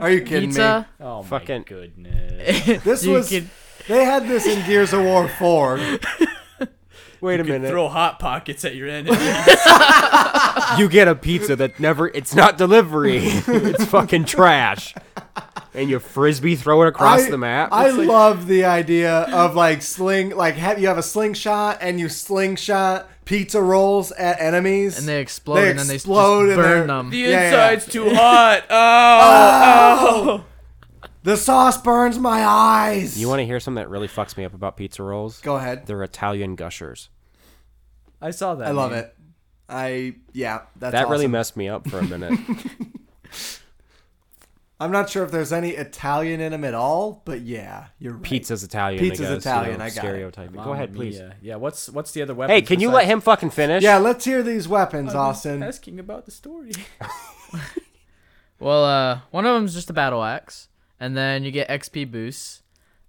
S1: Are you kidding
S3: pizza.
S2: Oh
S6: Fucking-
S2: my goodness.
S1: me? This
S3: You
S1: was.
S3: could-
S1: They had this in Gears of War 4.
S6: Wait a
S2: You
S6: minute.
S2: throw hot pockets at your enemy.
S1: Ah.
S6: you get a pizza that never it's not delivery. it's fucking trash. And you frisbee throw it across
S1: I-
S6: the map.
S1: I love the idea of like sling, like have you have a slingshot and you slingshot pizza rolls at enemies,
S3: And they explode, and then they s- just
S1: and
S3: burn
S1: they're-
S3: them.
S2: the
S1: Yeah, yeah.
S2: inside's too hot. Oh,
S1: The sauce burns my eyes.
S6: you want to hear something that really fucks me up about pizza rolls?
S1: Go ahead.
S6: They're Italian gushers.
S2: I saw that.
S1: I love
S2: man.
S1: it. I yeah, that's
S6: that really
S1: awesome.
S6: messed me up for a minute.
S1: I'm not sure if there's any Italian in them at all, but yeah, you're right.
S6: Pizza's Italian.
S1: Pizza's
S6: I guess, you
S1: Italian,
S6: know,
S1: I got it.
S6: stereotyping. Go ahead,
S2: Mamma
S6: please.
S1: uh,
S2: mia. Yeah. What's what's the other weapon?
S6: Hey, can you let him fucking finish?
S1: Yeah, let's hear these weapons, Austin.
S2: Asking about the story.
S3: Well, uh, one of them's just a battle axe, and then you get XP boosts.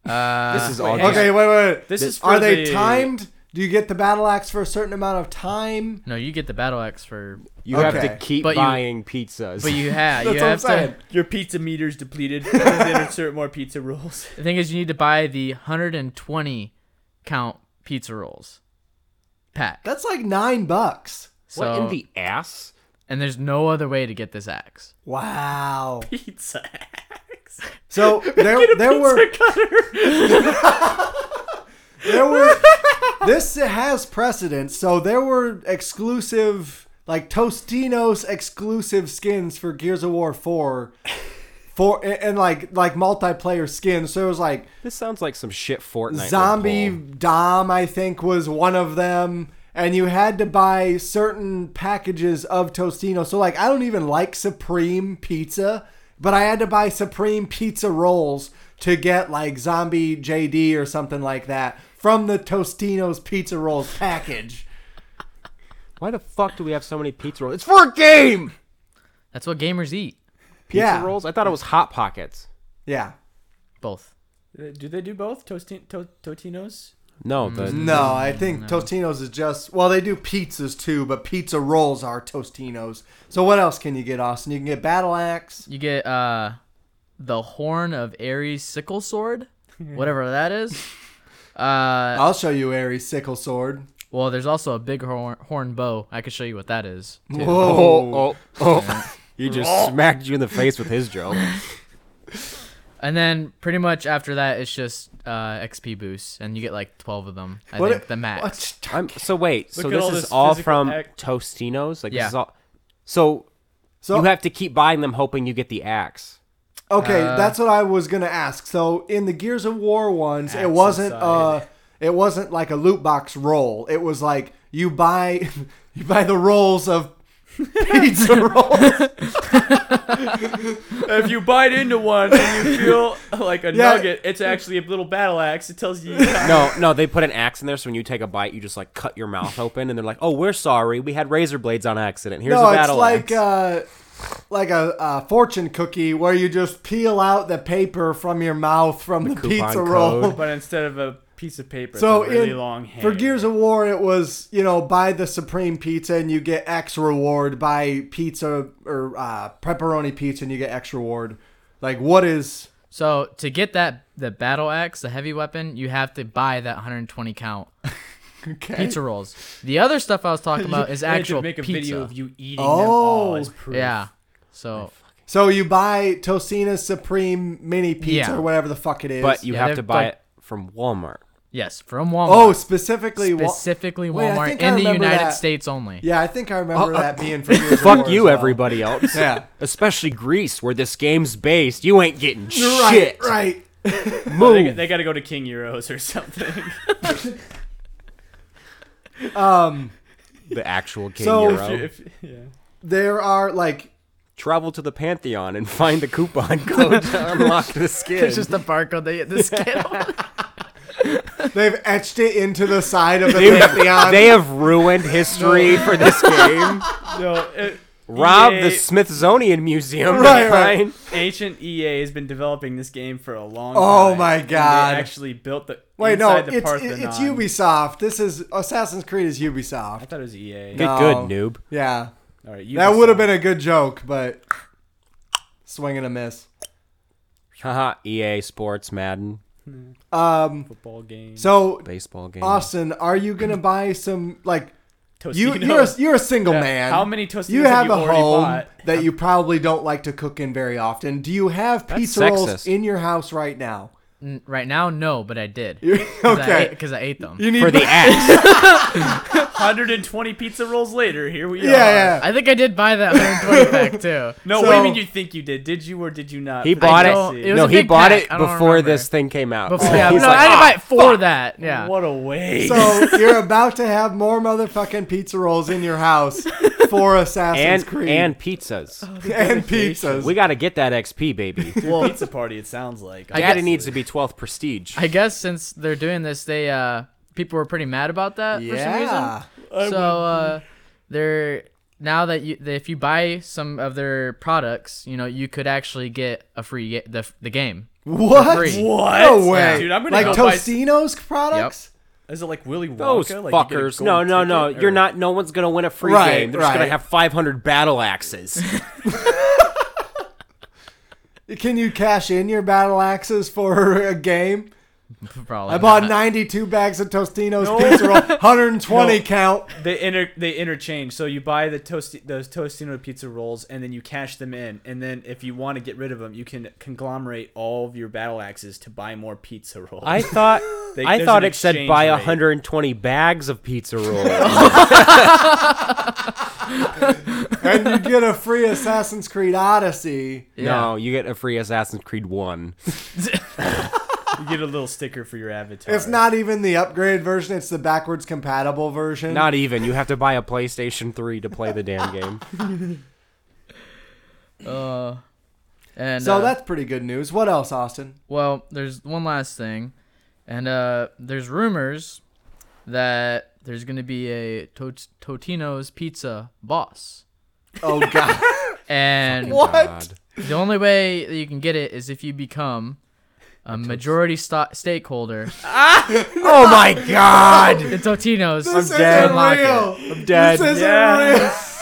S3: Uh,
S6: This is all just-
S1: Okay, wait, wait. wait.
S2: This is for
S1: Are they
S2: the-
S1: timed? Do you get the battle axe for a certain amount of time?
S3: no, you get the battle axe for,
S6: You have
S1: Okay.
S6: to keep
S3: But you-
S6: buying pizzas.
S3: but you have
S1: That's
S3: you
S1: what I'm
S3: have
S1: saying.
S3: to.
S2: Your pizza meter's depleted. insert more pizza rolls.
S3: The thing is, you need to buy the 120 count pizza rolls pack.
S1: That's like nine bucks.
S3: So,
S6: what in the ass?
S3: and there's no other way to get this axe.
S1: Wow.
S2: Pizza.
S1: So there, there were there were this has precedence. So there were exclusive like Tostinos exclusive skins for Gears of War 4 for and, and, like like multiplayer skins. So it was like
S6: This sounds like some shit Fortnite. would
S1: Zombie
S6: pull.
S1: Dom I think was one of them and you had to buy certain packages of Tostinos. So like I don't even like Supreme pizza, but I had to buy Supreme pizza rolls to get like Zombie JD or something like that from the Tostinos pizza rolls package.
S6: Why the fuck do we have so many pizza rolls? It's for a game.
S3: That's what gamers eat.
S6: Pizza
S1: yeah.
S6: rolls. I thought it was hot pockets.
S1: Yeah.
S3: Both.
S1: Uh,
S2: Do they do both? Tosti- to- Totinos?
S6: No,
S2: Mm.
S6: the
S1: No, I think Tostinos is just well, they do pizzas too, but pizza rolls are Tostinos. So what else can you get, Austin? You can get battle axe.
S3: You get uh, the horn of Ares sickle sword, whatever that is. Uh,
S1: I'll show you Ares sickle sword.
S3: well, there's also a big horn, horn bow. I could show you what that is. too.
S1: Whoa.
S2: Mm.
S6: oh, oh. He just smacked you in the face with his joke.
S3: And then pretty much after that, it's just uh, XP boosts, and you get like twelve of them. I think the max.
S1: What's
S6: I'm, so wait, so
S2: at
S6: this
S2: all
S6: is
S2: this
S6: all
S2: physical
S6: from
S2: act-
S6: Tostinos? Like
S3: Yeah.
S6: this is all So
S1: So-
S6: you have to keep buying them hoping you get the axe.
S1: Okay, that's what I was gonna ask. So in the Gears of War ones, it
S2: Axe
S1: wasn't uh,
S2: aside.
S1: it wasn't like a loot box roll. It was like you buy you buy the rolls of pizza rolls.
S2: if you bite into one and you feel like a
S1: Yeah.
S2: nugget, it's actually a little battle axe. It tells you. you
S6: No, no, they put an axe in there so when you take a bite you just like cut your mouth open and they're like, "Oh, we're sorry. We had razor blades on accident. Here's
S1: no,
S6: a
S1: it's
S6: battle
S1: like
S6: axe."
S1: uh, like a, a fortune cookie where you just peel out the paper from your mouth from the,
S6: coupon
S1: pizza roll.
S6: code.
S2: but instead of a piece of paper,
S1: So
S2: it's a really
S1: in-
S2: long hand.
S1: For Gears of War, it was you know buy the supreme pizza and you get X reward. Buy pizza or uh, pepperoni pizza and you get X reward. Like what is
S3: So to get that the battle axe, the heavy weapon, you have to buy that 120 count
S1: okay?
S3: pizza rolls. The other stuff I was talking about is
S2: They had to
S3: actual
S2: make a
S3: pizza.
S2: video of you eating them
S1: Oh.
S2: all as proof.
S3: Yeah. So
S1: So you buy Tocina's Supreme Mini Pizza
S3: Yeah.
S1: or whatever the fuck it is.
S6: but you
S3: Yeah,
S6: have
S3: they're
S6: to buy
S3: like-
S6: it from Walmart.
S3: yes, from Walmart.
S1: oh, specifically, Wa-
S3: specifically
S1: Wait, I
S3: Walmart
S1: think I
S3: in the
S1: remember
S3: United
S1: that.
S3: States only.
S1: yeah, I think I remember that being from Gears of War
S6: Fuck
S1: as
S6: you,
S1: well.
S6: everybody else.
S1: Yeah.
S6: Especially Greece, where this game's based. You ain't getting
S1: Right,
S6: shit.
S1: right.
S2: They,
S6: Move.
S2: they got to go to King Euros or something.
S6: the actual King
S1: So-
S6: Euro.
S2: if, yeah.
S1: There are like
S6: Travel to the Pantheon and find the coupon code to unlock the skin.
S3: It's just the barcode they get the skin.
S1: they've etched it into the side of the Pantheon.
S6: they have ruined history for this game.
S2: No,
S1: uh,
S2: it,
S6: Rob
S2: EA
S6: the Smithsonian Museum.
S1: Right,
S6: Right,
S1: right.
S2: ancient EA has been developing this game for a long time.
S1: Oh my
S2: and
S1: God.
S2: They actually built the
S1: Wait, no,
S2: inside
S1: it's
S2: the
S1: it-
S2: Parthenon.
S1: it's Ubisoft. This is Assassin's Creed is
S2: I
S1: Ubisoft.
S2: thought it was EA.
S6: Get good, noob.
S1: Yeah,
S2: All right,
S1: that would have
S2: Ubisoft.
S1: been a good joke, but swing and a miss.
S6: Haha, EA Sports, Madden,
S1: Um,
S2: football game.
S1: so
S6: baseball game.
S1: Austin, are you gonna buy some like?
S2: Tostinos.
S1: You, you're, a, you're a single man.
S2: How many Tostinos
S1: You
S2: have
S1: have
S2: you
S1: a
S2: already
S1: home
S2: bought?
S1: that you probably don't like to cook in very often. Do you have pizza rolls
S6: sexist.
S1: in your house right now?
S3: N- right now, no, but I did.
S1: okay.
S3: Because I, ate them.
S1: You need
S6: For the axe.
S2: 120 pizza rolls later, here we
S1: Yeah,
S2: are.
S1: yeah.
S3: I think I did buy that 120 pack too.
S2: No, what do
S1: So-
S2: you mean you think you did? Did you or did you not?
S6: He
S2: For the
S6: bought it.
S2: DLC.
S3: don't- it was
S6: no,
S3: a
S6: he
S3: big
S6: bought
S3: pack.
S6: it
S3: I don't
S6: before
S3: remember.
S6: this thing came out.
S1: Oh,
S3: Before, yeah, no,
S6: He's like,
S3: I didn't
S6: "Ah,
S3: buy it for that. Yeah.
S2: What a waste.
S1: So you're about to have more motherfucking pizza rolls in your house for Assassin's
S6: "Ah, and
S1: Creed
S6: and pizzas.
S1: and
S3: Oh,
S1: pizzas.
S6: We got to get that XP, baby.
S2: well, pizza party. It sounds like.
S3: I
S6: Daddy
S3: guess-
S6: needs to be 12th prestige.
S3: I guess since they're doing this, they uh people were pretty mad about that
S1: yeah.
S3: for some reason. So uh, they're now that you that if you buy some of their products, you know you could actually get a free ga- the the game.
S1: What?
S3: free.
S2: What?
S1: No way.
S2: Dude, I'm gonna
S1: like
S2: go buy-
S1: Tocino's products?
S2: Is it like Willy Wonka?
S6: Those
S2: like you get a
S6: fuckers.
S2: gold
S6: No, no, no.
S2: ticket,
S6: You're
S2: or-
S6: not. No one's gonna win a free
S1: Right,
S6: game. They're just
S1: right.
S6: gonna have 500 battle axes.
S1: Can you cash in your battle axes for a game?
S3: Probably.
S1: I bought
S3: not.
S1: 92 bags of Tostino's pizza roll, 120 count.
S2: They inter they interchange. So you buy the toast those Tostino pizza rolls, and then you cash them in. And then if you want to get rid of them, you can conglomerate all of your battle axes to buy more pizza rolls.
S6: I thought.
S2: They-
S6: I
S2: there's
S6: thought
S2: an
S6: it said
S2: exchange
S6: buy
S2: rate.
S6: 120 bags of pizza rolls.
S1: and you get a free Assassin's Creed Odyssey.
S6: No, you get a free Assassin's Creed One.
S2: You get a little sticker for your avatar.
S1: It's not even the upgraded version; it's the backwards compatible version.
S6: Not even. You have to buy a PlayStation 3 to play the damn game.
S3: Uh, and
S1: so
S3: uh,
S1: that's pretty good news. What else, Austin?
S3: Well, there's one last thing, and uh, there's rumors that there's gonna be a Tot- Totino's Pizza boss,
S1: Oh God!
S3: and
S6: God.
S3: the only way that you can get it is if you become a majority sto- stakeholder
S6: Oh my God!
S3: in Totino's.
S1: this
S6: dead.
S1: isn't real.
S6: I'm dead.
S1: This isn't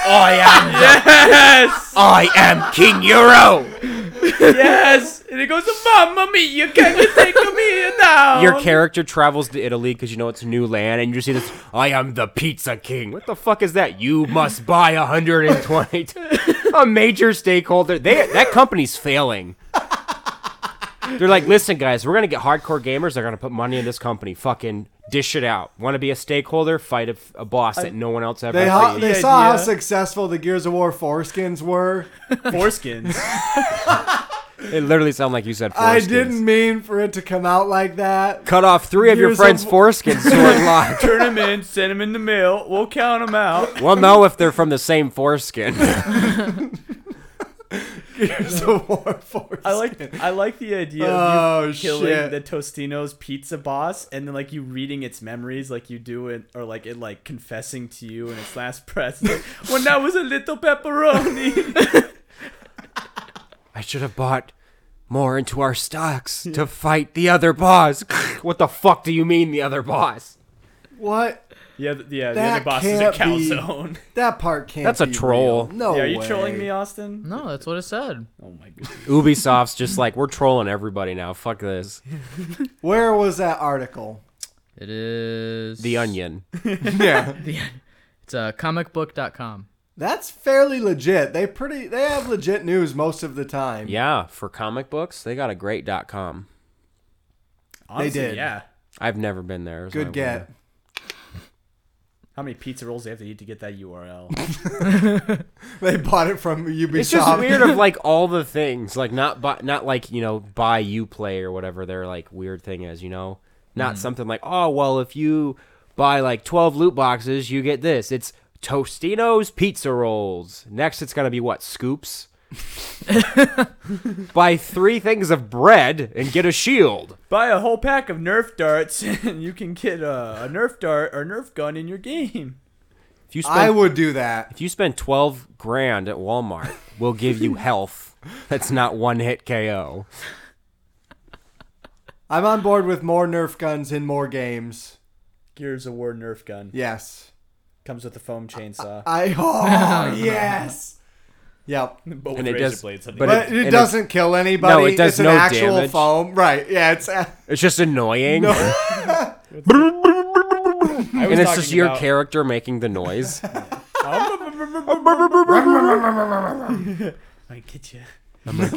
S6: I am.
S2: Yes,
S6: I am King Euro.
S2: yes. And it goes, Mamma Mia, can you take me here now?
S6: Your character travels to Italy because you know it's new land, and you see this. I am the pizza king. What the fuck is that? You must buy 120. a major stakeholder. They that company's failing. They're like, listen, guys, we're gonna get hardcore gamers. They're gonna put money in this company. Fucking dish it out. Want to be a stakeholder? Fight a, a boss that no one else ever.
S1: They, ho-
S6: sees.
S1: they saw how
S2: idea.
S1: successful the Gears of War foreskins were.
S2: Foreskins.
S6: It literally sounded like you said.
S1: I
S6: foreskins.
S1: didn't mean for it to come out like that.
S6: cut off three of your
S1: Gears
S6: friends'
S1: of-
S6: foreskins to unlock.
S2: Turn them in, send them in the mail. We'll count them out.
S6: We'll know if they're from the same foreskin.
S1: Gears of War foreskins.
S6: Uh,
S2: I like I like the idea of
S1: Oh,
S2: you killing
S1: shit.
S2: the Tostino's pizza boss and then like you reading its memories like you do it or like it like confessing to you in its last breath. Like, when I was a little pepperoni.
S6: I should have bought more into our stocks to fight the other boss. what the fuck do you mean the other boss?
S1: what?
S2: yeah, th- yeah, the
S1: That
S2: other boss is a
S1: can't
S2: cow
S1: be-
S2: zone.
S1: That part can't.
S6: That's a
S1: be
S6: troll.
S1: real. No,
S2: yeah, are you
S1: way.
S2: trolling me, Austin?
S3: No, that's what it said.
S2: Oh my god.
S6: Ubisoft's just like we're trolling everybody now. Fuck this.
S1: Where was that article?
S3: It is
S6: The Onion.
S1: Yeah,
S3: It's uh, comicbook.com.
S1: that's fairly legit. They pretty. They have legit news most of the time.
S6: Yeah, for comic books, they got a great dot com.
S2: Honestly,
S1: did.
S2: Yeah.
S6: I've never been there. so I
S1: Good
S6: wouldn't
S1: get.
S6: know.
S2: How many pizza rolls do they have to eat to get that URL?
S1: They bought it from Ubisoft.
S6: It's just weird of like all the things, like not by, not like you know buy you play or whatever their like weird thing is, you know, not something like oh well if you buy like twelve loot boxes you get this. It's Tostino's pizza rolls. Next it's gonna be what scoops. buy three things of bread and get a shield.
S2: Buy a whole pack of Nerf darts and you can get a, a Nerf dart or Nerf gun in your game.
S6: If you spend
S1: I would do that.
S6: If you spend 12 grand at Walmart, we'll give you health. That's not one hit KO.
S1: I'm on board with more Nerf guns in more games.
S2: Gears of War Nerf gun.
S1: Yes.
S2: Comes with a foam chainsaw.
S1: I oh yes. Yep.
S2: but
S6: And it does-
S2: on the
S6: but
S2: end.
S1: But
S6: it-
S1: it,
S6: and it-
S1: doesn't kill anybody.
S6: No, it does
S1: it's an
S6: no
S1: actual
S6: damage.
S1: foam. Right. Yeah, it's
S6: It's just annoying.
S2: I was
S6: and it's
S2: talking
S6: just your
S2: about-
S6: character making the noise.
S2: I get you.
S1: I'm gonna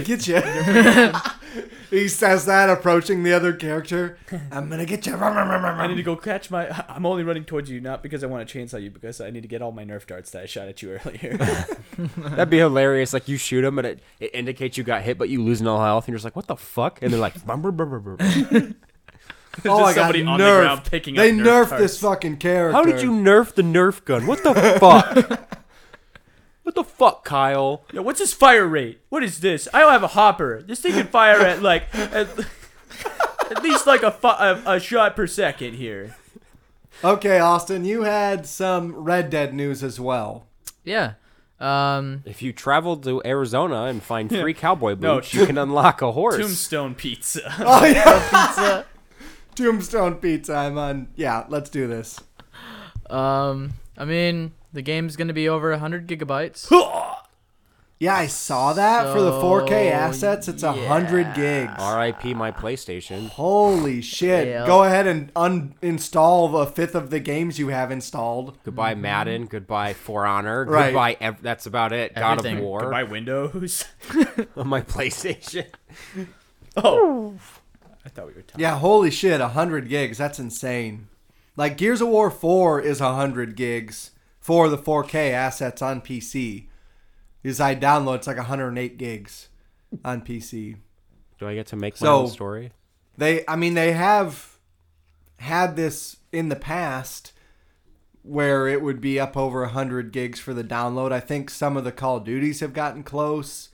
S1: get you. he says that approaching the other character. I'm gonna get you.
S2: I need to go catch my. I'm only running towards you, not because I want to chainsaw you, because I need to get all my Nerf darts that I shot at you earlier.
S6: That'd be hilarious. Like you shoot them and it, it indicates you got hit, but you lose no health, and you're just like, "What the fuck?" And they're like, "Bum, bum, bum, bum, bum."
S1: Oh, I got
S2: somebody on the ground
S1: nerfed.
S2: picking up
S1: they
S2: Nerf
S1: nerfed
S2: cards.
S1: this fucking character.
S6: "How did you nerf the Nerf gun? What the fuck? what the fuck, Kyle?
S2: Yo, what's this fire rate? What is this? I don't have a hopper. This thing can fire at like at, at least like a, fi- a a shot per second here.
S1: Okay, Austin, you had some Red Dead news as well.
S3: Yeah. Um,
S6: If you travel to Arizona and find three cowboy
S2: No,
S6: boots, you can unlock a horse."
S2: Tombstone pizza.
S1: Oh yeah, pizza. Tombstone pizza. I'm on. Yeah, let's do this.
S3: um, I mean, the game's going to be over 100 gigabytes.
S1: Yeah, I saw that for the 4K
S3: So,
S1: assets. It's a hundred gigs.
S6: R.I.P. My PlayStation.
S1: Holy shit!
S3: Yeah.
S1: Go ahead and uninstall a fifth of the games you have installed.
S6: Goodbye Madden. Goodbye For Honor.
S1: Mm-hmm. Right.
S6: Goodbye. Ev- that's about it. God of
S3: Everything.
S6: War
S2: My Windows.
S6: on my PlayStation.
S2: Oh, I thought we were talking.
S1: Yeah, holy shit! hundred gigs. That's insane. Like Gears of War Four is hundred gigs for the 4K assets on PC. Is I download it's like 108 gigs on PC.
S6: Do I get to make my
S1: So-
S6: own story?
S1: they i mean they have had this in the past where it would be up over 100 gigs for the download i think some of the call of duties have gotten close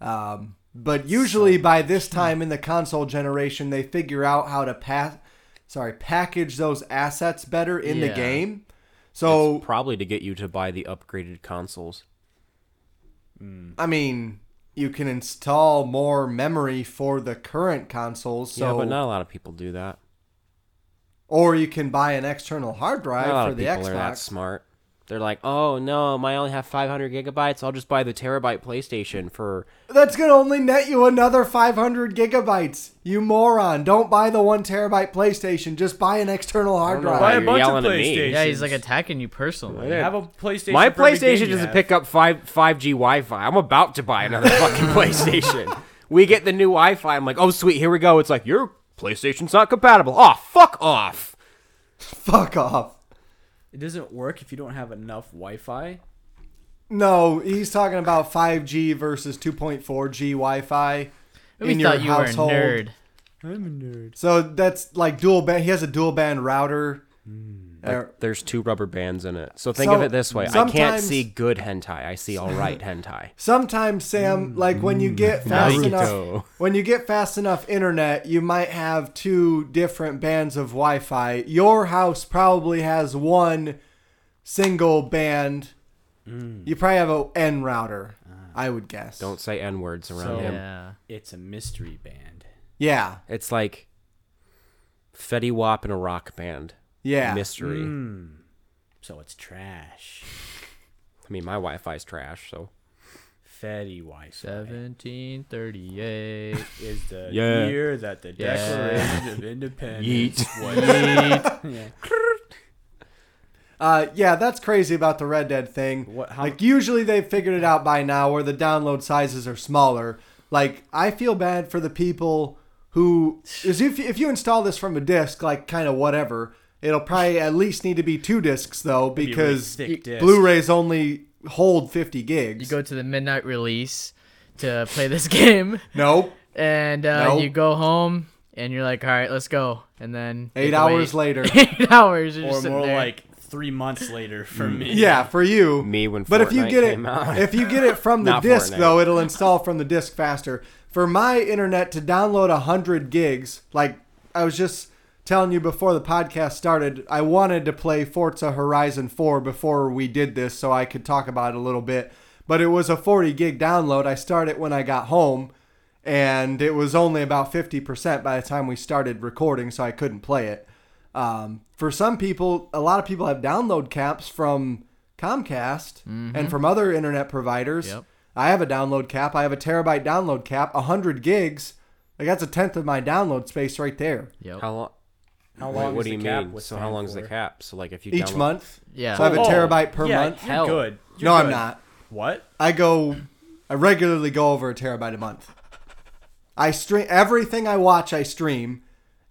S1: um, but usually by this time in the console generation they figure out how to pass sorry package those assets better in the
S3: Yeah.
S1: game so
S6: Probably to get you to buy the upgraded consoles.
S1: i mean you can install more memory for the current consoles so
S6: yeah, but not a lot of people do that.
S1: or you can buy an external hard
S6: Not a lot
S1: drive for
S6: of
S1: the
S6: people
S1: xbox
S6: are that smart. They're like, oh no, I only have 500 gigabytes. I'll just buy the terabyte PlayStation for.
S1: That's gonna only net you another 500 gigabytes. You moron! Don't buy the one terabyte PlayStation. Just buy an external hard
S6: don't know
S1: drive.
S2: Buy a
S6: You're
S2: bunch of
S6: yelling at me.
S2: PlayStation.
S3: Yeah, he's like attacking you personally.
S2: Have a PlayStation.
S6: my
S2: for every game
S6: PlayStation
S2: you
S6: doesn't
S2: have.
S6: pick up five 5G Wi-Fi. I'm about to buy another fucking PlayStation. we get the new Wi-Fi. I'm like, oh sweet, here we go. It's like your PlayStation's not compatible. Oh, fuck off.
S1: Fuck off.
S2: It doesn't work if you don't have enough Wi-Fi.
S1: No, he's talking about 5G versus 2.4G Wi-Fi
S3: We
S1: in your
S3: thought you
S1: household.
S3: were a nerd.
S1: So that's like dual band. He has a dual band router. Uh,
S6: There's two rubber bands in it. So think
S1: So,
S6: of it this way: I can't
S1: sometimes-
S6: see good hentai. I see all right hentai.
S1: Sometimes
S6: Mm.
S1: Sam, like when you get fast
S6: Naruto.
S1: enough, when you get fast enough internet, you might have two different bands of Wi-Fi. Your house probably has one single band. You probably have a N router, I would guess.
S6: Don't say n words around
S2: So-
S6: him.
S3: Yeah.
S2: It's a mystery band.
S1: Yeah,
S6: It's like Fetty Wap and a rock band.
S1: yeah.
S6: Mystery.
S2: Mm. So it's trash.
S6: I mean, my Wi-Fi's trash, so
S2: Fetty Wi-Fi
S3: 1738.
S2: is the
S6: Yeah.
S2: year that the
S3: Yeah.
S2: Declaration of Independence was.
S1: Uh, yeah, that's crazy about the Red Dead thing.
S2: What- how-
S1: like usually they've figured it out by now, where the download sizes are smaller. Like I feel bad for the people who, is if if you install this from a disc, like kind of whatever, it'll probably at least need to be two discs though,
S2: really
S1: because
S2: thick
S1: you-
S2: disc.
S1: Blu-rays only hold 50 gigs.
S3: you go to the midnight release to play this game,
S1: nope.
S3: and uh,
S1: No.
S3: you go home, and you're like, all right, let's go. And then you
S1: Eight
S3: have to
S1: hours
S3: wait
S1: later.
S3: Eight hours.
S2: Or
S3: You're just sitting
S2: more
S3: there.
S2: like three months later for
S6: Mm.
S2: me.
S1: Yeah, for you.
S6: Me when
S1: But if you
S6: Fortnite
S1: get it,
S6: came out.
S1: if you get it from the
S6: Not
S1: disc
S6: Fortnite.
S1: though, it'll install from the disc faster. For my internet to download hundred gigs, like I was just telling you before the podcast started, I wanted to play Forza Horizon Four before we did this, so I could talk about it a little bit. But it was a forty gig download. I started when I got home. And it was only about 50% by the time we started recording, so I couldn't play it. Um, for some people, a lot of people have download caps from Comcast and from other internet providers.
S3: Yep.
S1: I have a download cap. I have a terabyte download cap, 100 gigs. Like that's a tenth of my download space right there
S3: Yep.
S6: how long?
S2: How
S6: Wait,
S2: long
S6: what
S2: is
S6: do you
S2: the cap
S6: mean?
S2: with
S6: So how
S2: time
S6: long is the
S2: for?
S6: cap? So like if you
S1: each
S6: download-
S1: month.
S3: yeah.
S1: So I have a
S2: Oh,
S1: terabyte per
S2: yeah,
S1: month.
S2: You're
S3: Hell.
S2: good. You're
S1: No, I'm
S2: good.
S1: not.
S2: What?
S1: I go, I regularly go over a terabyte a month. I stream everything I watch. I stream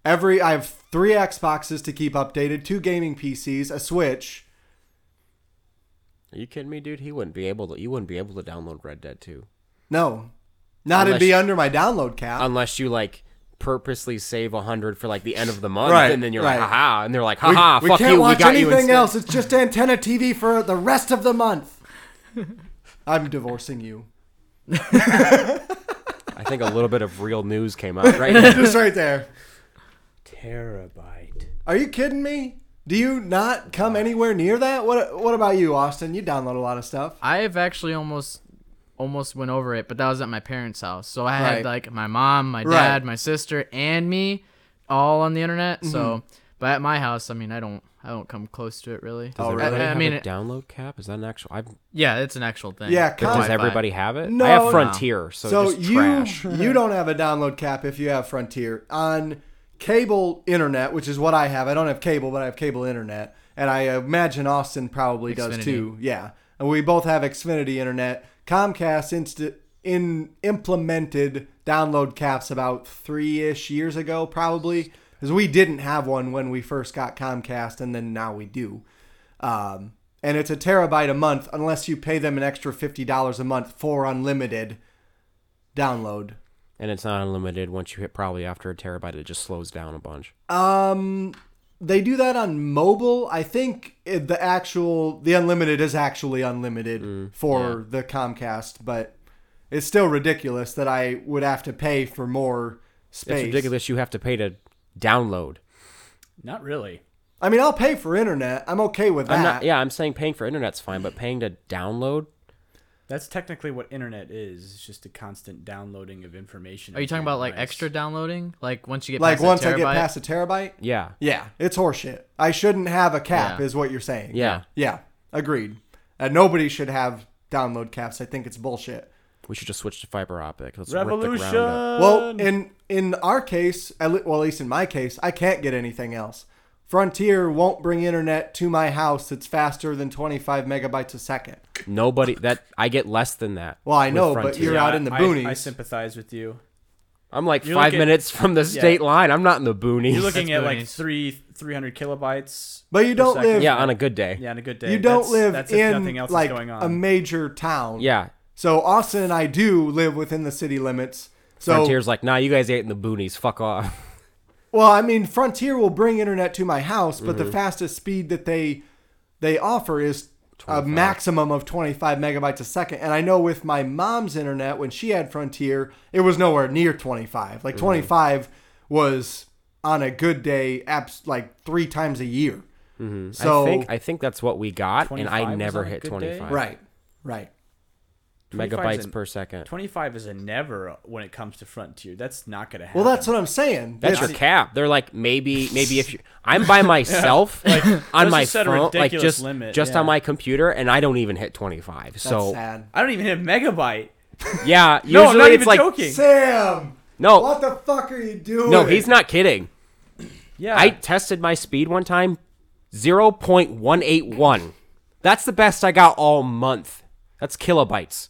S1: every. I have three Xboxes to keep updated, two gaming PCs, a Switch.
S6: Are you kidding me, dude? He wouldn't be able to. You wouldn't be able to download Red Dead 2
S1: No, not to
S6: Unless-
S1: be under my download cap.
S6: unless you like purposely save a hundred for like the end of the month,
S1: Right,
S6: and then you're
S1: right.
S6: like, haha, and they're like, haha,
S1: we
S6: fuck
S1: can't
S6: you,
S1: watch
S6: we got you
S1: anything
S6: instead.
S1: else. It's just antenna TV for the rest of the month. I'm divorcing you.
S6: I think a little bit of real news came out right. now.
S1: Just right there.
S2: Terabyte.
S1: Are you kidding me? Do you not come anywhere near that? What What about you, Austin? You download a lot of stuff.
S3: I have actually almost almost went over it, but that was at my parents' house. So I
S1: Right.
S3: had like my mom, my dad,
S1: Right.
S3: my sister, and me all on the internet. So,
S1: Mm-hmm.
S3: but at my house, I mean, I don't I don't come close to it really.
S6: Does
S1: Oh,
S6: everybody
S3: really? I
S6: have
S3: mean,
S6: a
S3: it-
S6: download cap? Is that an actual? I've,
S3: Yeah, it's an actual thing.
S1: Yeah,
S6: but does
S1: Wi-Fi.
S6: everybody have it?
S1: No,
S6: I have
S1: no.
S6: Frontier, so,
S1: So
S6: just
S1: you
S6: trash.
S1: you don't have a download cap if you have Frontier on cable internet, which is what I have. I don't have cable, but I have cable internet, and I imagine Austin probably does
S3: Xfinity.
S1: too. Yeah, and we both have Xfinity internet. Comcast insta- in implemented download caps about three ish years ago, probably because we didn't have one when we first got Comcast, and then now we do. Um, and it's a terabyte a month unless you pay them an extra $50 a month for unlimited download.
S6: And it's not unlimited. Once you hit probably after a terabyte, it just slows down a bunch.
S1: Um, they do that on mobile. I think it, the actual the unlimited is actually unlimited
S6: Mm,
S1: for the Comcast, but it's still ridiculous that I would have to pay for more
S6: It's
S1: space.
S6: ridiculous. You have to pay to download.
S2: Not really.
S1: I mean, I'll pay for internet. I'm okay with that.
S6: I'm not. Yeah, I'm saying paying for internet's fine, but paying to download.
S2: That's technically what internet is. It's just a constant downloading of information.
S3: Are you
S2: into
S3: talking
S2: your
S3: about like
S2: device.
S3: extra downloading? Like once you get
S1: Like
S3: past that
S1: once I get
S3: terabyte?
S1: past a terabyte,
S6: Yeah.
S1: yeah, it's horseshit. I shouldn't have a cap,
S3: Yeah.
S1: is what you're saying.
S6: Yeah.
S1: yeah, agreed. And nobody should have download caps. I think it's bullshit.
S6: We should just switch to fiber optic. Let's rip the
S2: Revolution.
S6: ground up.
S1: Well, in in our case, at le- well, at least in my case, I can't get anything else. Frontier won't bring internet to my house that's faster than 25 megabytes a second.
S6: Nobody that I get less than that.
S1: Well, I
S6: with
S1: know, but
S6: Frontier.
S1: you're out in the
S2: I-
S1: boonies.
S2: I, sympathize with you.
S6: I'm like
S2: You're
S6: five
S2: looking-
S6: minutes from the state line. I'm not in the boonies.
S2: You're looking at like
S3: boonies.
S2: three, three hundred kilobytes.
S1: But you
S2: per
S1: don't
S2: second.
S1: live-
S6: yeah, on a good day.
S2: Yeah, on a good day.
S1: You don't
S2: That's-
S1: live
S2: that's if
S1: in
S2: nothing else
S1: like
S2: is going on.
S1: a major town.
S6: Yeah.
S1: So Austin and I do live within the city limits. So
S6: Frontier's like, nah, you guys ain't in the boonies. Fuck off.
S1: Well, I mean, Frontier will bring internet to my house, but
S6: Mm-hmm.
S1: the fastest speed that they they offer is a maximum of 25 megabytes a second. And I know with my mom's internet when she had Frontier, it was nowhere near 25.
S6: Mm-hmm.
S1: Like 25 was on a good day, abs- like three times a year. So
S6: Mm-hmm. I think I think that's what we got, and
S2: 25
S6: I
S2: was
S6: never
S2: on a
S6: hit
S2: good day?
S6: 25
S1: right, right.
S2: 25
S6: megabytes
S2: is an-
S6: per second.
S2: Twenty-five is a never when it comes to Frontier. That's not gonna happen.
S1: Well, that's what I'm saying.
S6: That's your cap. They're like maybe maybe if you I'm by myself on
S2: let's
S6: my
S2: just set a
S6: phone, like
S2: ridiculous
S6: just
S2: limit,
S6: just
S2: yeah.
S6: on my computer, and I don't even hit 25.
S1: That's
S6: so
S1: sad.
S2: I don't even hit megabyte.
S6: yeah, usually
S2: No, I'm not
S6: it's
S2: even
S6: like
S2: joking.
S1: Sam,
S6: no,
S1: what the fuck are you doing?
S6: Oh. no, he's not kidding.
S2: Yeah,
S6: I tested my speed one time, 0.181. That's the best I got all month. That's kilobytes.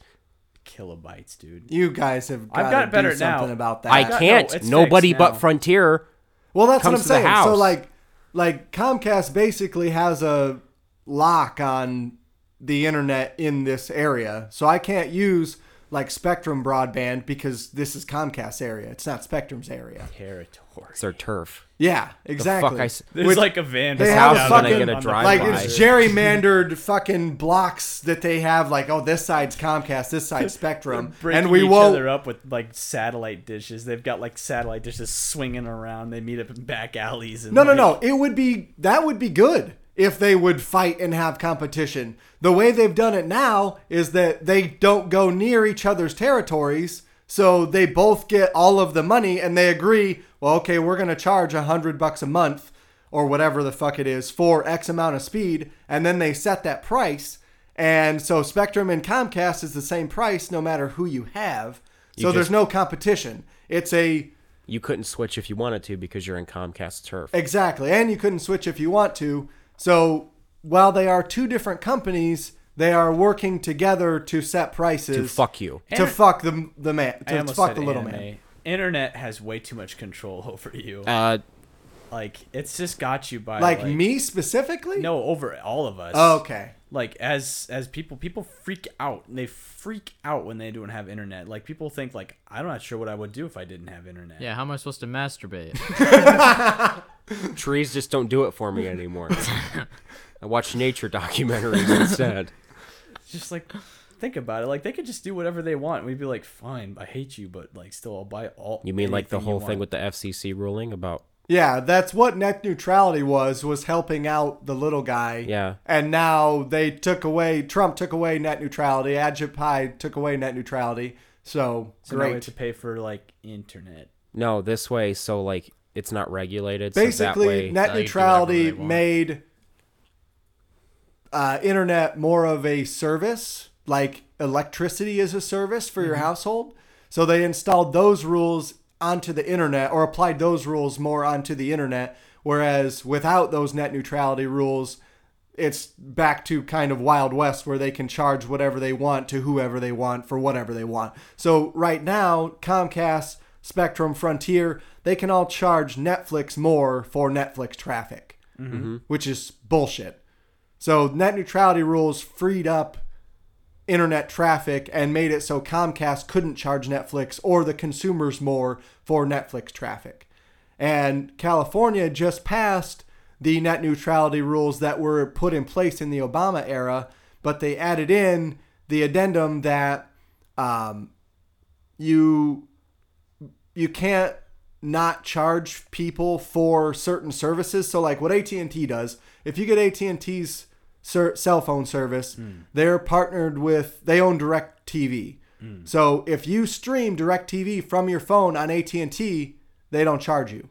S2: kilobytes, dude.
S1: You guys have got
S2: I've
S1: to
S2: got it better
S1: do something
S2: now.
S1: about that.
S6: I
S2: no,
S6: can't.
S2: it's
S6: Nobody
S2: fixed
S6: but
S2: now.
S6: Frontier.
S1: Well, that's what
S6: comes
S1: I'm
S6: to the
S1: saying. So
S6: house.
S1: like, like Comcast basically has a lock on the internet in this area, so I can't use like Spectrum broadband because this is Comcast area. It's not Spectrum's area.
S2: Territory.
S6: It's their turf.
S1: Yeah,
S6: The
S1: exactly.
S6: fuck I s-
S2: There's
S1: Which-
S2: like a van.
S1: they
S2: beside
S1: have
S2: us
S1: a
S2: on the-
S1: fucking-
S2: on the
S6: drive
S1: like
S6: by.
S2: highway.
S1: it's gerrymandered fucking blocks that they have. Like, oh, this side's Comcast, this side's Spectrum,
S2: breaking
S1: and we
S2: each
S1: won't.
S2: other up with like satellite dishes. They've got like satellite dishes swinging around. They meet up in back alleys. And
S1: No, no,
S2: like-
S1: no. It would be that would be good if they would fight and have competition. The way they've done it now is that they don't go near each other's territories, so they both get all of the money and they agree, well, okay, we're going to charge a 100 bucks a month or whatever the fuck it is for X amount of speed and then they set that price. And so Spectrum and Comcast is the same price no matter who you have. So there's
S6: just-
S1: no competition. It's a
S6: You couldn't switch if you wanted to because you're in Comcast turf.
S1: Exactly. And you couldn't switch if you want to. So while they are two different companies, they are working together to set prices
S6: To fuck you.
S1: to fuck the the man
S2: I
S1: to
S2: almost
S1: fuck
S2: said
S1: the little
S2: anime.
S1: man.
S2: Internet has way too much control over you.
S6: Uh,
S2: Like it's just got you by
S1: Like, me specifically?
S2: No, over all of us.
S1: Okay.
S2: Like as as people people freak out. They freak out when they don't have internet. Like people think like I'm not sure what I would do if I didn't have internet.
S3: Yeah, how am I supposed to masturbate?
S6: trees just don't do it for me anymore. I watch nature documentaries instead.
S2: It's just like think about it. Like they could just do whatever they want. We'd be like, fine, I hate you, but like still I'll buy all.
S6: You mean like the
S2: anything you
S6: whole thing
S2: want."
S6: with the FCC ruling about?
S1: Yeah, that's what net neutrality was was helping out the little guy.
S6: Yeah.
S1: And now they took away Trump took away net neutrality, Ajit Pai took away net neutrality. So,
S2: So now we have
S1: great.
S2: to pay for like internet.
S6: No, this way. So like it's not regulated. so that
S1: basically
S6: way,
S1: net
S3: Now you do
S1: neutrality
S3: whatever they want.
S1: made uh, internet more of a service like electricity is a service for your
S3: Mm-hmm.
S1: household so they installed those rules onto the internet or applied those rules more onto the internet whereas without those net neutrality rules it's back to kind of wild west where they can charge whatever they want to whoever they want for whatever they want. So right now, Comcast, Spectrum, Frontier, they can all charge Netflix more for Netflix traffic, which is bullshit. So net neutrality rules freed up internet traffic and made it so Comcast couldn't charge Netflix or the consumers more for Netflix traffic. And California just passed the net neutrality rules that were put in place in the Obama era, but they added in the addendum that um, you you can't not charge people for certain services. So like what AT&T does, if you get AT&T's ser- cell phone service, they're partnered with they own DirecTV. So if you stream DirecTV from your phone on AT&T, they don't charge you.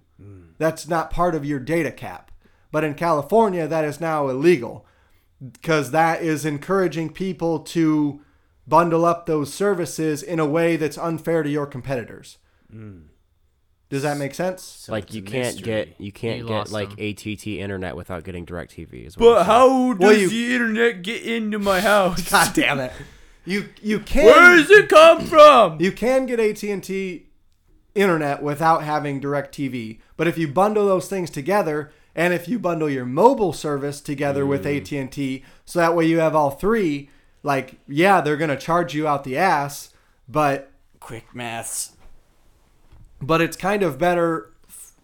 S1: That's not part of your data cap. But in California, that is now illegal because that is encouraging people to bundle up those services in a way that's unfair to your competitors. Does that make sense?
S2: So
S6: like
S2: it's
S6: you
S2: a
S6: can't
S2: mystery.
S6: get you can't
S3: You
S6: get
S3: lost
S6: like
S3: them.
S6: ATT internet without getting Directv. Is what
S2: But
S6: I'm saying.
S2: how does
S1: Well, you-
S2: the internet get into my house?
S1: God damn it! You you can
S2: Where does it come from?
S1: you can get AT and T internet without having direct tv but if you bundle those things together and if you bundle your mobile service together with AT&T so that way you have all three like yeah they're going to charge you out the ass but
S5: Quick maths.
S1: but it's kind of better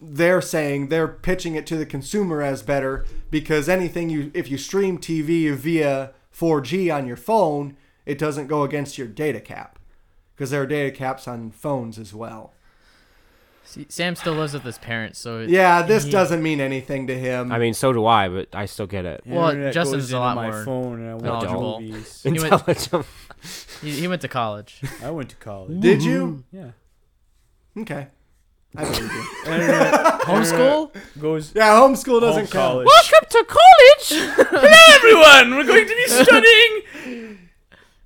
S1: they're saying they're pitching it to the consumer as better because anything you if you stream TV via 4G on your phone it doesn't go against your data cap because there are data caps on phones as well.
S3: See, Sam still lives with his parents, so it,
S1: Yeah, this doesn't mean anything to him.
S6: I mean, so do I, but I still get it.
S3: Well,
S2: Internet
S3: Justin's
S2: goes
S3: a
S2: into
S3: lot
S2: my
S3: more
S2: phone and I watch
S3: knowledgeable.
S2: movies.
S3: he went,
S6: Intelligent.
S3: he, he went to college.
S2: I went to college.
S1: Did you?
S6: mm-hmm.
S2: Yeah.
S1: Okay. I believe you.
S3: Homeschool?
S2: Goes
S1: Yeah, homeschool
S2: home
S1: doesn't count.
S2: college.
S6: Welcome to college.
S2: Everyone, we're going to be studying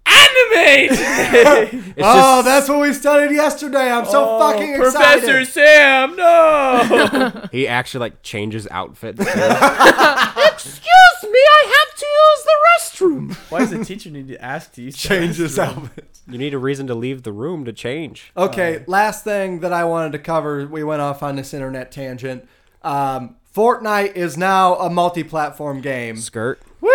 S2: anime.
S6: It's
S1: Oh,
S6: just- Oh,
S1: that's what we studied yesterday. I'm so fucking excited.
S2: Professor Sam, no.
S6: he actually like changes outfits.
S7: Excuse me, I have to use the restroom.
S2: Why does the teacher need to ask to use the
S1: changes
S2: restroom?
S1: outfit.
S6: you need a reason to leave the room to change.
S1: Okay, last thing that I wanted to cover. We went off on this internet tangent. Um, Fortnite is now a multi-platform game.
S6: Skirt.
S1: Woo!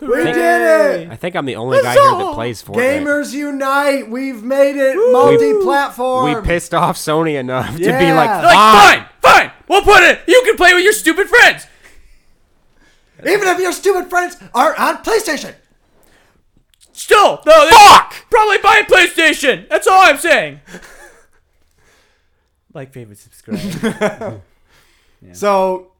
S1: We did it!
S6: I think I'm the only guy here that plays Fortnite.
S1: Gamers unite! We've made it multi-platform.
S6: We pissed off Sony enough to be
S1: Yeah.
S6: like,
S1: They're
S2: Like,
S6: "Fine."
S2: fine, fine. We'll put it. You can play with your stupid friends.
S1: Even if your stupid friends aren't on PlayStation.
S2: Still, no. Fuck. Probably buy a PlayStation. That's all I'm saying. like, favorite, subscribe.
S1: So,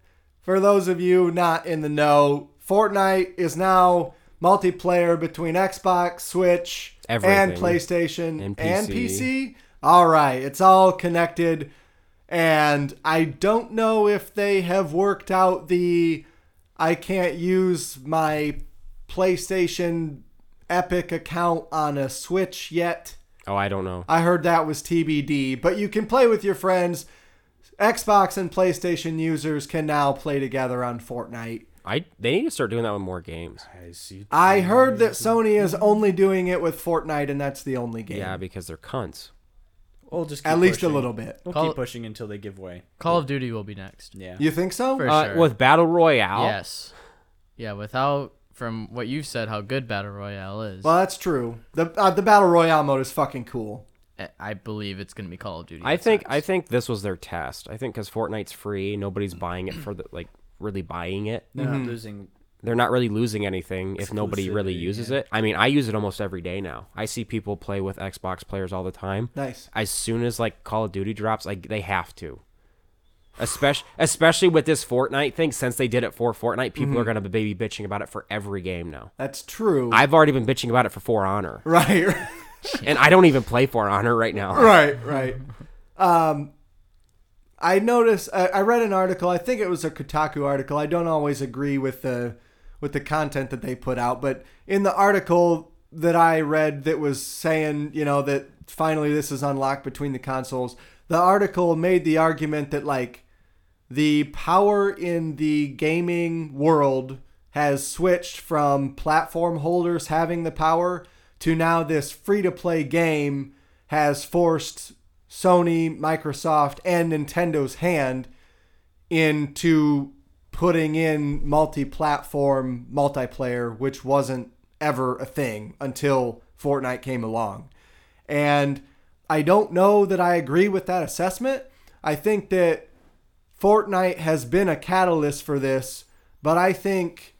S1: for those of you not in the know, Fortnite is now multiplayer between Xbox, Switch, and
S6: Everything.
S1: PlayStation
S6: And
S1: and
S6: PC.
S1: PC. All right, it's all connected. And I don't know if they have worked out the I can't use my PlayStation Epic account on a Switch yet.
S6: "Oh, I don't know."
S1: I heard that was TBD, but you can play with your friends. Xbox and PlayStation users can now play together on Fortnite.
S6: I they need to start doing that with more games.
S1: I heard that Sony is only doing it with Fortnite, and that's the only game.
S6: Yeah, because they're cunts.
S2: we'll just keep
S1: At least a
S2: pushing.
S1: little bit.
S2: We'll
S3: Call-
S2: keep pushing until they give way.
S3: Call of Duty will be next.
S2: Yeah.
S1: You think so?
S3: For
S6: Uh,
S3: sure.
S6: With battle royale,
S3: Yes. Yeah, with how from what you've said, how good battle royale is,
S1: Well, that's true. The uh, the battle royale mode is fucking cool.
S3: I- I believe it's gonna be Call of Duty.
S6: I
S3: that's
S6: think
S3: next.
S6: I think this was their test. I think because Fortnite's free, nobody's buying it for the like really buying it.
S2: They're
S3: Mm-hmm.
S2: not losing.
S6: They're not really losing anything if nobody really
S2: Exclusivity,
S6: uses it. I mean, I use it almost every day now. I see people play with Xbox players all the time.
S1: Nice.
S6: As soon as like Call of Duty drops, like they have to. Especially, especially with this Fortnite thing, since they did it for Fortnite, people are gonna be baby bitching about it for every game now.
S1: That's true.
S6: I've already been bitching about it for For Honor,
S1: right.
S6: and I don't even play For Honor right now.
S1: right. Right. Um, I noticed. I, I read an article. I think it was a Kotaku article. I don't always agree with the with the content that they put out, but in the article that I read that was saying, you know, that finally this is unlocked between the consoles. The article made the argument that like the power in the gaming world has switched from platform holders having the power to now this free to play game has forced Sony, Microsoft, and Nintendo's hand into putting in multi platform multiplayer, which wasn't ever a thing until Fortnite came along. And I don't know that I agree with that assessment. I think that Fortnite has been a catalyst for this, but I think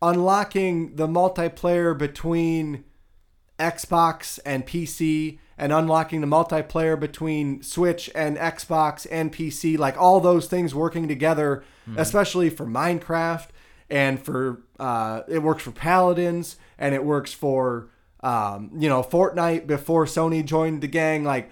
S1: unlocking the multiplayer between Xbox and PC and unlocking the multiplayer between Switch and Xbox and PC, like all those things working together, especially for Minecraft and for uh, it works for Paladins and it works for um, you know Fortnite before Sony joined the gang. Like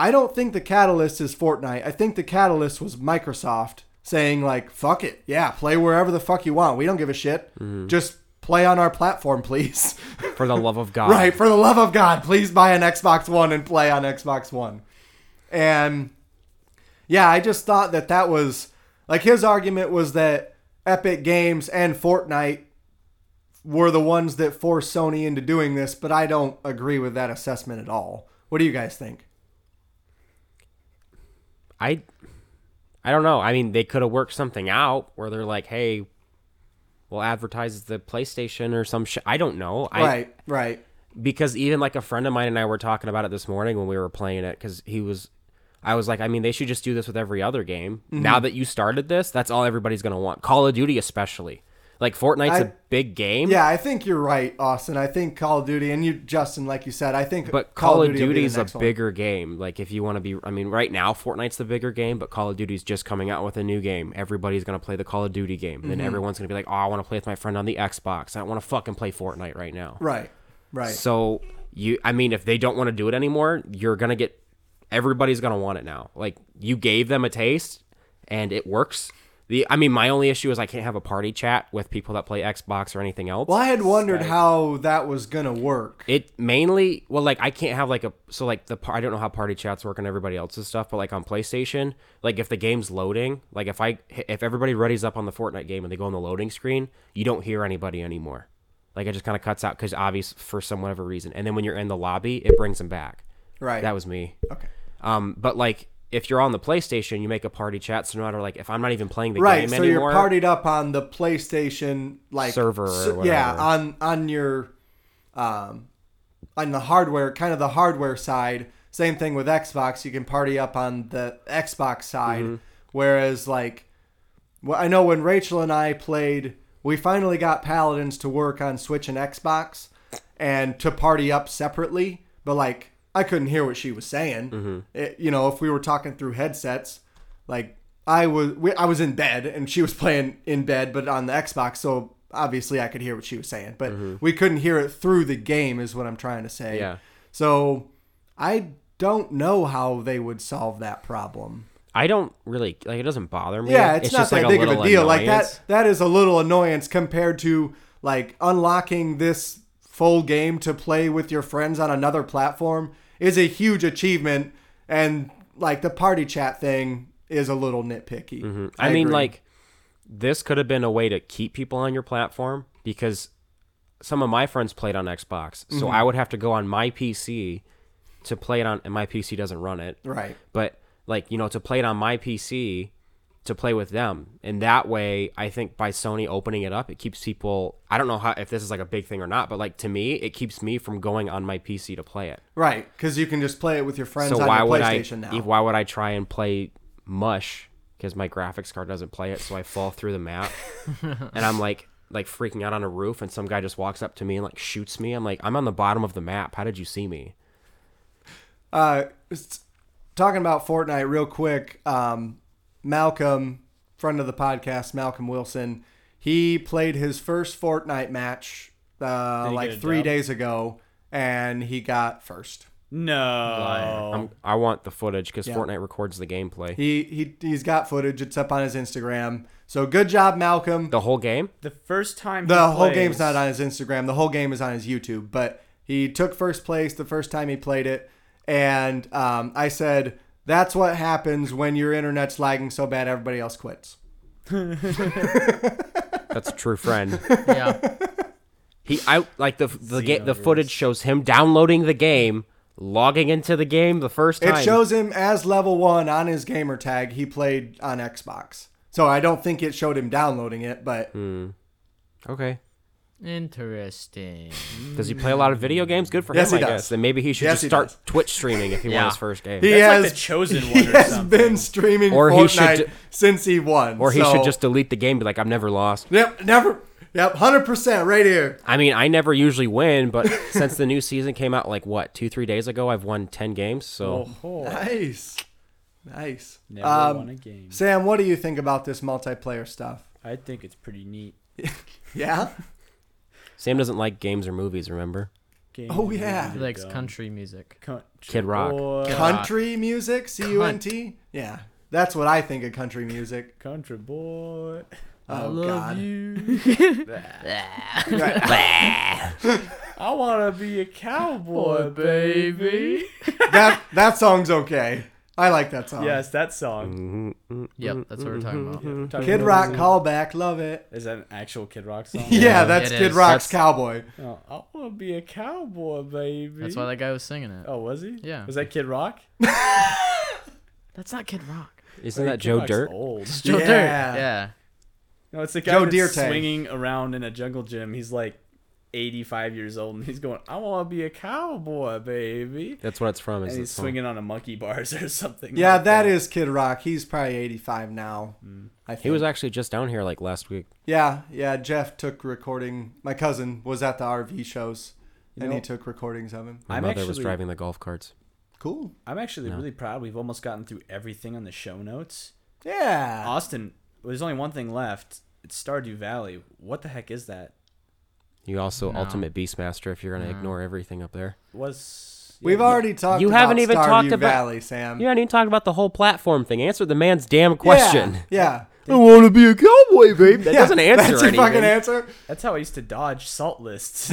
S1: I don't think the catalyst is Fortnite. I think the catalyst was Microsoft saying like, "Fuck it, yeah, play wherever the fuck you want. We don't give a shit. Just play on our platform, please."
S6: For the love of God,
S1: Right, for the love of God, please buy an Xbox One and play on Xbox One. And yeah, I just thought that that was like his argument was that Epic Games and Fortnite were the ones that forced Sony into doing this, but I don't agree with that assessment at all. What do you guys think?
S6: I I don't know. I mean, they could have worked something out where they're like, "Hey, we'll advertise the PlayStation or some shit." I don't know. I,
S1: right, right.
S6: because even like a friend of mine and I were talking about it this morning when we were playing it because he was, I was like, I mean, they should just do this with every other game.
S1: Mm-hmm.
S6: Now that you started this, that's all everybody's gonna want. Call of Duty, especially. Like Fortnite's a
S1: I-
S6: big game.
S1: Yeah, I think you're right, Austin. I think Call of Duty and you, Justin, like you said, I think.
S6: But Call of
S1: will be
S6: Duty
S1: the
S6: is a
S1: next one.
S6: bigger game. Like if you want to be, I mean, right now Fortnite's the bigger game, but Call of Duty's just coming out with a new game. Everybody's gonna play the Call of Duty game. Then
S1: Mm-hmm.
S6: everyone's gonna be like, "Oh, I want to play with my friend on the Xbox. I don't want to fucking play Fortnite right now."
S1: Right, right.
S6: So you, I mean, if they don't want to do it anymore, you're gonna get everybody's gonna want it now. Like you gave them a taste, and it works. The, I mean, my only issue is I can't have a party chat with people that play Xbox or anything else.
S1: well, I had wondered how that was gonna work.
S6: It mainly well, like I can't have like a so like the par- I don't know how party chats work on everybody else's stuff, but like on PlayStation, like if the game's loading, like if I if everybody readies up on the Fortnite game and they go on the loading screen, you don't hear anybody anymore. Like it just kind of cuts out because obvious for some whatever reason, and then when you're in the lobby, it brings them back.
S1: Right.
S6: That was me.
S1: Okay.
S6: Um, but like if you're on the PlayStation, you make a party chat, so no matter like if I'm not even playing the
S1: Right,
S6: game
S1: so
S6: anymore,
S1: you're partied up on the PlayStation like
S6: Server or
S1: s- yeah,
S6: whatever.
S1: on on your, um, on the hardware, kind of the hardware side. Same thing with Xbox. You can party up on the Xbox side,
S6: Mm-hmm.
S1: whereas like, well, I know when Rachel and I played, we finally got Paladins to work on Switch and Xbox, and to party up separately. But like, I couldn't hear what she was saying. It- you know, if we were talking through headsets, like I was we, I was in bed and she was playing in bed, but on the Xbox, so obviously I could hear what she was saying, but we couldn't hear it through the game, is what I'm trying to say.
S6: Yeah.
S1: So I don't know how they would solve that problem.
S6: I don't really like it. Doesn't bother me.
S1: Yeah, it's, not
S6: just
S1: that
S6: like
S1: big of a
S6: little
S1: deal. Like
S6: annoyance.
S1: that that is a little annoyance compared to like unlocking this full game to play with your friends on another platform is a huge achievement and like the party chat thing is a little nitpicky.
S6: Mm-hmm. I, mean,
S1: agree.
S6: like, this could have been a way to keep people on your platform because some of my friends played on Xbox. So I would have to go on my PC to play it on, and my PC doesn't run it.
S1: Right.
S6: But, like, you know, to play it on my PC to play with them. And that way, I think by Sony opening it up, it keeps people. I don't know how, if this is like a big thing or not, but like to me, it keeps me from going on my PC to play it.
S1: Right, because you can just play it with your friends
S6: so
S1: on
S6: why
S1: your
S6: would I?
S1: PlayStation now.
S6: if- Why would I try and play Mush because my graphics card doesn't play it? So I fall through the map, and I'm like like freaking out on a roof, and some guy just walks up to me and like shoots me. I'm like, I'm on the bottom of the map. How did you see me?
S1: Uh, s- talking about Fortnite real quick, um, Malcolm, friend of the podcast, Malcolm Wilson, he played his first Fortnite match uh,
S2: he
S1: like
S2: get a
S1: three
S2: dub?
S1: days ago, and he got first.
S2: No.
S6: I'm, I want the footage because
S1: Yeah.
S6: Fortnite records the gameplay.
S1: He he he's got footage. It's up on his Instagram. So good job, Malcolm.
S6: the whole game.
S2: The first time
S1: The
S2: he
S1: whole
S2: plays-
S1: game's not on his Instagram. The whole game is on his YouTube. But he took first place the first time he played it, and um, I said, "That's what happens when your internet's lagging so bad everybody else quits."
S6: That's a true friend.
S3: Yeah.
S6: He, I like the the ga- the footage shows him downloading the game, logging into the game the first time.
S1: It shows him as level one on his gamer tag. He played on Xbox, so I don't think it showed him downloading it. But
S2: Hmm.
S6: Okay.
S3: Interesting.
S6: Does he play a lot of video games? Good for
S1: Yes,
S6: him,
S1: he
S6: I
S1: does.
S6: guess. Then maybe he should
S1: Yes,
S6: just
S1: he
S6: start
S1: does.
S6: Twitch streaming if he
S3: Yeah.
S6: won his first game.
S1: he
S2: That's
S1: has
S2: like the chosen
S1: he
S2: one or
S1: has
S2: something.
S1: been streaming
S6: Or he
S1: Fortnite
S6: should d-
S1: since he won.
S6: or he
S1: so-
S6: should just delete the game and be like, I've never lost.
S1: yep never yep hundred percent right here.
S6: I mean, I never usually win, but since the new season came out, like, what, two, three days ago, I've won 10 games. So
S1: Nice, nice.
S2: Oh, Never
S1: Um,
S2: won a game.
S1: Sam, what do you think about this multiplayer stuff?
S2: I think it's pretty neat.
S1: Yeah.
S6: Sam doesn't like games or movies, remember?
S2: Game
S1: Oh, yeah.
S3: He likes country music.
S6: Kid Rock.
S2: Boy,
S1: country music, C U N T. Yeah, that's what I think of country music.
S2: country boy.
S1: Oh God.
S2: you. I wanna be a cowboy, baby.
S1: That that song's okay. I like that song.
S2: Yes, that song.
S3: Yep, that's what we're talking about.
S6: Mm-hmm.
S2: Talking
S1: Kid
S2: about-
S1: Rock callback, love it.
S2: Is that an actual Kid Rock song?
S1: Yeah, that's
S3: it
S1: Kid
S3: is.
S1: Rock's
S6: That's-
S1: Cowboy.
S2: Oh, I wanna be a cowboy, baby.
S3: That's why that guy was singing it.
S2: Oh, was he?
S3: Yeah.
S2: Was that Kid Rock?
S3: That's not Kid Rock.
S6: Isn't that Joe Dirt?
S2: Old.
S3: It's Joe Dirt.
S1: Yeah.
S3: Yeah.
S2: No, it's the guy
S1: Joe
S2: that's
S1: Dirt.
S2: swinging around in a jungle gym. He's like 85 years old, and he's going, "I want to be a cowboy, baby."
S6: That's what it's from. Is
S2: And he's swinging on a monkey bars or something.
S1: Yeah,
S2: like
S1: that is Kid Rock. He's probably 85 now. I think.
S6: Mm. He was actually just down here like last week.
S1: Yeah, yeah. Jeff took recording. My cousin was at the RV shows, and he
S2: know-
S1: took recordings of him.
S6: My
S2: I'm
S6: mother was
S2: actually-
S6: driving the golf carts.
S1: Cool.
S2: I'm actually really proud. We've almost gotten through everything on the show notes.
S1: Yeah.
S2: Austin, there's only one thing left. It's Stardew Valley. What the heck is that?
S6: You also
S3: No.
S6: ultimate beastmaster if you're gonna ignore everything up there.
S2: Was
S1: We've already talked.
S6: You
S1: about
S6: haven't even
S1: Stardew
S6: talked about-
S1: Valley, Sam.
S2: Mm.
S6: You haven't even talked about the whole platform thing. Answer the man's damn question.
S1: Yeah.
S6: I want to be a cowboy, babe. That
S1: yeah.
S6: doesn't answer
S1: That's your
S6: anything.
S1: fucking answer.
S2: That's how I used to dodge salt lists.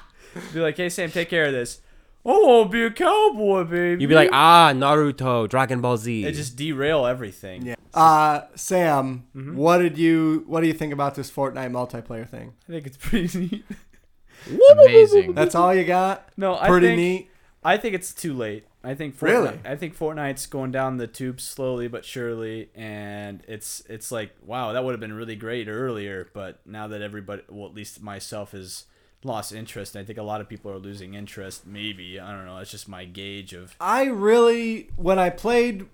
S2: be like, hey Sam, take care of this. Oh, I'll be a cowboy, baby.
S6: You'd be like, ah, Naruto, Dragon Ball Z.
S2: they Mm-hmm. just derail everything.
S1: Yeah. Uh, Sam,
S2: Mm-hmm.
S1: what did you? What do you think about this Fortnite multiplayer thing?
S2: I think it's pretty neat.
S3: Amazing.
S1: That's all you got?
S2: No, I
S1: Pretty
S2: think
S1: neat.
S2: I think it's too late. I think Fortnite,
S1: Really?
S2: I think Fortnite's going down the tube slowly but surely, and it's it's like wow, that would have been really great earlier, but now that everybody, well, at least myself, has lost interest, and I think a lot of people are losing interest. Maybe I don't know. That's just my gauge of
S1: I really, when I played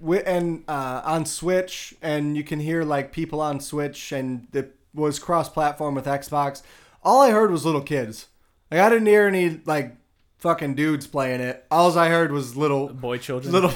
S1: wi- and uh, on Switch, and you can hear like people on Switch, and it was cross-platform with Xbox. All I heard was little kids. Like I didn't hear any like fucking dudes playing it. All I heard was little
S2: boy children.
S1: little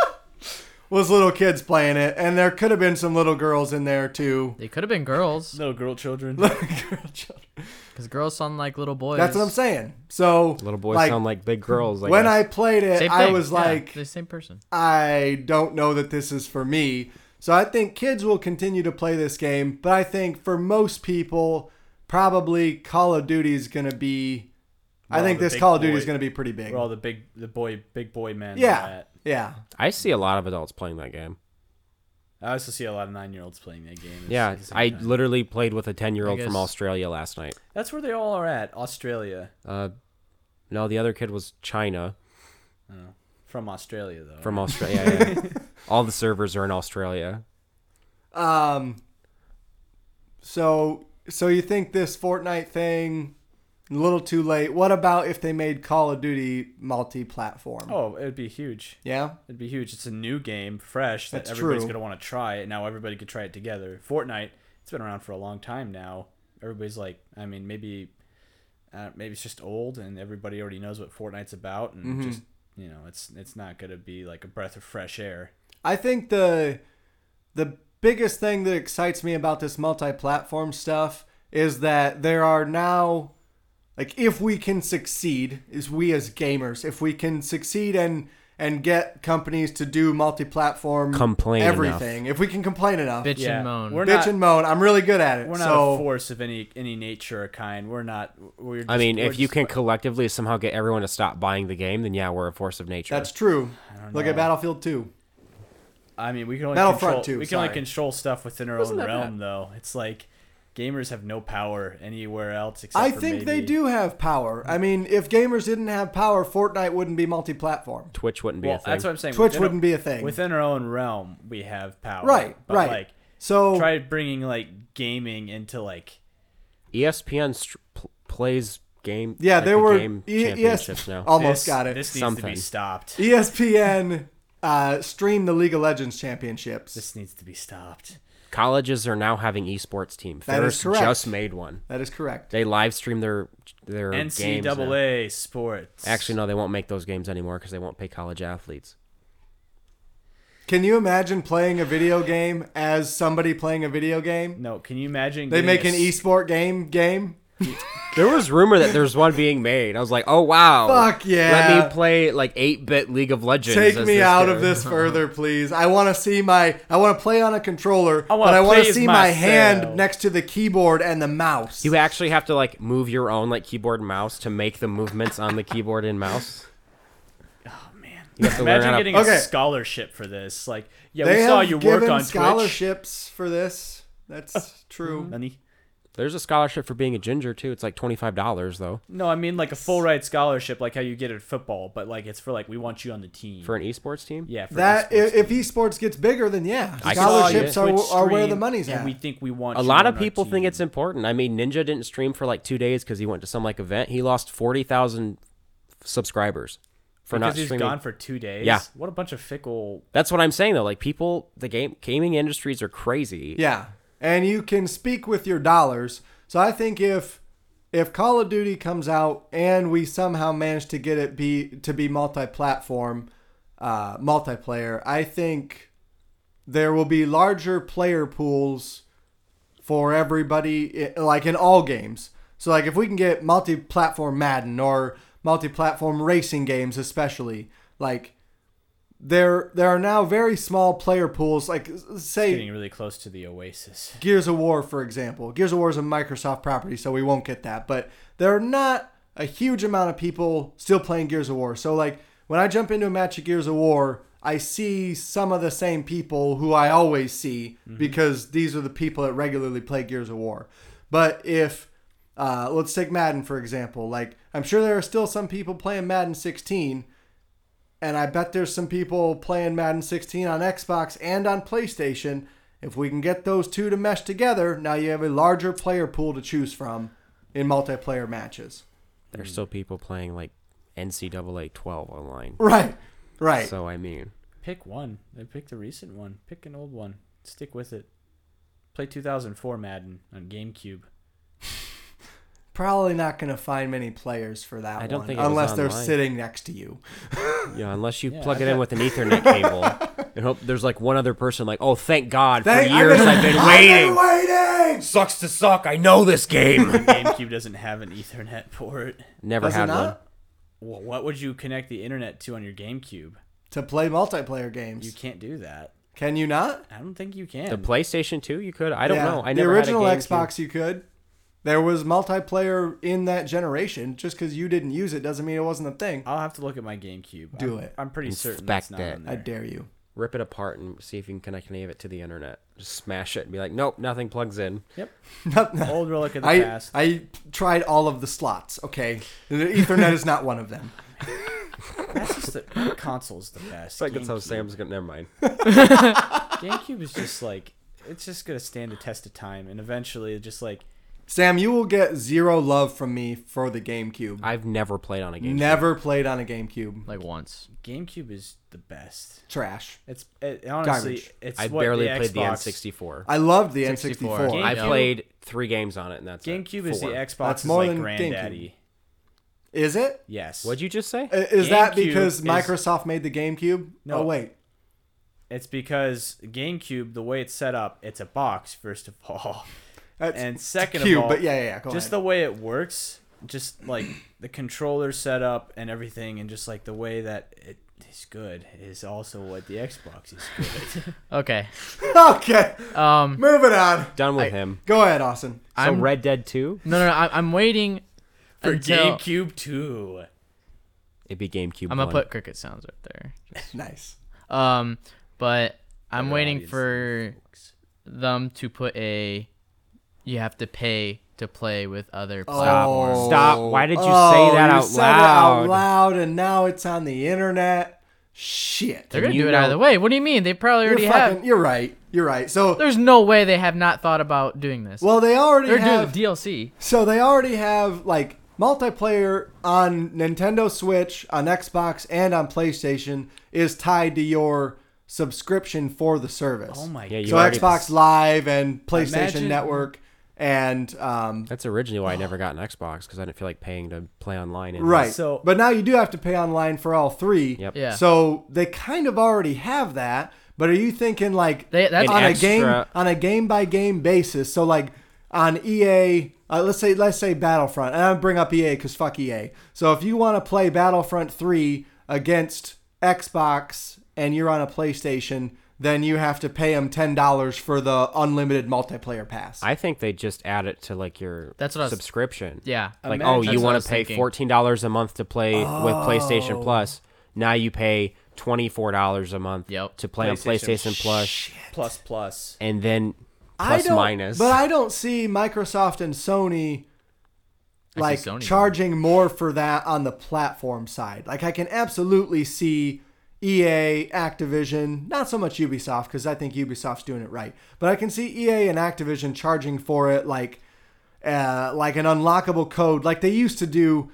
S1: was little kids playing it, and there could have been some little girls in there too.
S3: They could have been girls,
S2: little girl children.
S3: because girls sound like little boys.
S1: That's what I'm saying. So
S6: Little boys sound like big girls. I
S1: when
S6: guess.
S1: I played it,
S3: Same
S1: I
S3: thing.
S1: was
S3: Yeah,
S1: like,
S3: the same person.
S1: I don't know that this is for me. So I think kids will continue to play this game, but I think for most people, probably Call of Duty is going to be. I
S2: all
S1: think
S2: the
S1: this
S2: big
S1: Call of Duty
S2: boy-
S1: is going to be pretty big.
S2: We're all the big the boy big boy men.
S1: yeah,
S2: that-
S1: yeah.
S6: I see a lot of adults playing that game.
S2: I also see a lot of nine year olds playing that game. It's-
S6: Yeah,
S2: it's-
S6: I literally played with a ten-year-old
S3: I
S6: from
S3: guess-
S6: Australia last night.
S2: that's where they all are at. Australia
S6: Uh, no, the other kid was China
S2: from Australia though.
S6: from Australia. yeah, yeah. All the servers are in Australia.
S1: Um. So so you think this Fortnite thing a little too late? What about if they made Call of Duty multi-platform?
S2: oh, it'd be huge.
S1: Yeah.
S2: It'd be huge. It's a new game, fresh, that
S1: That's
S2: everybody's
S1: true.
S2: going to want to try. And now everybody could try it together. Fortnite, it's been around for a long time now. Everybody's like, I mean, maybe uh, maybe it's just old and everybody already knows what Fortnite's about. And
S1: Mm-hmm.
S2: just, you know, it's it's not going to be like a breath of fresh air.
S1: I think the the biggest thing that excites me about this multi-platform stuff is that there are now like if we can succeed is we as gamers if we can succeed and and get companies to do multi-platform
S6: Complain enough.
S1: everything if we can complain enough
S3: Bitch
S2: Yeah.
S3: and moan.
S2: We're
S1: bitch
S2: not-
S1: and moan i'm really good at it
S2: We're not
S1: so
S2: a force of any any nature or kind. We're not. We're just,
S6: I mean,
S2: we're
S6: if you
S2: just-
S6: can collectively somehow get everyone to stop buying the game, then yeah, we're a force of nature.
S1: that's true look at battlefield 2
S2: I mean, we can only
S1: Battlefront
S2: control,
S1: two,
S2: we can only
S1: sorry.
S2: control stuff within our own realm, though. It's like gamers have no power anywhere else. Except
S1: i
S2: for
S1: think they
S2: maybe-
S1: do have power i mean if gamers didn't have power fortnite wouldn't be multi-platform
S6: Twitch wouldn't be
S2: Well,
S6: a thing.
S2: that's what I'm saying.
S1: Twitch
S2: within
S1: wouldn't be a thing.
S2: Within our own realm, we have power.
S1: right
S2: Oh, but
S1: right Oh.
S2: Like,
S1: so
S2: try bringing like gaming into like
S6: E ESPN str- pl- plays game.
S1: Yeah,
S6: like
S1: they
S6: the
S1: were
S6: game
S1: E-
S6: championships
S1: ES
S6: now.
S1: Almost
S2: this,
S1: got it. E
S2: This needs to be
S6: Something.
S2: stopped.
S1: ESPN uh, streamed the League of Legends championships.
S2: This needs to be stopped.
S6: Colleges are now having esports teams.
S1: That is
S6: Thirst
S1: correct.
S6: just made one.
S1: that is correct.
S6: They live stream their their games. now.
S2: NCAA sports.
S6: Actually, no, they won't make those games anymore because they won't pay college athletes.
S1: Can you imagine playing a video game as somebody playing a video game?
S2: no. Can you imagine?
S1: They
S2: getting
S1: make
S2: a
S1: an
S2: s-
S1: esport game game.
S6: There was rumor that there's one being made. I was like, oh wow,
S1: Fuck yeah.
S6: Let me play like eight bit League of Legends.
S1: Take
S6: as
S1: me
S6: this
S1: out
S6: dude.
S1: of this further, please. I want to see my. I want to play on a controller,
S2: I wanna
S1: but I want
S2: play
S1: to
S2: as
S1: see my
S2: myself.
S1: hand next to the keyboard and the mouse.
S6: You actually have to like move your own like keyboard and mouse to make the movements on the keyboard and mouse.
S1: Oh,
S2: Man,
S6: You have to learn
S2: imagine
S6: how to-
S2: getting
S1: Okay.
S2: a scholarship for this. Like, yeah,
S1: they
S2: we saw
S1: have
S2: you work
S1: given
S2: on Twitch.
S1: scholarships for this. That's true.
S2: Money.
S6: There's a scholarship for being a ginger too. It's like twenty five dollars though
S2: No, I mean like a full ride scholarship, like how you get at football, but like it's for like we want you on the team.
S6: for an esports team.
S2: yeah, for
S1: That
S2: esports.
S1: if, if esports gets bigger, then yeah,
S6: I can-
S1: scholarships
S2: Saw
S1: are,
S2: your Twitch
S1: are where the
S2: stream,
S1: money's
S2: and
S1: at.
S2: we think we want
S6: A
S2: you
S6: lot
S2: on
S6: of
S2: our
S6: people think
S2: team.
S6: it's important. I mean, Ninja didn't stream for like two days because he went to some like event. He lost forty thousand subscribers for
S2: because
S6: not
S2: he's
S6: streaming.
S2: gone for two days.
S6: Yeah.
S2: what a bunch of fickle.
S6: That's what I'm saying though. Like people, the game gaming industries are crazy.
S1: yeah, and you can speak with your dollars. So I think if if Call of Duty comes out and we somehow manage to get it be to be multi-platform, uh, multiplayer, I think there will be larger player pools for everybody, i- like in all games. So, like, if we can get multi platform Madden or multi platform racing games, especially, like, there, there are now very small player pools. Like, s- say,
S2: Getting really close to the Oasis.
S1: Gears of War, for example. Gears of War is a Microsoft property, so we won't get that. But there are not a huge amount of people still playing Gears of War. So, like, when I jump into a match of Gears of War, I see some of the same people who I always see because these are the people that regularly play Gears of War. But if, uh, let's take Madden, for example, like, I'm sure there are still some people playing Madden 16, and I bet there's some people playing Madden 16 on Xbox and on PlayStation. If we can get those two to mesh together, now you have a larger player pool to choose from in multiplayer matches.
S6: There's still people playing like NCAA 12 online.
S1: Right. Right.
S6: So I mean,
S2: Pick one. They pick the recent one. Pick an old one. Stick with it. Play 2004 Madden on GameCube.
S1: Probably not going to find many players for that
S6: I don't
S1: one
S6: think it was
S1: unless they're
S6: online.
S1: sitting next to you.
S6: yeah, unless you
S2: Yeah,
S6: plug
S2: I
S6: it in
S2: bet-
S6: with an Ethernet cable and hope there's like one other person like, oh, thank God
S1: Thank-
S6: for years I've been waiting.
S1: I've been waiting.
S6: Sucks to suck. I know this game.
S2: GameCube doesn't have an Ethernet port.
S6: Never
S1: Does it
S6: had one.
S1: not?
S2: Well, what would you connect the internet to on your GameCube?
S1: To play multiplayer
S2: You
S1: games.
S2: can't do that.
S1: Can you not?
S2: I don't think you can.
S6: The PlayStation 2, you could. I don't
S1: Yeah.
S6: know. I
S1: the
S6: never
S1: original
S6: had a GameCube.
S1: Xbox you could. There was multiplayer in that generation. Just because you didn't use it doesn't mean it wasn't a thing.
S2: I'll have to look at my GameCube.
S1: Do
S2: I'm,
S1: it.
S2: I'm pretty certain
S6: Inspect
S2: that's not
S6: it.
S2: on
S1: I
S2: there.
S1: dare you.
S6: Rip it apart and see if you can connect any of it to the internet. Just smash it and be like, nope, nothing plugs in.
S2: Yep.
S1: Not-
S2: Old relic of the
S1: I,
S2: past.
S1: I tried all of the slots, okay? The Ethernet is not one of them.
S2: That's just the console's the best.
S6: It's like that's how
S2: GameCube-
S6: Sam's gonna. Never mind.
S2: GameCube is just like it's just gonna stand the test of time, and eventually, just like
S1: Sam, you will get zero love from me for the GameCube.
S6: I've never played on a game.
S1: Never played on a GameCube.
S3: like once.
S2: GameCube is the best.
S1: Trash.
S2: It's it, honestly,
S1: Garbage.
S2: it's
S6: I
S2: what
S6: barely
S2: the
S6: played the
S2: Xbox-
S6: N64.
S1: I loved the N64.
S3: 64.
S6: I
S2: GameCube-
S6: played three games on it, and that's it.
S2: GameCube is the
S6: Four.
S2: Xbox's
S1: That's more
S2: like
S1: than GameCube.
S2: granddaddy.
S1: Is it?
S2: Yes.
S6: What'd you just say?
S1: I- Is that
S2: GameCube
S1: because
S2: is-
S1: Microsoft made the GameCube?
S2: No.
S1: Oh, wait.
S2: It's because GameCube, the way it's set up, it's a box first of all,
S1: That's
S2: and second
S1: cube,
S2: of all,
S1: but yeah, yeah, yeah. Go
S2: just the
S1: ahead.
S2: way it works, just like the controller setup and everything, and just like the way that it is good is also what the Xbox is good.
S3: Okay.
S1: okay,
S3: Um.
S1: moving on.
S6: Done with him.
S1: Go ahead, Austin.
S6: So
S3: I'm-
S6: Red Dead 2,
S3: No, no, no I, I'm waiting
S2: For
S3: until
S2: GameCube too.
S6: it'd be GameCube.
S3: I'm gonna
S6: one.
S3: put cricket sounds right there.
S1: Nice.
S3: Um, but I'm waiting
S2: audience
S3: for them to put a. You have to pay to play with other platforms.
S1: Oh.
S6: Stop. Why did you say
S1: Oh,
S6: that
S1: you
S6: out
S1: said it out
S6: loud?
S1: loud, and now it's on the internet. Shit.
S3: They're gonna
S6: you
S3: do it out of
S6: know-
S3: the way. What do you mean? They probably already
S1: you're
S3: have.
S1: fucking- You're right. You're right. So,
S3: There's no way they have not thought about doing this.
S1: well, they already
S3: they're
S1: have.
S3: doing DLC.
S1: So they already have like multiplayer on Nintendo Switch, on Xbox, and on PlayStation is tied to your subscription for the service.
S2: Oh my
S6: Yeah, you
S1: so
S6: already-
S1: Xbox Live and PlayStation
S2: Imagine-
S1: Network and um,
S6: That's originally why I never got an Xbox because I didn't feel like paying to play online. And
S1: right.
S2: So-
S1: but now you do have to pay online for all three.
S6: Yep.
S3: Yeah.
S1: So they kind of already have that. But are you thinking like
S3: They- that's-
S1: on
S6: An
S1: a game
S6: extra-
S1: on a game by game basis? So like on EA, uh, let's say let's say Battlefront, and I bring up EA because fuck EA. So if you want to play Battlefront three against Xbox and you're on a PlayStation, then you have to pay them ten dollars for the unlimited multiplayer pass.
S6: I think they just add it to like your
S3: That's what I was-
S6: subscription.
S3: Yeah.
S6: Like,
S2: Imagine-
S6: oh,
S2: That's
S6: you
S3: what I
S6: want
S3: was
S6: to pay
S3: thinking.
S6: fourteen dollars a month to play with
S1: Oh.
S6: PlayStation Plus. Now you pay twenty four dollars a month
S3: Yep.
S6: to play on
S2: PlayStation.
S6: PlayStation Plus,
S2: Plus plus.
S6: and then plus
S1: I don't,
S6: minus.
S1: But I don't see Microsoft and Sony
S3: see
S1: like
S3: Sony more.
S1: charging more for that on the platform side. Like I can absolutely see EA, Activision, not so much Ubisoft because I think Ubisoft's doing it right, but I can see EA and Activision charging for it like uh, like an unlockable code, like they used to do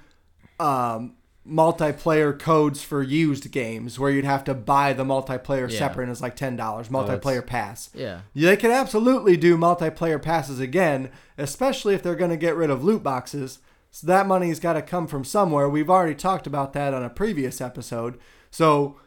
S1: um, multiplayer codes for used games where you'd have to buy the multiplayer
S3: Yeah.
S1: separate and it's like ten dollars multiplayer pass.
S3: Yeah.
S1: They could absolutely do multiplayer passes again, especially if they're going to get rid of loot boxes. So that money's got to come from somewhere. We've already talked about that on a previous episode. So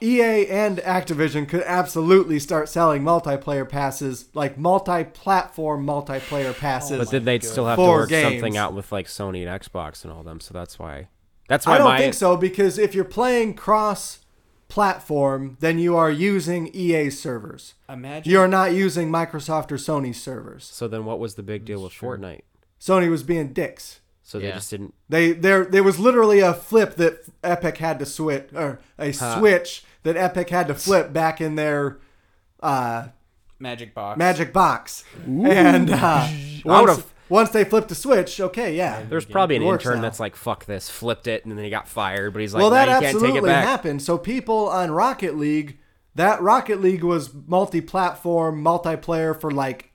S1: EA and Activision could absolutely start selling multiplayer passes, like multi-platform multiplayer passes.
S6: but then they'd still have to
S1: Four
S6: work
S1: games.
S6: something out with like Sony and Xbox and all them. So that's why. That's why
S1: I don't
S6: my
S1: think so because if you're playing cross platform, then you are using EA servers.
S9: Imagine
S1: You're not using Microsoft or Sony servers.
S6: So then what was the big deal with Fortnite?
S1: Sony was being dicks.
S6: So they
S3: Yeah.
S6: just didn't.
S1: They there there was literally a flip that Epic had to switch or a switch that Epic had to flip back in their uh,
S9: Magic Box.
S1: magic box. And uh, once,
S6: would've-
S1: once they flipped the switch, okay, yeah.
S6: There's probably an
S1: Works
S6: intern
S1: now.
S6: that's like, "Fuck this," flipped it, and then he got fired. But he's like,
S1: well, that
S6: "Nah, you can't take it
S1: absolutely
S6: back."
S1: happened. So people on Rocket League, that Rocket League was multi-platform, multiplayer for like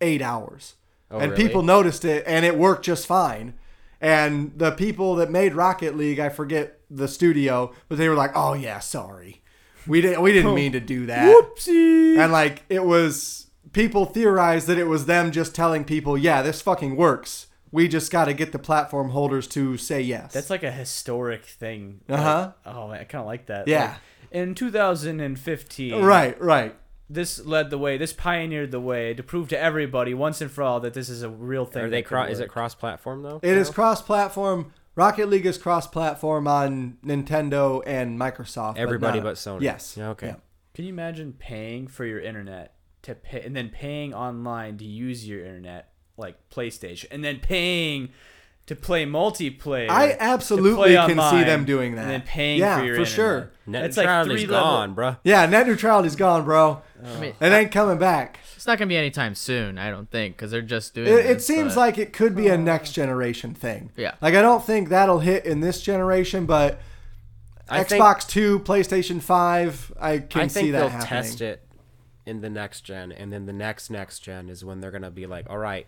S1: eight hours, and
S6: Oh, really?
S1: people noticed it, and it worked just fine. And the people that made Rocket League, I forget the studio, but they were like, "Oh yeah, sorry, we didn't we didn't mean to do that." Whoopsie! And like it was, people theorized that it was them just telling people, "Yeah, this fucking works." We just got to get the platform holders to say yes.
S2: That's like a historic thing.
S1: Uh-huh.
S2: Like, oh, man, I kind of like that.
S1: Yeah.
S2: Like, in 2015,
S1: right, right.
S2: This led the way. This pioneered the way to prove to everybody once and for all that this is a real thing.
S6: Are they
S2: that
S6: cro-
S2: could
S6: is it
S2: work.
S6: cross-platform though?
S1: It is cross-platform. Rocket League is cross-platform on Nintendo and Microsoft. but
S6: Everybody
S1: not-
S6: but Sony.
S1: Yes.
S6: Yeah, okay.
S1: Yeah.
S2: Can you imagine paying for your internet to pay, and then paying online to use your internet like PlayStation, and then paying to play multiplayer?
S1: I
S2: to
S1: absolutely
S2: play
S1: can see them
S2: online,
S1: doing that.
S2: And then paying
S1: Yeah,
S2: for your
S1: for
S2: internet.
S1: sure.
S6: Net
S2: That's like
S6: neutrality's
S2: three
S6: gone,
S2: level.
S6: bruh.
S1: Yeah, net neutrality's gone, bro,
S6: Oh.
S3: I mean,
S1: and ain't coming back.
S3: it's not gonna be anytime soon, I don't think, because they're just doing.
S1: It, it
S3: this,
S1: seems
S3: but-
S1: like it could be a next generation thing.
S3: Oh. Yeah.
S1: Like I don't think that'll hit in this generation, but
S6: I think-
S1: Xbox Two, PlayStation Five, I can
S6: I
S1: see
S6: think
S1: that
S6: they'll
S1: happening.
S6: test it in the next gen, and then the next next gen is when they're gonna be like, "All right,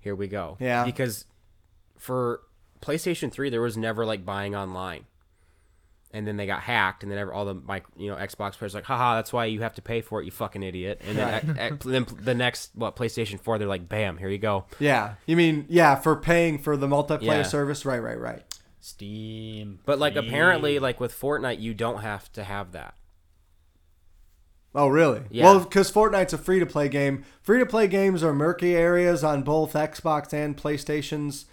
S6: here we go."
S1: Yeah.
S6: Because for PlayStation Three, there was never like buying online, and then they got hacked, and then every, all the mic you know Xbox players like, "Haha, that's why you have to pay for it, you fucking idiot." And then, ex- then the next what PlayStation Four, they're like, "Bam, here you go."
S1: Yeah. You mean yeah for paying for the multiplayer
S6: Yeah.
S1: service? Right, right, right.
S2: Steam.
S6: But like apparently, like with Fortnite, you don't have to have that.
S1: Oh, really?
S6: Yeah.
S1: Well, because Fortnite's a free to play game. Free to play games are murky areas on both Xbox and PlayStation's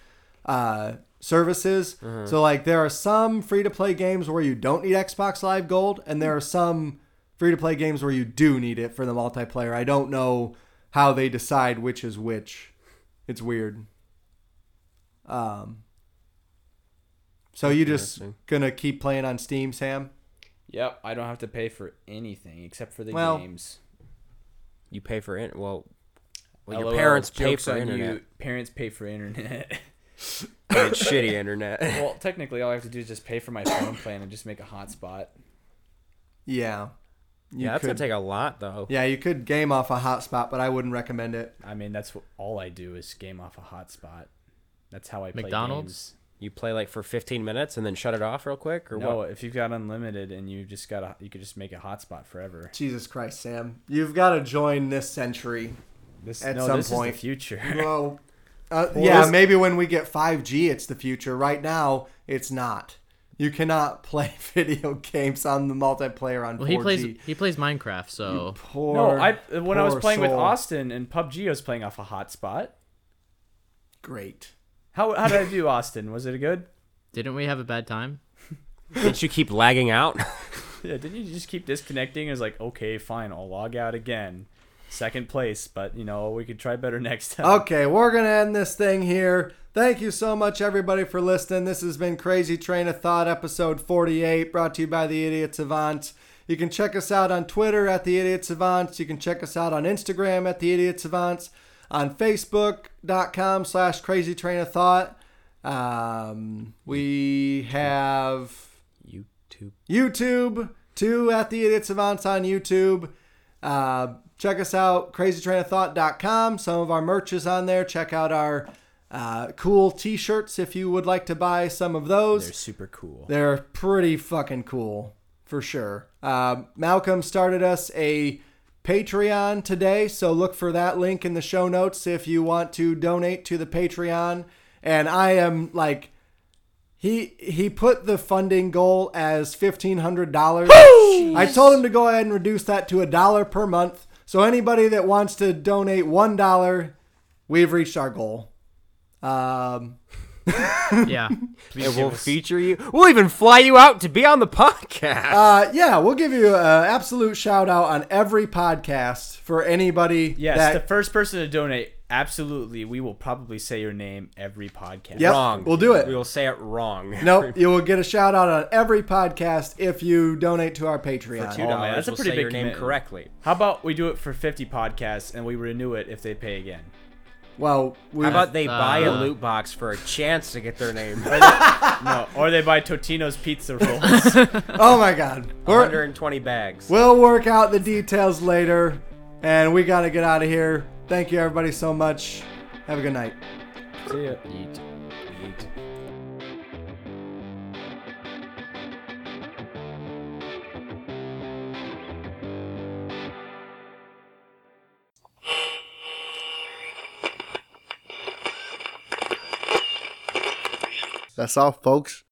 S1: uh, services.
S6: Mm-hmm.
S1: So, like, there are some free to play games where you don't need Xbox Live Gold, and there are some free to play games where you do need it for the multiplayer. I don't know how they decide which is which. It's weird. Um, so, you just
S6: Interesting.
S1: going to keep playing on Steam, Sam?
S2: Yep, I don't have to pay for anything except for the
S1: Well,
S2: games.
S6: You pay for it. Well, well your
S2: LOL,
S6: parents pay
S2: jokes
S6: for
S2: on
S6: internet.
S2: You. Parents pay for internet.
S6: But it's shitty internet.
S2: well, technically, all I have to do is just pay for my phone plan and just make a hotspot.
S1: Yeah. You
S6: yeah, that's
S1: could-
S6: gonna take a lot though.
S1: Yeah, you could game off a hotspot, but I wouldn't recommend it.
S2: I mean, that's what, all I do is game off a hotspot. That's how I play
S3: McDonald's?
S6: You play like for 15 minutes and then shut it off real quick, or
S2: games. No,
S6: what?
S2: if you've got unlimited and you just got a, you could just make a hotspot forever.
S1: Jesus Christ, Sam. You've got to join this century.
S2: This
S1: At
S2: no,
S1: some
S2: this
S1: point.
S2: is the future.
S1: Well, uh, yeah, maybe when we get 5G, it's the future. Right now, it's not. You cannot play video games on the multiplayer on
S3: Well,
S1: 4G.
S3: he plays. Oh. He plays Minecraft, so
S1: Poor,
S2: no, I when I was
S1: poor
S2: playing with
S1: soul.
S2: Austin and PUBG, I was playing off a hotspot.
S1: Great.
S2: How how did I do, Austin? Was it good?
S3: didn't we have a bad time?
S6: Did you keep lagging out?
S2: Yeah, didn't you just keep disconnecting? It was like, okay, fine, I'll log out again. Second place, but you know, we could try better next time.
S1: Okay, we're going to end this thing here. Thank you so much, everybody, for listening. This has been Crazy Train of Thought, episode 48, brought to you by the Idiot Savant. You can check us out on Twitter at The Idiot Savants. You can check us out on Instagram at The Idiot Savants. On Facebook.com slash Crazy Train of Thought. Um, we have
S6: YouTube.
S1: YouTube too at The Idiot Savants on YouTube. Uh, check us out, crazytrainofthought.com. Some of our merch is on there. Check out our uh, cool t shirts if you would like to buy some of those.
S2: They're super cool.
S1: They're pretty fucking cool for sure. Um, Malcolm started us a Patreon today, so look for that link in the show notes if you want to donate to the Patreon. And I am like, he he put the funding goal as fifteen hundred dollars. I told him to go ahead and reduce that to a dollar per month. So anybody that wants to donate one dollar, we've reached our goal. Um,
S3: Yeah.
S6: And we'll feature you. We'll even fly you out to be on the podcast.
S1: Uh, yeah, we'll give you an absolute shout out on every podcast for anybody
S2: Yes,
S1: that.
S2: the first person to donate, absolutely, we will probably say your name every podcast.
S1: Yep,
S6: wrong.
S1: We'll do it. Oh,
S6: We will say it wrong.
S1: nope, you will get a shout out on every podcast if you donate to our Patreon.
S2: Oh, man, that's a
S6: we'll
S2: pretty
S6: say
S2: big
S6: your name
S2: commitment.
S6: correctly.
S2: How about we do it for 50 podcasts and we renew it if they pay again?
S1: well, we
S6: How about they buy a
S3: Uh,
S6: loot box for a chance to get their name?
S1: Ah.
S2: No, or they buy Totino's pizza rolls.
S1: oh my god, we're,
S6: 120 bags.
S1: we'll work out the details later, and we gotta get out of here. Thank you everybody so much. Have a good night.
S2: See ya.
S3: Yeet.
S9: That's all, folks.